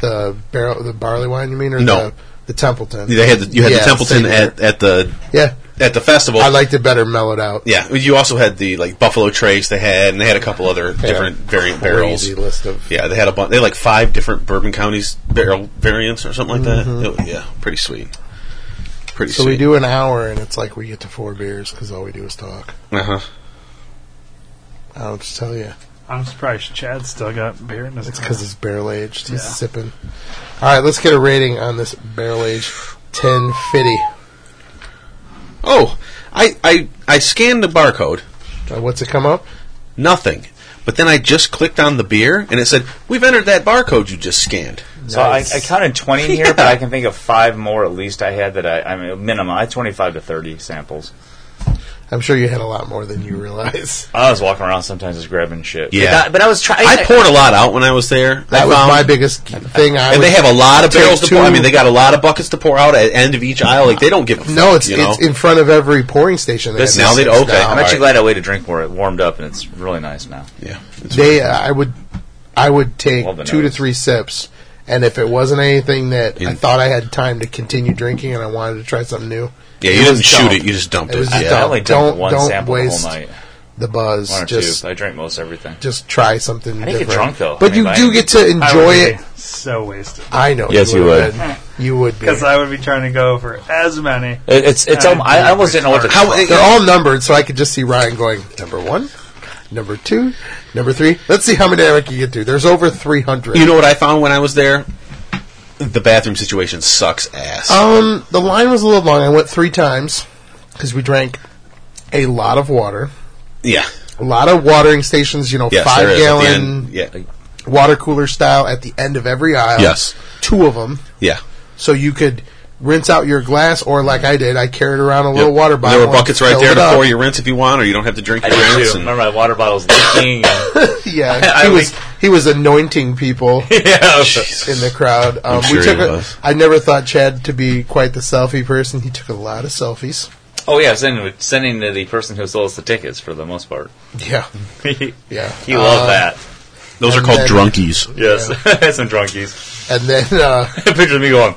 Speaker 1: The barrel, the barley wine, you mean, or
Speaker 7: No.
Speaker 1: the, the Templeton?
Speaker 7: they had the, you had
Speaker 1: Yeah,
Speaker 7: the Templeton
Speaker 1: same year.
Speaker 7: at, at the
Speaker 1: yeah.
Speaker 7: at the festival.
Speaker 1: I liked it better mellowed out.
Speaker 7: yeah, but you also had the like Buffalo Trace they had, and they had a couple other different variant barrels.
Speaker 1: Crazy list of
Speaker 7: Yeah, they had a bunch. They had like five different Bourbon Counties barrel variants or something like that. It was- yeah, pretty sweet. Pretty
Speaker 1: Mm-hmm. So
Speaker 7: sweet.
Speaker 1: we do an hour, and it's like we get to four beers because all we do is talk.
Speaker 7: Uh huh.
Speaker 1: I'll just tell you,
Speaker 2: I'm surprised Chad still got beer in his
Speaker 1: it's
Speaker 2: car.
Speaker 1: because it's barrel aged. He's
Speaker 2: Yeah.
Speaker 1: sipping. All right, let's get a rating on this barrel aged ten fifty.
Speaker 7: Oh, I I I scanned the barcode.
Speaker 1: Uh, what's it come up?
Speaker 7: Nothing. But then I just clicked on the beer and it said, We've entered that barcode you just scanned.
Speaker 3: So I, I counted 20 here, but I can think of five more at least I had that I, I mean, minimum. I had 25 to 30 samples.
Speaker 1: I'm sure you had a lot more than you realize.
Speaker 3: I was walking around sometimes just grabbing shit.
Speaker 7: Yeah.
Speaker 3: But I, but I was trying.
Speaker 7: I poured a lot out when I was there.
Speaker 1: That
Speaker 7: I
Speaker 1: was
Speaker 7: found-
Speaker 1: my biggest thing. I
Speaker 7: And
Speaker 1: was,
Speaker 7: they have a lot of
Speaker 1: Take
Speaker 7: barrels to
Speaker 1: two-
Speaker 7: pour. I mean, they got a lot of buckets to pour out at end of each aisle. Like they don't give a
Speaker 1: no.
Speaker 7: fuck,
Speaker 1: It's
Speaker 7: you
Speaker 1: it's
Speaker 7: know?
Speaker 1: in front of every pouring station. They
Speaker 3: This
Speaker 1: have
Speaker 7: now
Speaker 1: these
Speaker 7: they-
Speaker 1: things
Speaker 7: okay,
Speaker 1: now.
Speaker 3: I'm actually
Speaker 7: Alright.
Speaker 3: glad I waited to drink more. It warmed up and it's really nice now.
Speaker 7: yeah. It's-
Speaker 1: they uh, I would I would take
Speaker 3: Love the
Speaker 1: two to
Speaker 3: notes.
Speaker 1: three sips, and if it wasn't anything that I
Speaker 7: In-
Speaker 1: thought I had time to continue drinking and I wanted to try something new,
Speaker 7: yeah,
Speaker 1: it
Speaker 7: you
Speaker 1: was
Speaker 7: didn't shoot
Speaker 1: dumb.
Speaker 7: it, you just dumped
Speaker 1: It
Speaker 7: it.
Speaker 1: was just
Speaker 7: yeah.
Speaker 3: I
Speaker 1: dumb.
Speaker 3: only dumped
Speaker 1: don't-
Speaker 3: one
Speaker 1: don't
Speaker 3: sample
Speaker 1: waste
Speaker 3: the whole night.
Speaker 1: the buzz
Speaker 3: One or
Speaker 1: just
Speaker 3: two. I drank most everything.
Speaker 1: just try something.
Speaker 3: I didn't get
Speaker 1: different.
Speaker 3: drunk, though.
Speaker 1: but
Speaker 3: I mean,
Speaker 1: you
Speaker 3: I-
Speaker 1: do get to
Speaker 2: I would
Speaker 1: enjoy it.
Speaker 2: be So wasted.
Speaker 1: I know.
Speaker 3: Yes, you would.
Speaker 1: Been. You would be.
Speaker 2: Because I would be trying to go for as many.
Speaker 3: It, it's, it's,
Speaker 2: Yeah,
Speaker 3: um, I, I almost didn't know what to
Speaker 7: How,
Speaker 1: They're all numbered, so I could just see Ryan going number one, number two, number three. Let's see how many I can get to. There's over three hundred.
Speaker 7: you know what I found when I was there? The bathroom situation sucks ass.
Speaker 1: Um, the line was a little long. I went three times because we drank a lot of water,
Speaker 7: yeah.
Speaker 1: a lot of watering stations. You know,
Speaker 7: Yes, there
Speaker 1: five
Speaker 7: is at the
Speaker 1: gallon
Speaker 7: end. Yeah.
Speaker 1: water cooler style at the end of every aisle.
Speaker 7: Yes.
Speaker 1: two of them,
Speaker 7: Yeah.
Speaker 1: so you could rinse out your glass, or like I did, I carried around a little
Speaker 7: Yep.
Speaker 1: water bottle.
Speaker 7: There were buckets
Speaker 1: and
Speaker 7: right
Speaker 1: filled
Speaker 7: there
Speaker 1: it
Speaker 7: to
Speaker 1: up.
Speaker 7: pour your rinse if you want, or you don't have to drink
Speaker 3: I
Speaker 7: your
Speaker 3: did
Speaker 7: rinse.
Speaker 3: too.
Speaker 7: and-
Speaker 3: Remember, my water bottle was leaking. and-
Speaker 1: yeah,
Speaker 3: I-
Speaker 1: he
Speaker 3: I
Speaker 1: was
Speaker 3: like-
Speaker 1: he was anointing people.
Speaker 3: yeah.
Speaker 1: in the crowd. Um,
Speaker 7: sure
Speaker 1: we
Speaker 7: he
Speaker 1: took a,
Speaker 7: was.
Speaker 1: I never thought Chad to be quite the selfie person. He took a lot of selfies.
Speaker 3: Oh yeah, sending sending to the person who sold us the tickets for the most part.
Speaker 1: Yeah,
Speaker 3: he
Speaker 1: yeah.
Speaker 3: loved
Speaker 1: Uh,
Speaker 3: that.
Speaker 7: Those are
Speaker 1: and
Speaker 7: called
Speaker 1: then-
Speaker 7: drunkies.
Speaker 3: Yes, some drunkies.
Speaker 1: And then uh,
Speaker 3: Picture of me going.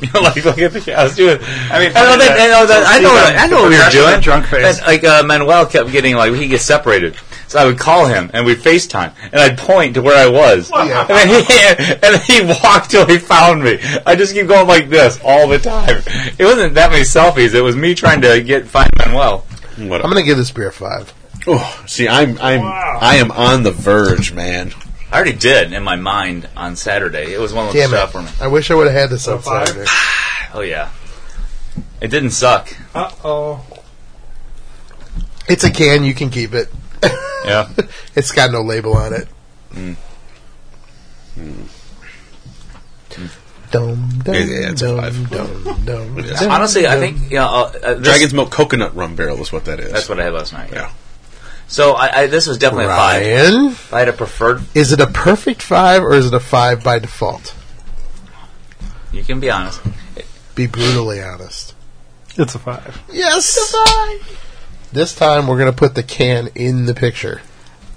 Speaker 3: like, look at the, I was doing. I
Speaker 2: mean,
Speaker 3: mean, I know, that, I know, that, I know, what- I know what we were
Speaker 2: Progressive
Speaker 3: doing.
Speaker 2: drunk face.
Speaker 3: And, like uh, Manuel kept getting like he gets separated, so I would call him and we'd FaceTime, and I'd point to where I was,
Speaker 1: Yeah.
Speaker 3: and, then he, and then he walked till he found me. I just keep going like this all the time. It wasn't that many selfies; it was me trying to get find Manuel.
Speaker 7: What
Speaker 1: I'm gonna give this beer a five.
Speaker 7: oh, see, I'm I'm
Speaker 2: Wow.
Speaker 7: I am on the verge, man.
Speaker 3: I already did in my mind on Saturday. It was one of those
Speaker 1: Damn
Speaker 3: stuff
Speaker 1: it!
Speaker 3: for me.
Speaker 1: I wish I would have had this on
Speaker 2: five?
Speaker 1: Saturday.
Speaker 3: Oh yeah, it didn't suck.
Speaker 2: Uh oh.
Speaker 1: It's a can. You can keep it.
Speaker 3: Yeah.
Speaker 1: It's got no label on it. Dum, dum,
Speaker 7: Yeah, yeah, it's a
Speaker 1: dum,
Speaker 7: five.
Speaker 1: dum, dum, dum,
Speaker 3: Honestly, I
Speaker 1: dum.
Speaker 3: think you know, uh, uh, this-
Speaker 7: Dragon's milk coconut rum barrel is what that is.
Speaker 3: That's what I had last night.
Speaker 7: Yeah.
Speaker 3: So I, I this was definitely a five.
Speaker 1: Ryan,
Speaker 3: If I had a preferred.
Speaker 1: is it a perfect five or is it a five by default?
Speaker 3: You can be honest.
Speaker 1: Be brutally honest.
Speaker 2: It's a five.
Speaker 1: Yes, This time we're gonna put the can in the picture.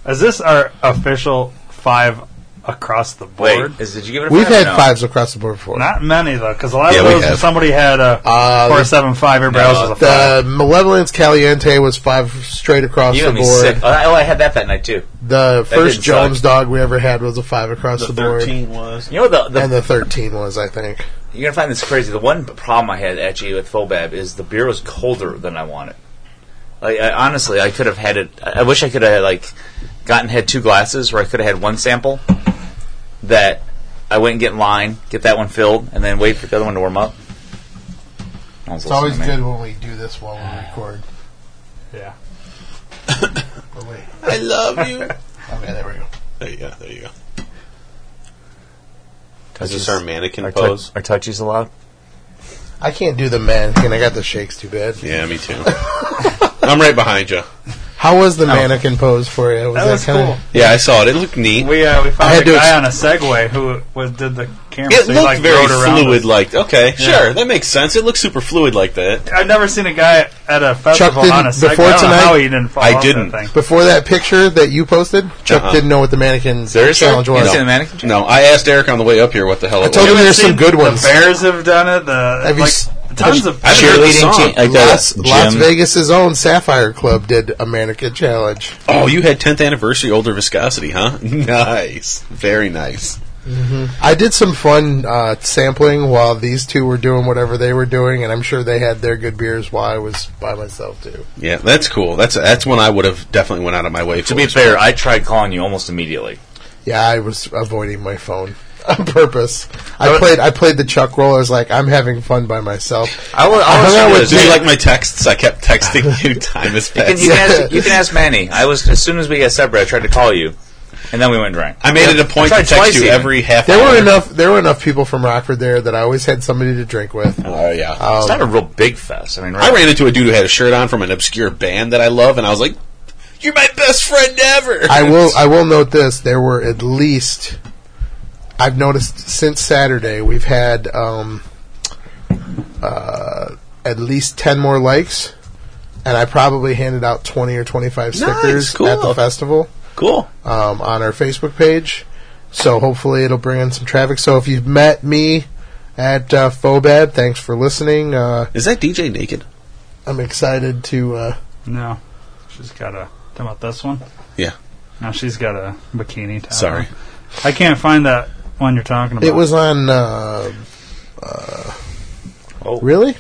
Speaker 2: Is this our official five across the board?
Speaker 3: Wait, is, did you give it? A
Speaker 1: We've
Speaker 3: five or
Speaker 1: had
Speaker 3: no?
Speaker 1: fives across the board before.
Speaker 2: Not many though, because a lot
Speaker 7: Yeah,
Speaker 2: of
Speaker 7: we
Speaker 2: those
Speaker 7: have.
Speaker 2: somebody had a
Speaker 1: Uh,
Speaker 2: four seven five. Everybody else was a five.
Speaker 1: The Malevolence Caliente was five straight across
Speaker 3: You
Speaker 1: the
Speaker 3: made me sick.
Speaker 1: board.
Speaker 3: Oh, I, oh, I had that that night too.
Speaker 1: The first
Speaker 3: didn't
Speaker 1: Jones
Speaker 3: suck.
Speaker 1: dog we ever had was a five across the, board,
Speaker 7: was.
Speaker 3: You know the, the,
Speaker 1: and the thirteen was, I think.
Speaker 3: you're gonna find this crazy. The one problem I had actually with Fobab is the beer was colder than I wanted. Like I, honestly, I could have had it. I I wish I could have like gotten had two glasses where I could have had one sample that I went and get in line, get that one filled, and then wait for the other one to warm up. No one's
Speaker 1: It's always
Speaker 3: listening to me.
Speaker 1: good when we do this while we record.
Speaker 2: Yeah.
Speaker 1: Oh, wait.
Speaker 7: I love you.
Speaker 1: Okay, there we go.
Speaker 7: there you go. There you go. Is
Speaker 3: Touches-
Speaker 7: this our mannequin
Speaker 3: our tou-
Speaker 7: pose?
Speaker 3: Our touchies allowed.
Speaker 1: I can't do the mannequin. I got the shakes too bad.
Speaker 7: Yeah, me too. I'm right behind you.
Speaker 1: How was the mannequin pose for you?
Speaker 2: That was
Speaker 1: kinda-
Speaker 2: cool.
Speaker 7: Yeah, I saw it. It looked neat.
Speaker 2: We uh, we
Speaker 1: I
Speaker 2: found
Speaker 1: had
Speaker 2: a
Speaker 1: to
Speaker 2: guy
Speaker 1: ex-
Speaker 2: on a Segway who was did the camera.
Speaker 7: It
Speaker 2: so he,
Speaker 7: looked
Speaker 2: like,
Speaker 7: very
Speaker 2: rode around
Speaker 7: fluid,
Speaker 2: us.
Speaker 7: like okay,
Speaker 2: Yeah.
Speaker 7: sure, that makes sense. It looks super fluid like that.
Speaker 2: I've never seen a guy at a festival
Speaker 1: didn't-
Speaker 2: on a Segway.
Speaker 1: before
Speaker 2: I don't know
Speaker 1: tonight-
Speaker 2: how he didn't fall
Speaker 7: I
Speaker 2: off that
Speaker 7: didn't.
Speaker 2: thing.
Speaker 1: Before that picture that you posted, Chuck
Speaker 7: Uh-uh.
Speaker 1: didn't know what the mannequin
Speaker 3: Seriously?
Speaker 1: challenge
Speaker 3: You
Speaker 1: was.
Speaker 3: seen the mannequin? challenge?
Speaker 7: No, I asked Eric on the way up here what the hell
Speaker 1: I
Speaker 7: it
Speaker 1: told
Speaker 7: was.
Speaker 1: him there's some
Speaker 2: Seen
Speaker 1: good ones.
Speaker 2: The Bears have done it. The
Speaker 1: Have you
Speaker 2: like,
Speaker 1: s-
Speaker 2: tons of
Speaker 7: I haven't heard this
Speaker 4: Cheerleading
Speaker 7: song.
Speaker 4: team, like the
Speaker 1: Las, Las
Speaker 4: gym.
Speaker 1: Vegas' own Sapphire Club did a mannequin challenge.
Speaker 7: Oh, you had 10th anniversary older viscosity, huh? Nice, very nice.
Speaker 1: I did some fun uh, sampling while these two were doing whatever they were doing, and I'm sure they had their good beers while I was by myself too.
Speaker 7: Yeah, that's cool. That's that's one I would have definitely went out of my way.
Speaker 3: To be fair, I tried calling you almost immediately.
Speaker 1: Yeah, I was avoiding my phone on purpose. I played. I played the Chuck roll. I was like, I'm having fun by myself.
Speaker 3: I was.
Speaker 1: I hung out with
Speaker 7: do you like my texts? I kept texting you. Time is
Speaker 3: You can,
Speaker 7: passing.
Speaker 3: you, can ask, you can ask Manny. I was as soon as we got separated, I tried to call you, and then we went and drank.
Speaker 7: I made it a point
Speaker 3: I
Speaker 7: to
Speaker 3: tried
Speaker 7: text
Speaker 3: twice
Speaker 7: you
Speaker 3: even.
Speaker 7: every half.
Speaker 1: There
Speaker 7: hour.
Speaker 1: were enough. There were enough people from Rockford there that I always had somebody to drink with.
Speaker 7: Oh yeah.
Speaker 3: It's not a real big fest. I mean,
Speaker 7: I ran into a dude who had a shirt on from an obscure band that I love, and I was like, "You're my best friend ever."
Speaker 1: I will. I will note this: there were at least I've noticed since Saturday we've had um, uh, at least ten more likes, and I probably handed out twenty or twenty-five stickers
Speaker 7: cool.
Speaker 1: at the festival
Speaker 7: cool.
Speaker 1: um, on our Facebook page. So hopefully it'll bring in some traffic. So if you've met me at uh, Fobab, thanks for listening. Uh,
Speaker 7: Is that DJ naked?
Speaker 1: I'm excited to. Uh,
Speaker 2: no. She's got a. Talking about this one.
Speaker 7: Yeah.
Speaker 2: Now she's got a bikini. Top
Speaker 7: Sorry.
Speaker 2: I can't find that one you're talking about.
Speaker 1: it was on. Uh,
Speaker 3: Oh.
Speaker 1: Really?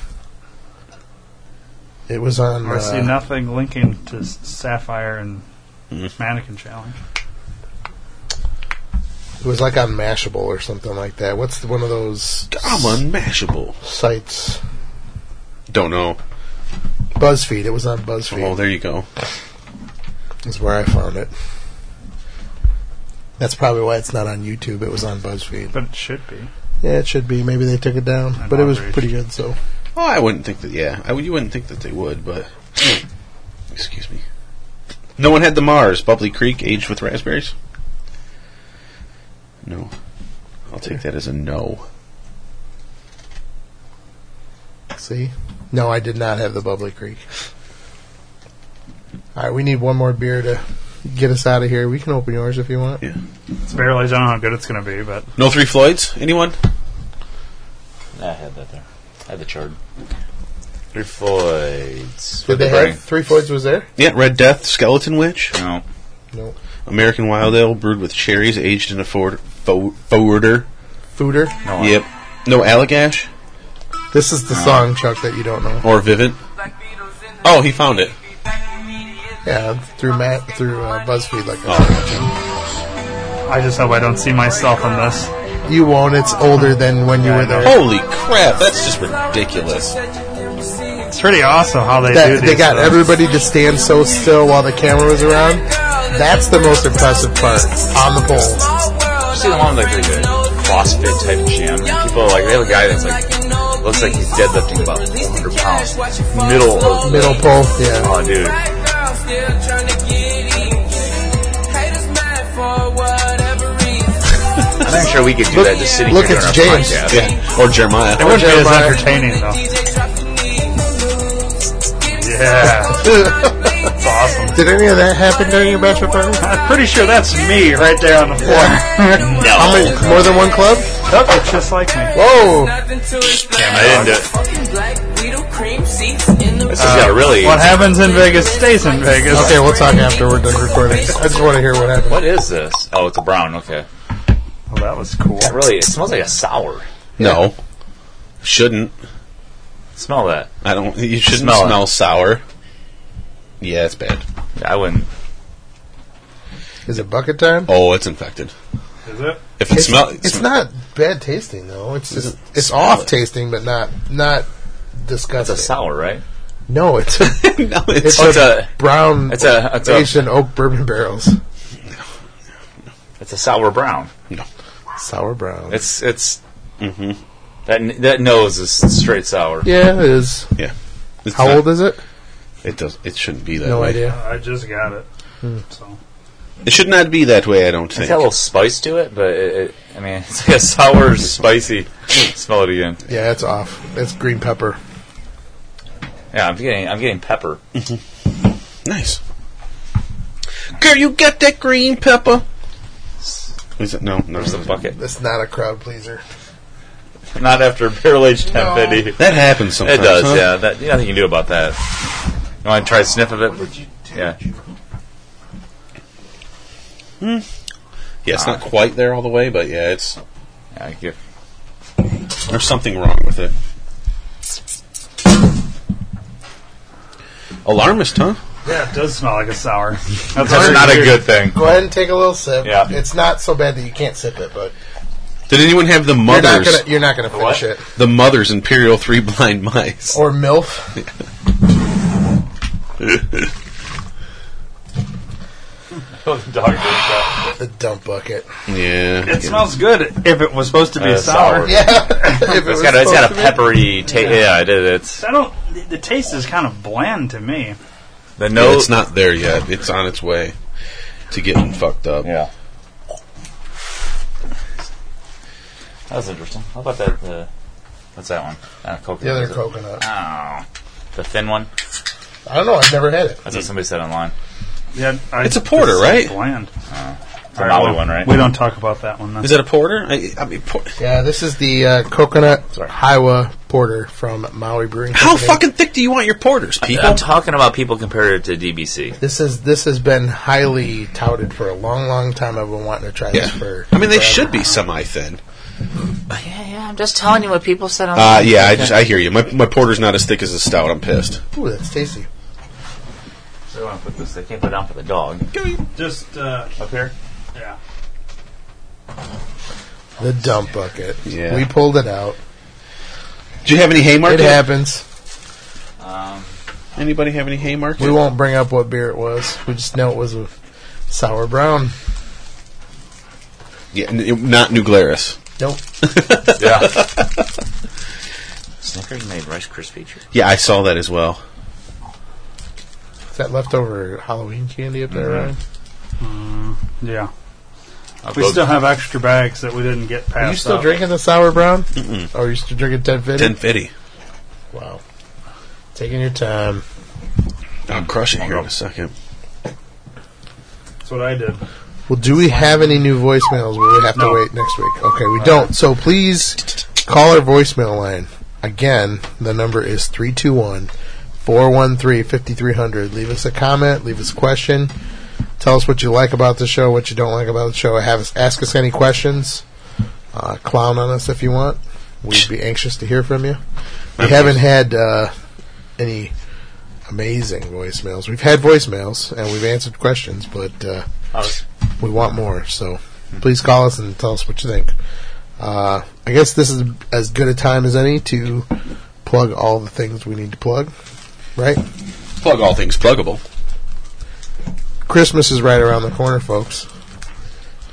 Speaker 1: It was on.
Speaker 2: I see
Speaker 1: uh,
Speaker 2: nothing linking to s- Sapphire and
Speaker 7: Mm-hmm.
Speaker 2: Mannequin Challenge.
Speaker 1: uh, It was like on Mashable or something like that. What's the, one of those
Speaker 7: I'm unmashable.
Speaker 1: sites?
Speaker 7: Don't know.
Speaker 1: BuzzFeed. It was on BuzzFeed.
Speaker 7: Oh, there you go.
Speaker 2: Oh.
Speaker 1: is where I found it. That's probably why it's not on YouTube. It was on BuzzFeed.
Speaker 2: But it should be.
Speaker 1: Yeah, it should be. Maybe they took it down,
Speaker 2: I'm
Speaker 1: but it was
Speaker 2: outraged.
Speaker 1: pretty good. So
Speaker 7: Oh, I wouldn't think that. Yeah, I, would- you wouldn't think that they would, but excuse me. No one had the Mars Bubbly Creek aged with raspberries. No, I'll take that as a no.
Speaker 1: see, No, I did not have the bubbly creek. All right, we need one more beer to get us out of here. We can open yours if you want.
Speaker 2: It's barrel aged. I don't know how good it's going to be, but
Speaker 7: No three Floyds? Anyone?
Speaker 3: I had that there. I had the chart. Three Floyds.
Speaker 1: Did they have Three Floyds was there?
Speaker 7: Yeah, Red Death, Skeleton Witch,
Speaker 3: No.
Speaker 1: No.
Speaker 7: American Wild Ale, brewed with cherries, aged in a forward, fo- forwarder.
Speaker 1: Fooder.
Speaker 3: No.
Speaker 7: Yep. No Allagash
Speaker 1: This is the song, Chuck, that you don't know.
Speaker 7: or Vivint. Oh, he found it.
Speaker 1: Yeah, through Matt, through uh, BuzzFeed, like I
Speaker 2: I just hope I don't see myself in this.
Speaker 1: said. You won't. It's older than when you were there.
Speaker 7: Holy crap, that's just ridiculous.
Speaker 2: It's pretty awesome how they do
Speaker 1: that,
Speaker 2: these.
Speaker 1: they got
Speaker 2: though.
Speaker 1: everybody to stand so still while the camera was around. That's the most impressive part on the pole.
Speaker 3: You see the one like like a CrossFit type gym. And people like they have a guy that's like looks like he's deadlifting about 400 pounds. Middle of
Speaker 1: Middle pole, yeah.
Speaker 3: Oh, dude. I'm not sure we could do that just sitting
Speaker 1: Look,
Speaker 3: here
Speaker 1: it's
Speaker 3: doing our
Speaker 1: James.
Speaker 3: podcast.
Speaker 7: Yeah, or Jeremiah.
Speaker 2: It wouldn't be as
Speaker 1: Jeremiah.
Speaker 2: entertaining though. Yeah, it's awesome.
Speaker 1: Did any of that happen during your bachelor party?
Speaker 2: I'm pretty sure that's me right there on the floor.
Speaker 1: How many? More than one club?
Speaker 2: That looks just like me.
Speaker 1: Whoa!
Speaker 3: Oh. Damn, I didn't do it. This has got really.
Speaker 2: What happens in Vegas stays in Vegas.
Speaker 1: Okay, we'll talk after we're done recording. I just want to hear what happened.
Speaker 3: What is this? Oh, it's a brown. Okay.
Speaker 2: Well, Oh, that was cool.
Speaker 3: That really, it smells like a sour.
Speaker 7: No, shouldn't.
Speaker 3: Smell that.
Speaker 7: I don't. You shouldn't
Speaker 3: Smell
Speaker 7: smell,
Speaker 3: it.
Speaker 7: sour. Yeah, it's bad.
Speaker 3: I wouldn't.
Speaker 1: Is it bucket time?
Speaker 7: Oh, it's infected.
Speaker 2: Is it?
Speaker 7: If it
Speaker 1: It's,
Speaker 7: smells,
Speaker 1: it's not bad tasting though. It's just it's
Speaker 7: Smell
Speaker 1: off
Speaker 7: it.
Speaker 1: tasting, but not not
Speaker 3: That's a
Speaker 1: disgusting.
Speaker 3: sour, right?
Speaker 1: no, it's
Speaker 7: no, it's,
Speaker 1: it's,
Speaker 3: Oh, it's
Speaker 1: a,
Speaker 3: a-
Speaker 1: brown
Speaker 3: It's a it's a
Speaker 1: Asian oak bourbon barrels.
Speaker 3: it's a sour brown.
Speaker 1: Sour brown.
Speaker 3: It's it's mm-hmm. that that nose is straight sour.
Speaker 1: yeah, it is.
Speaker 7: yeah. It's
Speaker 1: How
Speaker 7: not-
Speaker 1: old is it?
Speaker 7: It does. It shouldn't be that
Speaker 1: No
Speaker 7: way.
Speaker 1: idea.
Speaker 2: Uh, I just got it. So
Speaker 7: It should not be that way. I don't
Speaker 3: It's
Speaker 7: think.
Speaker 3: got a little spice to it, but it, it, I mean, it's like a sour, spicy. Smell it again.
Speaker 1: Yeah, it's off. It's green pepper.
Speaker 3: Yeah, I'm getting I'm getting pepper.
Speaker 7: Nice. Girl, you got that green pepper? Is it no? No,
Speaker 3: There's a bucket.
Speaker 1: That's not a crowd pleaser.
Speaker 3: Not after barrel aged Tempity.
Speaker 7: that happens sometimes.
Speaker 3: It does,
Speaker 7: huh?
Speaker 3: yeah. That, nothing you can do about that. You want to try a sniff of it? Yeah.
Speaker 7: Yeah, it's not quite there all the way, but yeah, it's
Speaker 3: yeah I give-
Speaker 7: there's something wrong with it. Alarmist, huh?
Speaker 2: yeah, it does smell like a sour. That's,
Speaker 3: That's
Speaker 2: pretty
Speaker 3: not a
Speaker 2: weird.
Speaker 3: good thing.
Speaker 1: Go ahead and take a little sip.
Speaker 3: Yeah.
Speaker 1: It's not so bad that you can't sip it, but
Speaker 7: Did anyone have the
Speaker 1: you're not
Speaker 7: mothers?
Speaker 1: gonna you're not gonna finish
Speaker 3: What?
Speaker 1: it.
Speaker 7: the mothers Imperial Three Blind Mice.
Speaker 1: Or MILF. The dump bucket.
Speaker 7: yeah,
Speaker 2: It smells good if it was supposed to be
Speaker 3: Uh,
Speaker 2: a sour.
Speaker 3: sour.
Speaker 1: Yeah. If it
Speaker 3: It's
Speaker 1: was
Speaker 3: got a, it's got
Speaker 1: supposed
Speaker 3: a
Speaker 1: to be-
Speaker 3: peppery taste. Yeah, it is. It's
Speaker 2: I don't. The, the taste is kind of bland to me.
Speaker 3: the
Speaker 7: No,
Speaker 3: nose.
Speaker 7: it's not there yet. It's on its way to getting fucked up.
Speaker 3: Yeah. That was interesting. How about that? The, what's that one? Uh, coconut.
Speaker 1: The other
Speaker 3: is it?
Speaker 1: coconut.
Speaker 3: Oh, the thin one.
Speaker 1: I don't know. I've never had it.
Speaker 3: That's what somebody said online.
Speaker 2: Yeah, I,
Speaker 7: It's a porter,
Speaker 2: it's
Speaker 7: right?
Speaker 2: Bland.
Speaker 3: It's a Maui one, right?
Speaker 2: We don't talk about that one. Then.
Speaker 7: Is that a porter? I, I mean, por-
Speaker 1: Yeah, this is the uh, coconut
Speaker 3: Sorry.
Speaker 1: Hiwa Porter from Maui Brewing.
Speaker 7: how
Speaker 1: Company.
Speaker 7: fucking thick do you want your porters, people?
Speaker 3: I'm talking about people compared to DBC.
Speaker 1: This is this has been highly touted for a long, long time. I've been wanting to try
Speaker 7: yeah.
Speaker 1: this for.
Speaker 7: I mean, they
Speaker 1: forever.
Speaker 7: should be semi-thin.
Speaker 9: Yeah, yeah, I'm just telling you what people said on
Speaker 7: Uh, yeah, I just I hear you. My, my porter's not as thick as a stout. I'm pissed.
Speaker 1: Ooh, that's tasty.
Speaker 3: They want to put this. They can't put it down for the dog.
Speaker 2: Just uh,
Speaker 3: Up here.
Speaker 2: yeah.
Speaker 1: The dump bucket.
Speaker 7: Yeah.
Speaker 1: We pulled it out.
Speaker 7: Do you have any
Speaker 1: It
Speaker 7: Haymarket?
Speaker 1: happens.
Speaker 7: Anybody have any Haymarket?
Speaker 1: We won't bring up what beer it was. We just know it was a sour brown.
Speaker 7: Yeah, n- not New Glarus.
Speaker 1: Nope.
Speaker 3: Yeah. Snickers made Rice Krispie treat.
Speaker 7: Yeah, I saw that as well.
Speaker 1: Is that leftover Halloween candy up there,
Speaker 3: Mm-hmm.
Speaker 1: Ryan?
Speaker 2: Yeah. We still have extra bags that we didn't get past.
Speaker 1: Are you still
Speaker 2: up.
Speaker 1: drinking the sour brown? Mm-mm. Oh, you still drinking 1050?
Speaker 7: Ten fifty.
Speaker 1: Wow.
Speaker 10: Taking your time.
Speaker 7: I'll crush it here in a second.
Speaker 2: That's what I did.
Speaker 1: Well, do we have any new voicemails? Will we have to
Speaker 2: No.
Speaker 1: wait next week? Okay, we don't. So please call our voicemail line. Again, the number is 321 413 5300. Leave us a comment, leave us a question. Tell us what you like about the show, what you don't like about the show. Have us, ask us any questions. Uh, clown on us if you want. We'd be anxious to hear from you. We haven't had uh, any amazing voicemails. We've had voicemails and we've answered questions, but uh, we want more. So please call us and tell us what you think. Uh, I guess this is as good a time as any to plug all the things we need to plug. Right?
Speaker 7: Plug all things pluggable.
Speaker 1: Christmas is right around the corner, folks.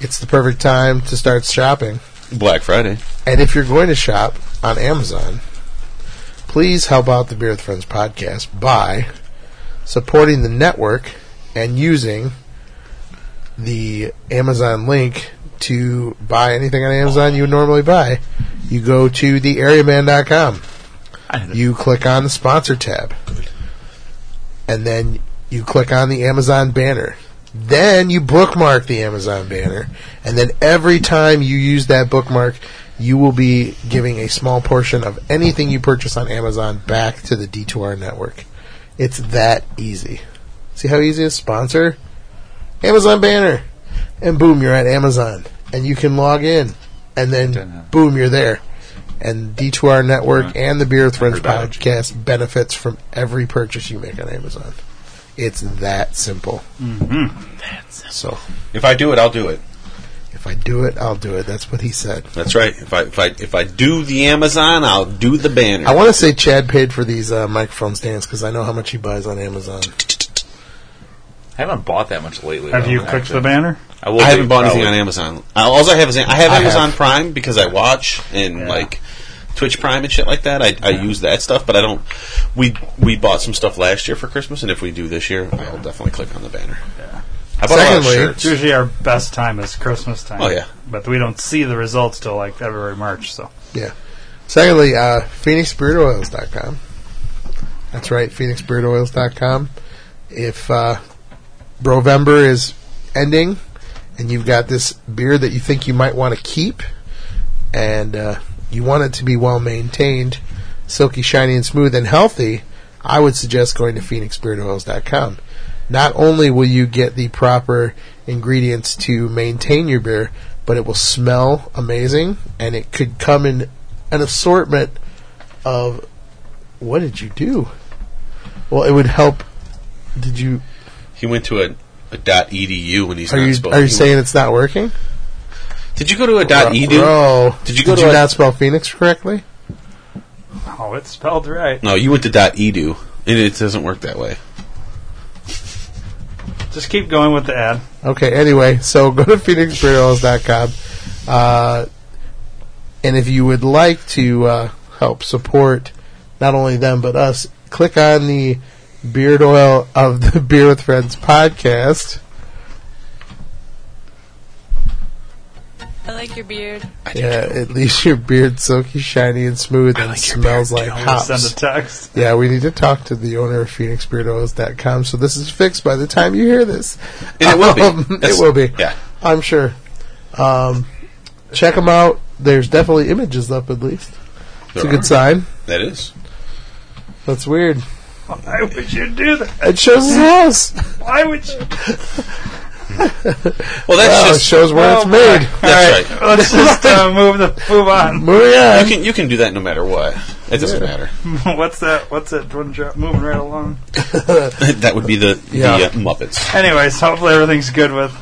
Speaker 1: It's the perfect time to start shopping.
Speaker 7: Black Friday.
Speaker 1: And if you're going to shop on Amazon, please help out the Beer with Friends podcast by supporting the network and using the Amazon link to buy anything on Amazon you would normally buy. You go to theareaman.com. You click on the sponsor tab. And then you click on the Amazon banner. Then you bookmark the Amazon banner. And then every time you use that bookmark, you will be giving a small portion of anything you purchase on Amazon back to the D2R network. It's that easy. See how easy it is? Sponsor, Amazon banner. And boom, you're at Amazon. And you can log in. And then boom, you're there. And D2R Network and the Beer with Friends podcast benefits from every purchase you make on Amazon. It's that simple. So
Speaker 7: If I do it, I'll do it.
Speaker 1: if I do it, I'll do it. That's what he said.
Speaker 7: That's right. If I if I if I do the Amazon, I'll do the banner.
Speaker 1: I want to say Chad paid for these uh, microphone stands because I know how much he buys on Amazon.
Speaker 3: I haven't bought that much lately.
Speaker 2: Have
Speaker 3: though,
Speaker 2: you clicked
Speaker 3: actually.
Speaker 2: the banner?
Speaker 3: I, will
Speaker 7: I haven't
Speaker 3: be,
Speaker 7: bought anything on
Speaker 3: probably.
Speaker 7: Amazon. All I have is I have
Speaker 1: I have.
Speaker 7: Amazon Prime because I watch and like Twitch Prime and shit like that. I, I use that stuff, but I don't. We we bought some stuff last year for Christmas, and if we do this year, I'll definitely click on the banner. I bought
Speaker 1: Secondly-
Speaker 7: a lot of
Speaker 2: It's
Speaker 7: shirts.
Speaker 2: usually our best time is Christmas time.
Speaker 7: Oh, yeah.
Speaker 2: But we don't see the results till like February, March, so.
Speaker 1: Yeah. Secondly, uh, PhoenixBeardOils.com. That's right, PhoenixBeardOils.com. If uh, Brovember is ending and you've got this beard that you think you might want to keep and uh, you want it to be well maintained, silky, shiny, and smooth and healthy, I would suggest going to PhoenixBeardOils.com. Not only will you get the proper ingredients to maintain your beer, but it will smell amazing and it could come in an assortment of what did you do? Well, it would help. Did you?
Speaker 7: He went to a, a .edu when he's
Speaker 1: Are
Speaker 7: not
Speaker 1: you
Speaker 7: supposed
Speaker 1: are you
Speaker 7: to.
Speaker 1: saying it's not working?
Speaker 7: Did you go to a
Speaker 1: Bro,
Speaker 7: .edu?
Speaker 1: bro,
Speaker 7: Did you go to
Speaker 1: you
Speaker 7: a-
Speaker 1: not spell Phoenix correctly?
Speaker 2: Oh, it's spelled right.
Speaker 7: No, you went to .edu, and it doesn't work that way.
Speaker 2: Just keep going with the ad.
Speaker 1: Okay, anyway, so go to phoenixburials.com. Uh, and if you would like to uh, help support not only them but us, click on the Beard Oil of the Beer with Friends podcast.
Speaker 9: I like your beard.
Speaker 1: Yeah, it leaves Uh, your beard silky, shiny, and smooth and smells like hops.
Speaker 2: Send a text.
Speaker 1: Yeah, we need to talk to the owner of PhoenixBeardOils.com so this is fixed by the time you hear this.
Speaker 7: And it will be.
Speaker 1: Um, it
Speaker 7: That's-
Speaker 1: will be.
Speaker 7: yeah.
Speaker 1: I'm sure. Um, check them out. There's definitely images up at least. It's a
Speaker 7: There
Speaker 1: good
Speaker 7: are.
Speaker 1: sign.
Speaker 7: That is.
Speaker 1: That's weird.
Speaker 2: Why would you do that?
Speaker 1: It shows his house.
Speaker 2: Why would you?
Speaker 7: Well, that's
Speaker 1: Oh, it
Speaker 7: just.
Speaker 1: shows where it's made.
Speaker 7: that's right.
Speaker 2: Let's just uh, move the move on.
Speaker 1: Moving
Speaker 7: You
Speaker 1: on.
Speaker 7: can you can do that no matter what. It doesn't matter.
Speaker 2: What's that? What's that? One drop moving right along.
Speaker 7: that would be the
Speaker 1: Yeah.
Speaker 7: the uh, Muppets.
Speaker 2: Anyways, hopefully everything's good with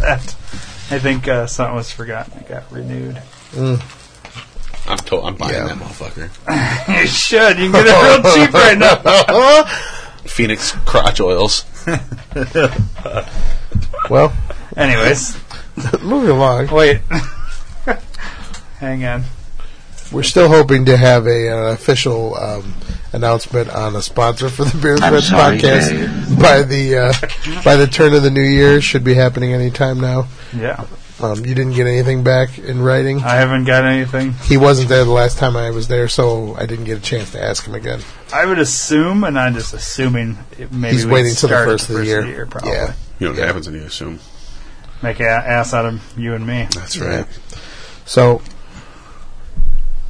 Speaker 2: that. I think uh, something was forgotten. It got renewed.
Speaker 7: I'm to- I'm buying
Speaker 1: Yeah.
Speaker 7: that motherfucker.
Speaker 2: You should. You can get it real cheap right now.
Speaker 7: Phoenix crotch oils.
Speaker 1: Well,
Speaker 2: Anyways,
Speaker 1: moving along.
Speaker 2: wait. Hang on.
Speaker 1: We're still hoping to have a, an official um, announcement on a sponsor for the Beer with Friends
Speaker 8: sorry,
Speaker 1: podcast by the uh, by the turn of the new year. Should be happening anytime now.
Speaker 2: Yeah.
Speaker 1: Um, you didn't get anything back in writing.
Speaker 2: I haven't got anything.
Speaker 1: he wasn't there the last time I was there, so I didn't get a chance to ask him again.
Speaker 2: I would assume, and I'm just assuming, it maybe
Speaker 1: He's
Speaker 2: we
Speaker 1: waiting till the
Speaker 2: start
Speaker 1: first of the year.
Speaker 2: probably.
Speaker 1: Yeah.
Speaker 7: You know what happens when you assume.
Speaker 2: Make an ass out of you and me.
Speaker 7: That's right.
Speaker 1: So,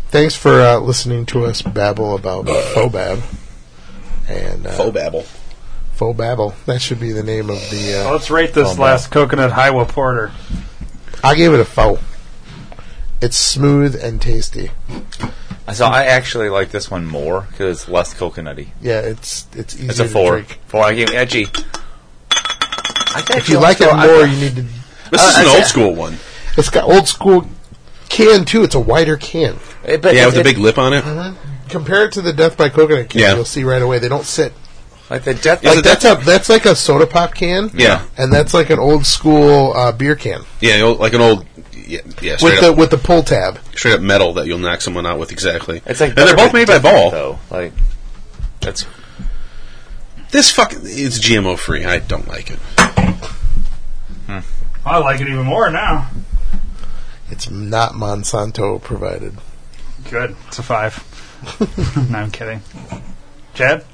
Speaker 1: thanks for uh, listening to us babble about Fobab and uh,
Speaker 7: Faux babble.
Speaker 1: Fobabble. That should be the name of the. Uh,
Speaker 2: Let's rate this last coconut highway porter.
Speaker 1: I gave it a faux. It's smooth and tasty.
Speaker 3: So I actually like this one more because it's less coconutty.
Speaker 1: Yeah, it's it's easy
Speaker 3: It's a
Speaker 1: to
Speaker 3: four.
Speaker 1: drink.
Speaker 3: Four. I gave it edgy. I
Speaker 1: If you like it more, you need to.
Speaker 7: This is an old school one.
Speaker 1: It's got old school can too. It's a wider can.
Speaker 3: but
Speaker 7: Yeah,
Speaker 3: it-
Speaker 7: with the
Speaker 3: it-
Speaker 7: big lip on it.
Speaker 1: Uh-huh. Compare it to the Death by Coconut can.
Speaker 7: Yeah.
Speaker 1: You'll see right away they don't sit.
Speaker 3: like the death.
Speaker 1: Like
Speaker 7: it
Speaker 1: that's a that's like a soda pop can.
Speaker 7: Yeah.
Speaker 1: and that's like an old school uh, beer can
Speaker 7: Yeah, you know, like an old. Yeah, yeah
Speaker 1: with
Speaker 7: straight,
Speaker 1: the
Speaker 7: up,
Speaker 1: with the pull tab.
Speaker 7: straight up metal that you'll knock someone out with, exactly.
Speaker 3: It's like
Speaker 7: and they're both made by Ball.
Speaker 3: though. Like that's
Speaker 7: This fucking. It's GMO free. I don't like it.
Speaker 2: I like it even more now.
Speaker 1: It's not Monsanto provided.
Speaker 2: Good. It's a five. no, I'm kidding. Chad?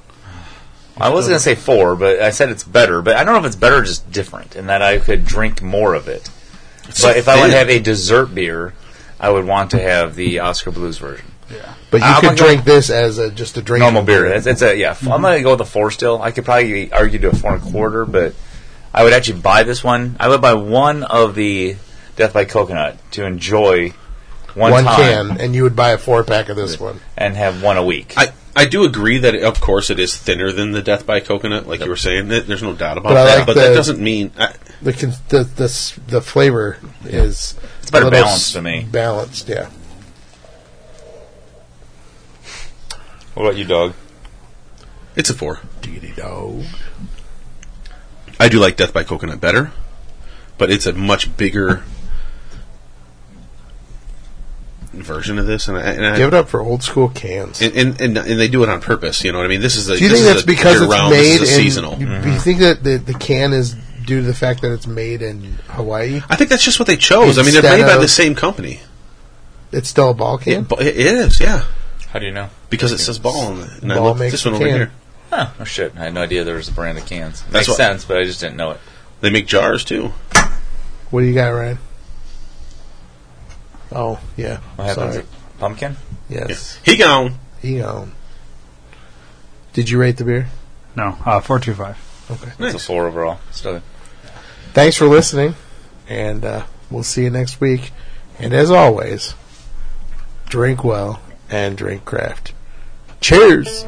Speaker 3: I was gonna say four, but I said it's better. But I don't know if it's better, or just different, in that I could drink more of it. but if I would
Speaker 7: thin.
Speaker 3: have a dessert beer, I would want to have the Oscar Blues version.
Speaker 1: But you
Speaker 3: I'm
Speaker 1: could
Speaker 3: gonna go-
Speaker 1: drink this as a just a drink.
Speaker 3: Ah, Normal beer. It's, it's a yeah. f- I'm gonna go with a four still. I could probably argue to a four and a quarter, but I would actually buy this one. I would buy one of the Death by Coconut to enjoy one,
Speaker 1: One
Speaker 3: time
Speaker 1: can, and you would buy a four pack of this one.
Speaker 3: and have one a week.
Speaker 7: I, I do agree that, of course, it is thinner than the Death by Coconut, like you were saying. Th- There's no doubt about
Speaker 1: But I
Speaker 7: that.
Speaker 1: like
Speaker 7: but that
Speaker 1: the-
Speaker 7: doesn't mean. I,
Speaker 1: The con- the the, s- the flavor is it's
Speaker 3: better balanced to me.
Speaker 1: Balanced, yeah.
Speaker 3: what about you, dog?
Speaker 7: it's a four.
Speaker 1: No,
Speaker 7: I do like Death by Coconut better, but it's a much bigger version of this, and I, and, I,
Speaker 1: give it up for old school cans.
Speaker 7: and, and and and they do it on purpose. You know what I mean? This is a.
Speaker 1: Do you
Speaker 7: this
Speaker 1: think
Speaker 7: is
Speaker 1: that's
Speaker 7: a
Speaker 1: because it's
Speaker 7: year-round,
Speaker 1: made
Speaker 7: This is a
Speaker 1: in,
Speaker 7: seasonal.
Speaker 1: You, you think that the, the can is due to the fact that it's made in Hawaii?
Speaker 7: I think that's just what they chose. I mean, they're
Speaker 1: Instead
Speaker 7: made by
Speaker 1: of-
Speaker 7: the same company.
Speaker 1: It's still a ball
Speaker 7: Yeah,
Speaker 1: can.
Speaker 7: but it is, yeah,
Speaker 3: How do you know?
Speaker 7: because it says ball on it. And I
Speaker 1: Ball
Speaker 7: love
Speaker 1: makes
Speaker 7: this
Speaker 1: the
Speaker 7: one over
Speaker 1: can.
Speaker 7: here.
Speaker 3: Huh. Oh shit! I had no idea there was a brand of cans.
Speaker 7: That's
Speaker 3: Makes
Speaker 7: what-
Speaker 3: sense, but I just didn't know it.
Speaker 7: They make jars too.
Speaker 1: What do you got, Ryan? Oh yeah,
Speaker 3: What happens?
Speaker 1: sorry.
Speaker 3: Pumpkin?
Speaker 1: Yes,
Speaker 7: He gone.
Speaker 1: he owned. Did you rate the beer?
Speaker 2: No, uh, 425.
Speaker 3: It's a four overall. Still
Speaker 1: Thanks for listening, and uh, we'll see you next week. And as always, drink well and drink craft. Cheers.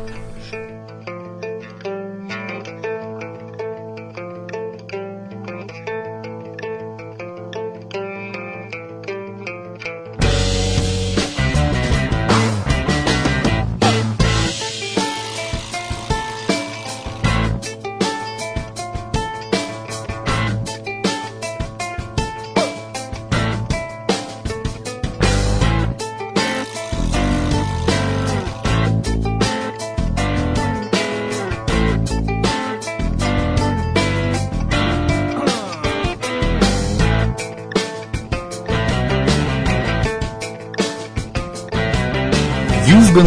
Speaker 11: You've been